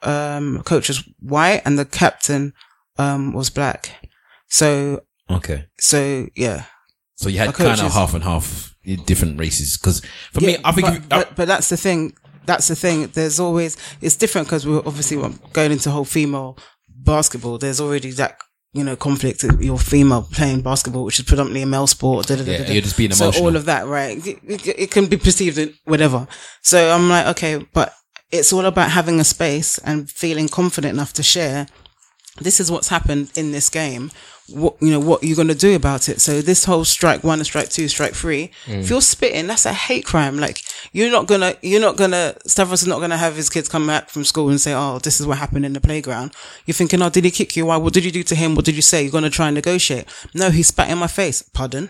S8: um, coach was white and the captain um, was black. So
S4: Okay.
S8: so yeah.
S4: So you had
S8: My coach
S4: kind of
S8: is-
S4: half and half eh, different races because for me, I think
S8: but,
S4: if you- uh,
S8: but, but that's the thing. That's the thing. There's always it's different because we're obviously going into whole female basketball. There's already that you know conflict. of You're female playing basketball, which is predominantly a male sport. da, da, da,
S4: Yeah,
S8: da, da.
S4: you're just being
S8: So
S4: emotional.
S8: all of that, right? It, it- it can be perceived in whatever. So I'm like, okay, but it's all about having a space and feeling confident enough to share. This is what's happened in this game. What you know, what you're going to do about it. So this whole strike one, strike two, strike three.
S11: Mm.
S8: If you're spitting, that's a hate crime. Like you're not gonna, you're not gonna. Stavros is not gonna have his kids come back from school and say, "Oh, this is what happened in the playground." You're thinking, "Oh, did he kick you? Why? What did you do to him? What did you say?" You're gonna try and negotiate. No, he spat in my face. Pardon.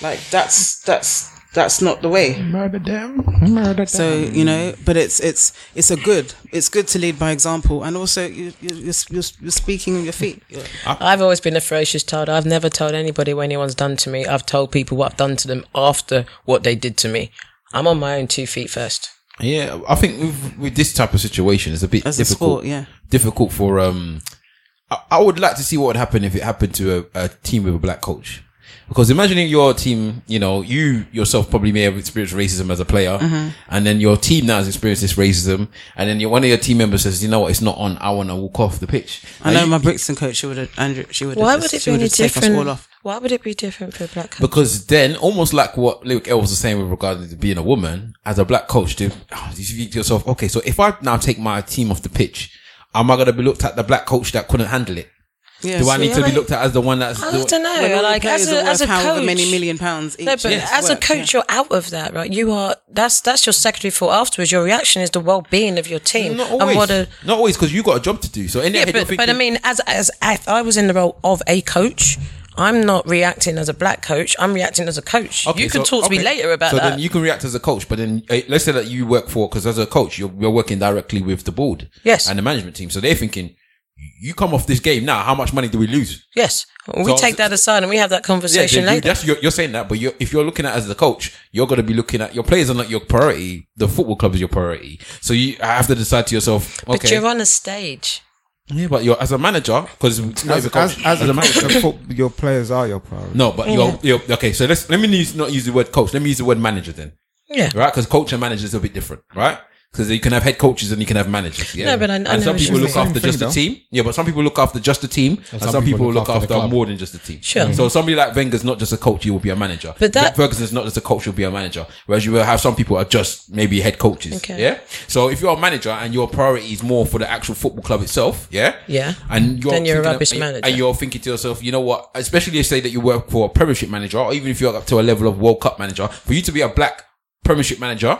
S8: Like that's that's that's not the way. Murder them. Murder So
S11: them.
S8: you know, but it's it's it's a good. It's good to lead by example, and also you you you're, you're, you're speaking on your feet. You're-
S9: I've always been a ferocious child. I've never told anybody what anyone's done to me. I've told people what I've done to them after what they did to me. I'm on my own two feet first.
S4: Yeah, I think with, with this type of situation, it's a bit
S9: As a
S4: difficult.
S9: sport, yeah.
S4: difficult for um. I, I would like to see what would happen if it happened to a, a team with a black coach, because imagining your team, you know, you yourself probably may have experienced racism as a player,
S9: Uh-huh.
S11: Mhm.
S4: and then your team now has experienced this racism, and then your, one of your team members says, "You know what? It's not on. I want to walk off the pitch."
S8: I
S4: Now,
S8: know
S4: you-
S8: my Brixton coach. She would have. Andrew. She would.
S9: Why would it
S8: she
S9: be any
S8: would've taken us all
S9: different?
S8: off.
S9: Why would it be different for a black coach?
S4: Because then, almost like what Luke L was saying with regard to being a woman, as a black coach, to, you think to yourself, okay, so if I now take my team off the pitch, am I going to be looked at the black coach that couldn't handle it?
S8: Yeah.
S4: Do I
S8: See,
S4: need to
S8: I-
S4: be looked at as the one that's
S9: I
S4: the,
S9: don't
S8: When
S9: know.
S8: all the
S9: Like as
S8: players are
S9: a, as a
S8: worth however
S9: coach,
S8: many million pounds
S9: No,
S8: each,
S9: but
S8: yes,
S9: as a
S8: work,
S9: coach, you're out of that, right? You are. That's that's your secondary thought afterwards. Your reaction is the well-being of your team
S4: Mm, not
S9: and
S4: always,
S9: what a
S4: not always, because you got a job to do. So in
S9: yeah,
S4: yeah,
S9: but, but I mean, as as if I was in the role of a coach, I'm not reacting as a black coach. I'm reacting as a coach. you can talk to me later about
S4: so
S9: that.
S4: then you can react as a coach, but then eh, let's say that you work for because as a coach you're, you're working directly with the board,
S9: Yes.
S4: and the management team. So they're thinking, you come off this game now, how much money do we lose?
S9: yes, we
S4: So-
S9: take that aside and we have that
S4: Yeah,
S9: conversation
S4: you-
S9: later.
S4: That's, you're, you're saying that, but you're, if you're looking at it as the coach, you're going to be looking at your players are not your priority. The football club is your priority. So you have to decide to yourself, okay.
S9: But you're on a stage.
S4: yeah, but you're as a manager because as,
S2: As,
S4: a coach,
S2: as, as a manager,
S4: manager.
S2: fo- your players are your priority.
S4: No, but
S2: Yeah.
S4: you're, you're okay. So let's let me use, not use the word coach. Let me use the word manager then.
S9: Yeah.
S4: Right, because coach and manager is a bit different, right? Because you can have head coaches and you can have managers. Yeah.
S9: No, but I- I know
S4: and some
S9: what you
S4: people
S9: mean.
S4: look after
S9: Same
S4: just
S9: thing,
S4: the team. Yeah, but some people look after just the team, and, some, people look after,
S5: the club.
S4: more than just the team.
S9: Sure.
S4: So somebody like Wenger's not just a coach; he will be a manager.
S9: But that-
S4: Jack Ferguson's not just a coach; he'll be a manager. Whereas you will have some people are just maybe head coaches.
S9: Okay.
S4: Yeah. So if you're a manager and your priority is more for the actual football club itself, yeah,
S9: Yeah.
S4: and you're
S9: Then
S4: thinking
S9: you're a
S4: of-
S9: rubbish
S4: and-
S9: manager.
S4: and you're thinking to yourself, you know what? Especially if say that you work for a Premiership manager, or even if you're up to a level of World Cup manager, for you to be a black Premiership manager,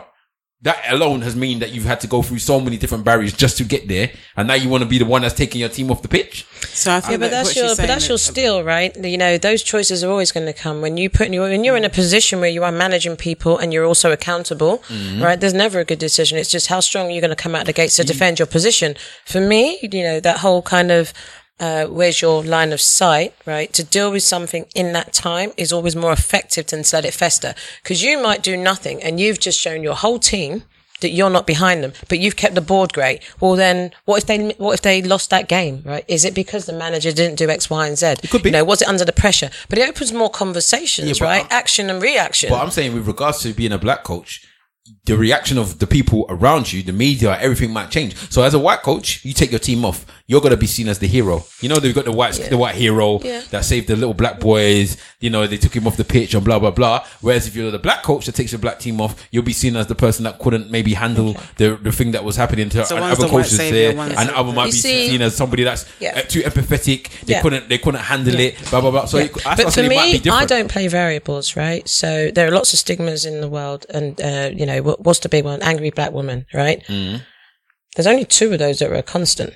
S4: that alone has mean that you've had to go through so many different barriers just to get there, and now you want to be the one that's taking your team off the pitch.
S8: So I think
S9: Yeah, but
S8: that
S9: that's
S8: what
S9: your
S8: she's
S9: but
S8: saying
S9: that's your
S8: is-
S9: still right. You know those choices are always going to come when you put you when you're in a position where you are managing people and you're also accountable,
S8: Mm-hmm.
S9: right? There's never a good decision. It's just how strong you're going to come out the gates to defend your position. For me, you know that whole kind of. Uh, where's your line of sight, right? To deal with something in that time is always more effective than to let it fester. Because you might do nothing and you've just shown your whole team that you're not behind them, but you've kept the board great. Well, then what if they what if they lost that game? Right? Is it because the manager didn't do X, Y, and Z? It could be. You know, was it under the pressure? But it opens more conversations,
S4: Yeah, but
S9: right?
S4: I'm-
S9: Action and reaction.
S4: But I'm saying, with regards to being a black coach, the reaction of the people around you, the media, everything might change. So as a white coach, you take your team off. You're gonna be seen as the hero. You know they've got the white the white hero
S9: Yeah.
S4: that saved the little black boys. You know they took him off the pitch and blah blah blah. Whereas if you're the black coach that takes the black team off, you'll be seen as the person that couldn't maybe handle the, the thing that was happening to
S8: So
S4: and
S8: one's
S4: other
S8: the white
S4: coaches
S8: savior,
S4: there,
S8: one's
S4: and
S8: the-
S4: other might
S9: You
S4: be
S9: see-
S4: seen as somebody that's
S9: Yeah.
S4: uh, too empathetic. They
S9: Yeah.
S4: couldn't they couldn't handle it. Blah blah blah. So
S9: Yeah.
S4: it, that's why I
S9: but for
S4: said it might be
S9: me,
S4: different.
S9: I don't play variables, right? So there are lots of stigmas in the world, and uh, you know what, what's the big one? Angry black woman, right? There's only two of those that are a constant,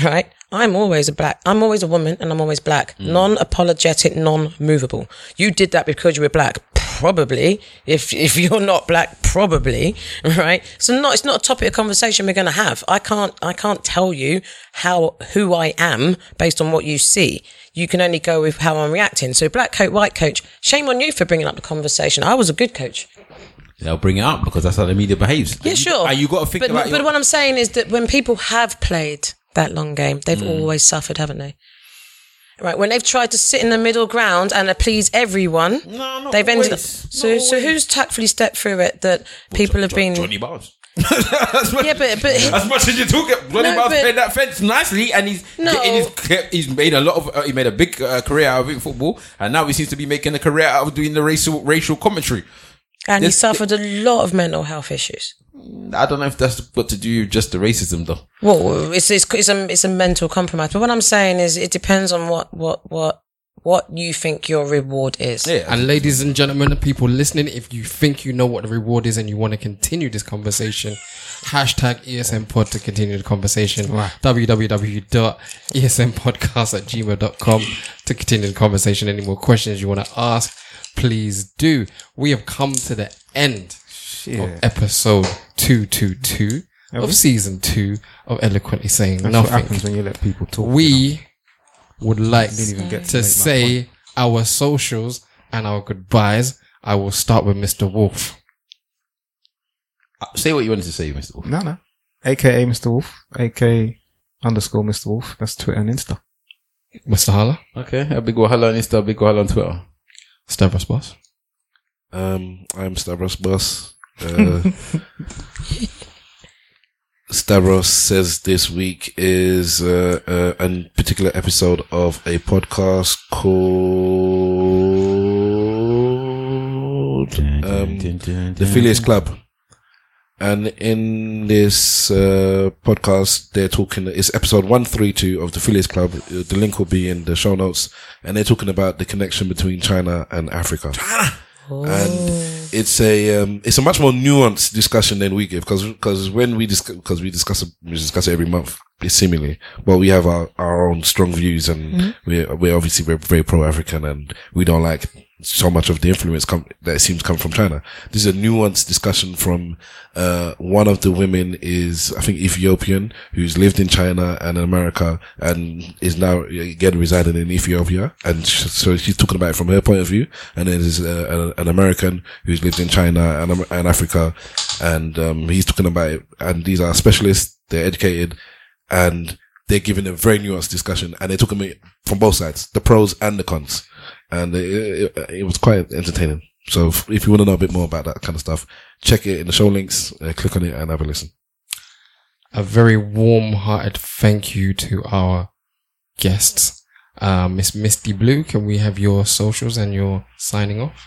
S9: right? I'm always a black. I'm always a woman, and I'm always black, non-apologetic, non-movable. You did that because you were black, probably. If if you're not black, probably, right? So not it's not a topic of conversation we're going to have. I can't I can't tell you how who I am based on what you see you can only go with how I'm reacting. So black coat, white coach, shame on you for bringing up the conversation. I was a good coach.
S4: They'll bring it up because that's how the media behaves.
S9: Yeah,
S4: And you-
S9: sure.
S4: And you got to think
S9: but,
S4: about
S9: But
S4: your-
S9: what I'm saying is that when people have played that long game, they've
S4: Mm.
S9: always suffered, haven't they? Right, when they've tried to sit in the middle ground and uh, please everyone,
S4: No, not
S9: they've ended up.
S4: always. Not
S9: So, so
S4: always.
S9: who's tactfully stepped through it that people have been?
S4: Johnny Bars. as much,
S9: Yeah, but but
S4: as much as you talk, Johnny
S9: No,
S4: Bars
S9: but-
S4: played that fence nicely, and he's
S9: No.
S4: getting his, he's made a lot of uh, he made a big uh, career out of it in football, and now he seems to be making a career out of doing the racial racial commentary.
S9: and he
S4: This-
S9: suffered a lot of mental health issues.
S4: I don't know if that's got to do with just the racism though.
S9: Well, it's it's it's a it's a mental compromise. But what I'm saying is, it depends on what what what what you think your reward is.
S4: Yeah,
S5: And ladies and gentlemen, and people listening, if you think you know what the reward is and you want to continue this conversation, hashtag ESM pod to continue the conversation. www.esmpodcast at gmail.com to continue the conversation. Any more questions you want to ask, please do. We have come to the end of episode 222
S2: we?
S5: of season two of Eloquently Saying
S2: That's what
S5: Nothing.
S2: happens when you let people talk.
S5: We would like to,
S2: get to make my
S5: say our socials and our goodbyes. I will start with Mr. Wolf.
S4: Uh, say what you wanted to say, Mister.
S2: No, no. AKA Mr. Wolf. AKA underscore Mr. Wolf. That's Twitter and Insta.
S5: Mr. Hala,
S4: Okay, a big wahala on Insta, a big wahala on Twitter.
S5: Stavros Boss.
S7: Um, I'm Stavros Boss. Uh, Stavros says this week is uh, uh, a particular episode of a podcast called um, The Phileas Club. And in this uh, podcast, they're talking, it's episode 132 of the Phileas Club. Uh, The link will be in the show notes. And they're talking about the connection between China and Africa and it's a um, it's a much more nuanced discussion than we give because when we discuss because we discuss we discuss it every month similarly but we have our, our own strong views and we're, we're obviously we're very pro-african and we don't like so much of the influence come, that seems to come from china this is a nuanced discussion from uh, one of the women is i think ethiopian who's lived in china and in america and is now uh, again residing in ethiopia and sh- so she's talking about it from her point of view and then there's uh, an, an american who's lived in china and, Am- and africa and um, he's talking about it and these are specialists they're educated and they're giving a very nuanced discussion and they're talking about it from both sides the pros and the cons and it, it, it was quite entertaining so if, if you want to know a bit more about that kind of stuff check it in the show links uh, click on it and have a listen
S5: a very warm-hearted thank you to our guests. Uh, Miss Misty Blue, can we have your socials and your signing off?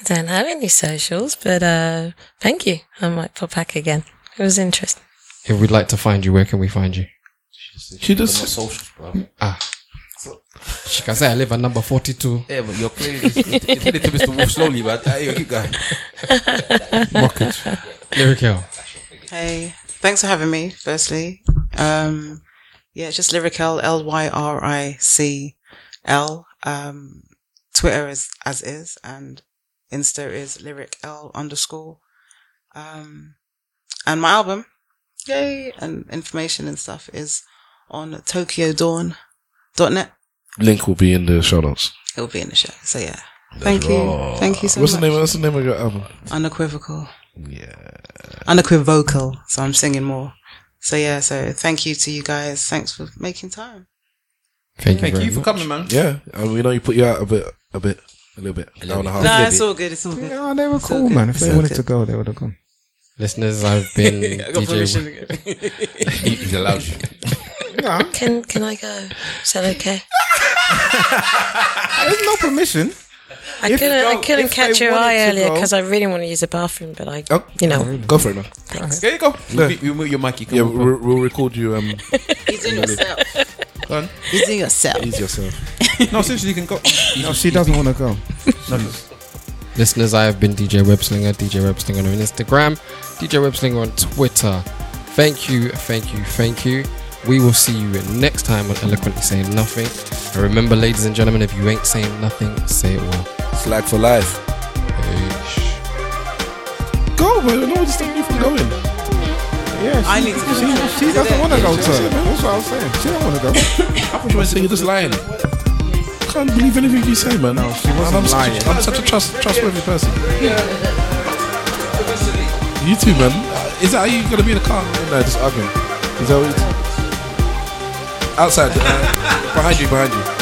S9: I don't have any socials, but uh, thank you. I might pop back again. It was interesting.
S5: If we'd like to find you, where can we find you?
S7: She does.
S5: Ah. She can say I live at number 42.
S4: Yeah, but you're clearly you're telling to Mr. Wolf slowly, but uh, you keep going.
S5: Market. Lyrical.
S8: Hey, thanks for having me, firstly. Um, yeah, it's just Lyrical, L Y R I C L. Um, Twitter is as is, and Insta is lyric L underscore. Um, and my album, yay, and information and stuff is on tokyodawn.net.
S7: Link will be in the show notes.
S8: It will be in the show. So, yeah. Thank you. Thank you so
S7: what's
S8: much.
S7: the name? What's the name of your album?
S8: Unequivocal.
S7: Yeah.
S8: unequivocal, so I'm singing more. So yeah, so thank you to you guys. Thanks for making time.
S5: Thank you.
S4: Thank
S5: very
S4: you for
S5: much.
S4: coming, man.
S7: Yeah, and we know you put you out a bit, a bit, a little bit, an hour and a half.
S8: Nah, it's all good. It's all good.
S2: Yeah, they were cool, man. If they
S8: So
S2: wanted
S8: good.
S2: to go, they would have gone.
S5: Listeners, I've been
S6: I got permission
S5: DJ.
S6: again.
S4: He- He's allowed you.
S9: Can can I go? Is that okay?
S2: There's no permission.
S9: I
S2: If-
S9: couldn't I
S2: no,
S9: couldn't
S2: if they
S9: catch your
S2: wanted
S9: eye
S2: to
S9: earlier
S2: go-
S9: because I really want to use the bathroom, but I
S7: Oh.
S9: you know
S7: Go for it, man.
S9: thanks.
S4: There you go. We'll, be, we'll move your mic. You can
S7: Yeah,
S4: move
S7: we'll, we'll record you. Um,
S8: He's in yourself.
S7: go on,
S8: He's in yourself.
S7: ease yourself.
S4: on. no, seriously, you can go.
S2: No, she doesn't want to go.
S5: Listeners, I have been DJ Webslinger, DJ Webslinger on Instagram, DJ Webslinger on Twitter. Thank you, thank you, thank you. We will see you next time on Eloquently Saying Nothing. And remember, ladies and gentlemen, if you ain't saying nothing, say it well.
S7: Slack for life. Go, man. No, just stop you from going.
S2: Yeah, she,
S8: I need to.
S2: she, she doesn't want to go to. That's what I was saying. She don't want to go.
S7: I thought you were saying you're just lying. Can't believe anything you say, man. No, she wasn't I'm
S2: lying.
S7: Such, I'm such a trust, trustworthy person. You too, man. Uh, Is that how you're gonna be in the car? No, just arguing. Is that what it's... outside? Uh, behind you, behind you.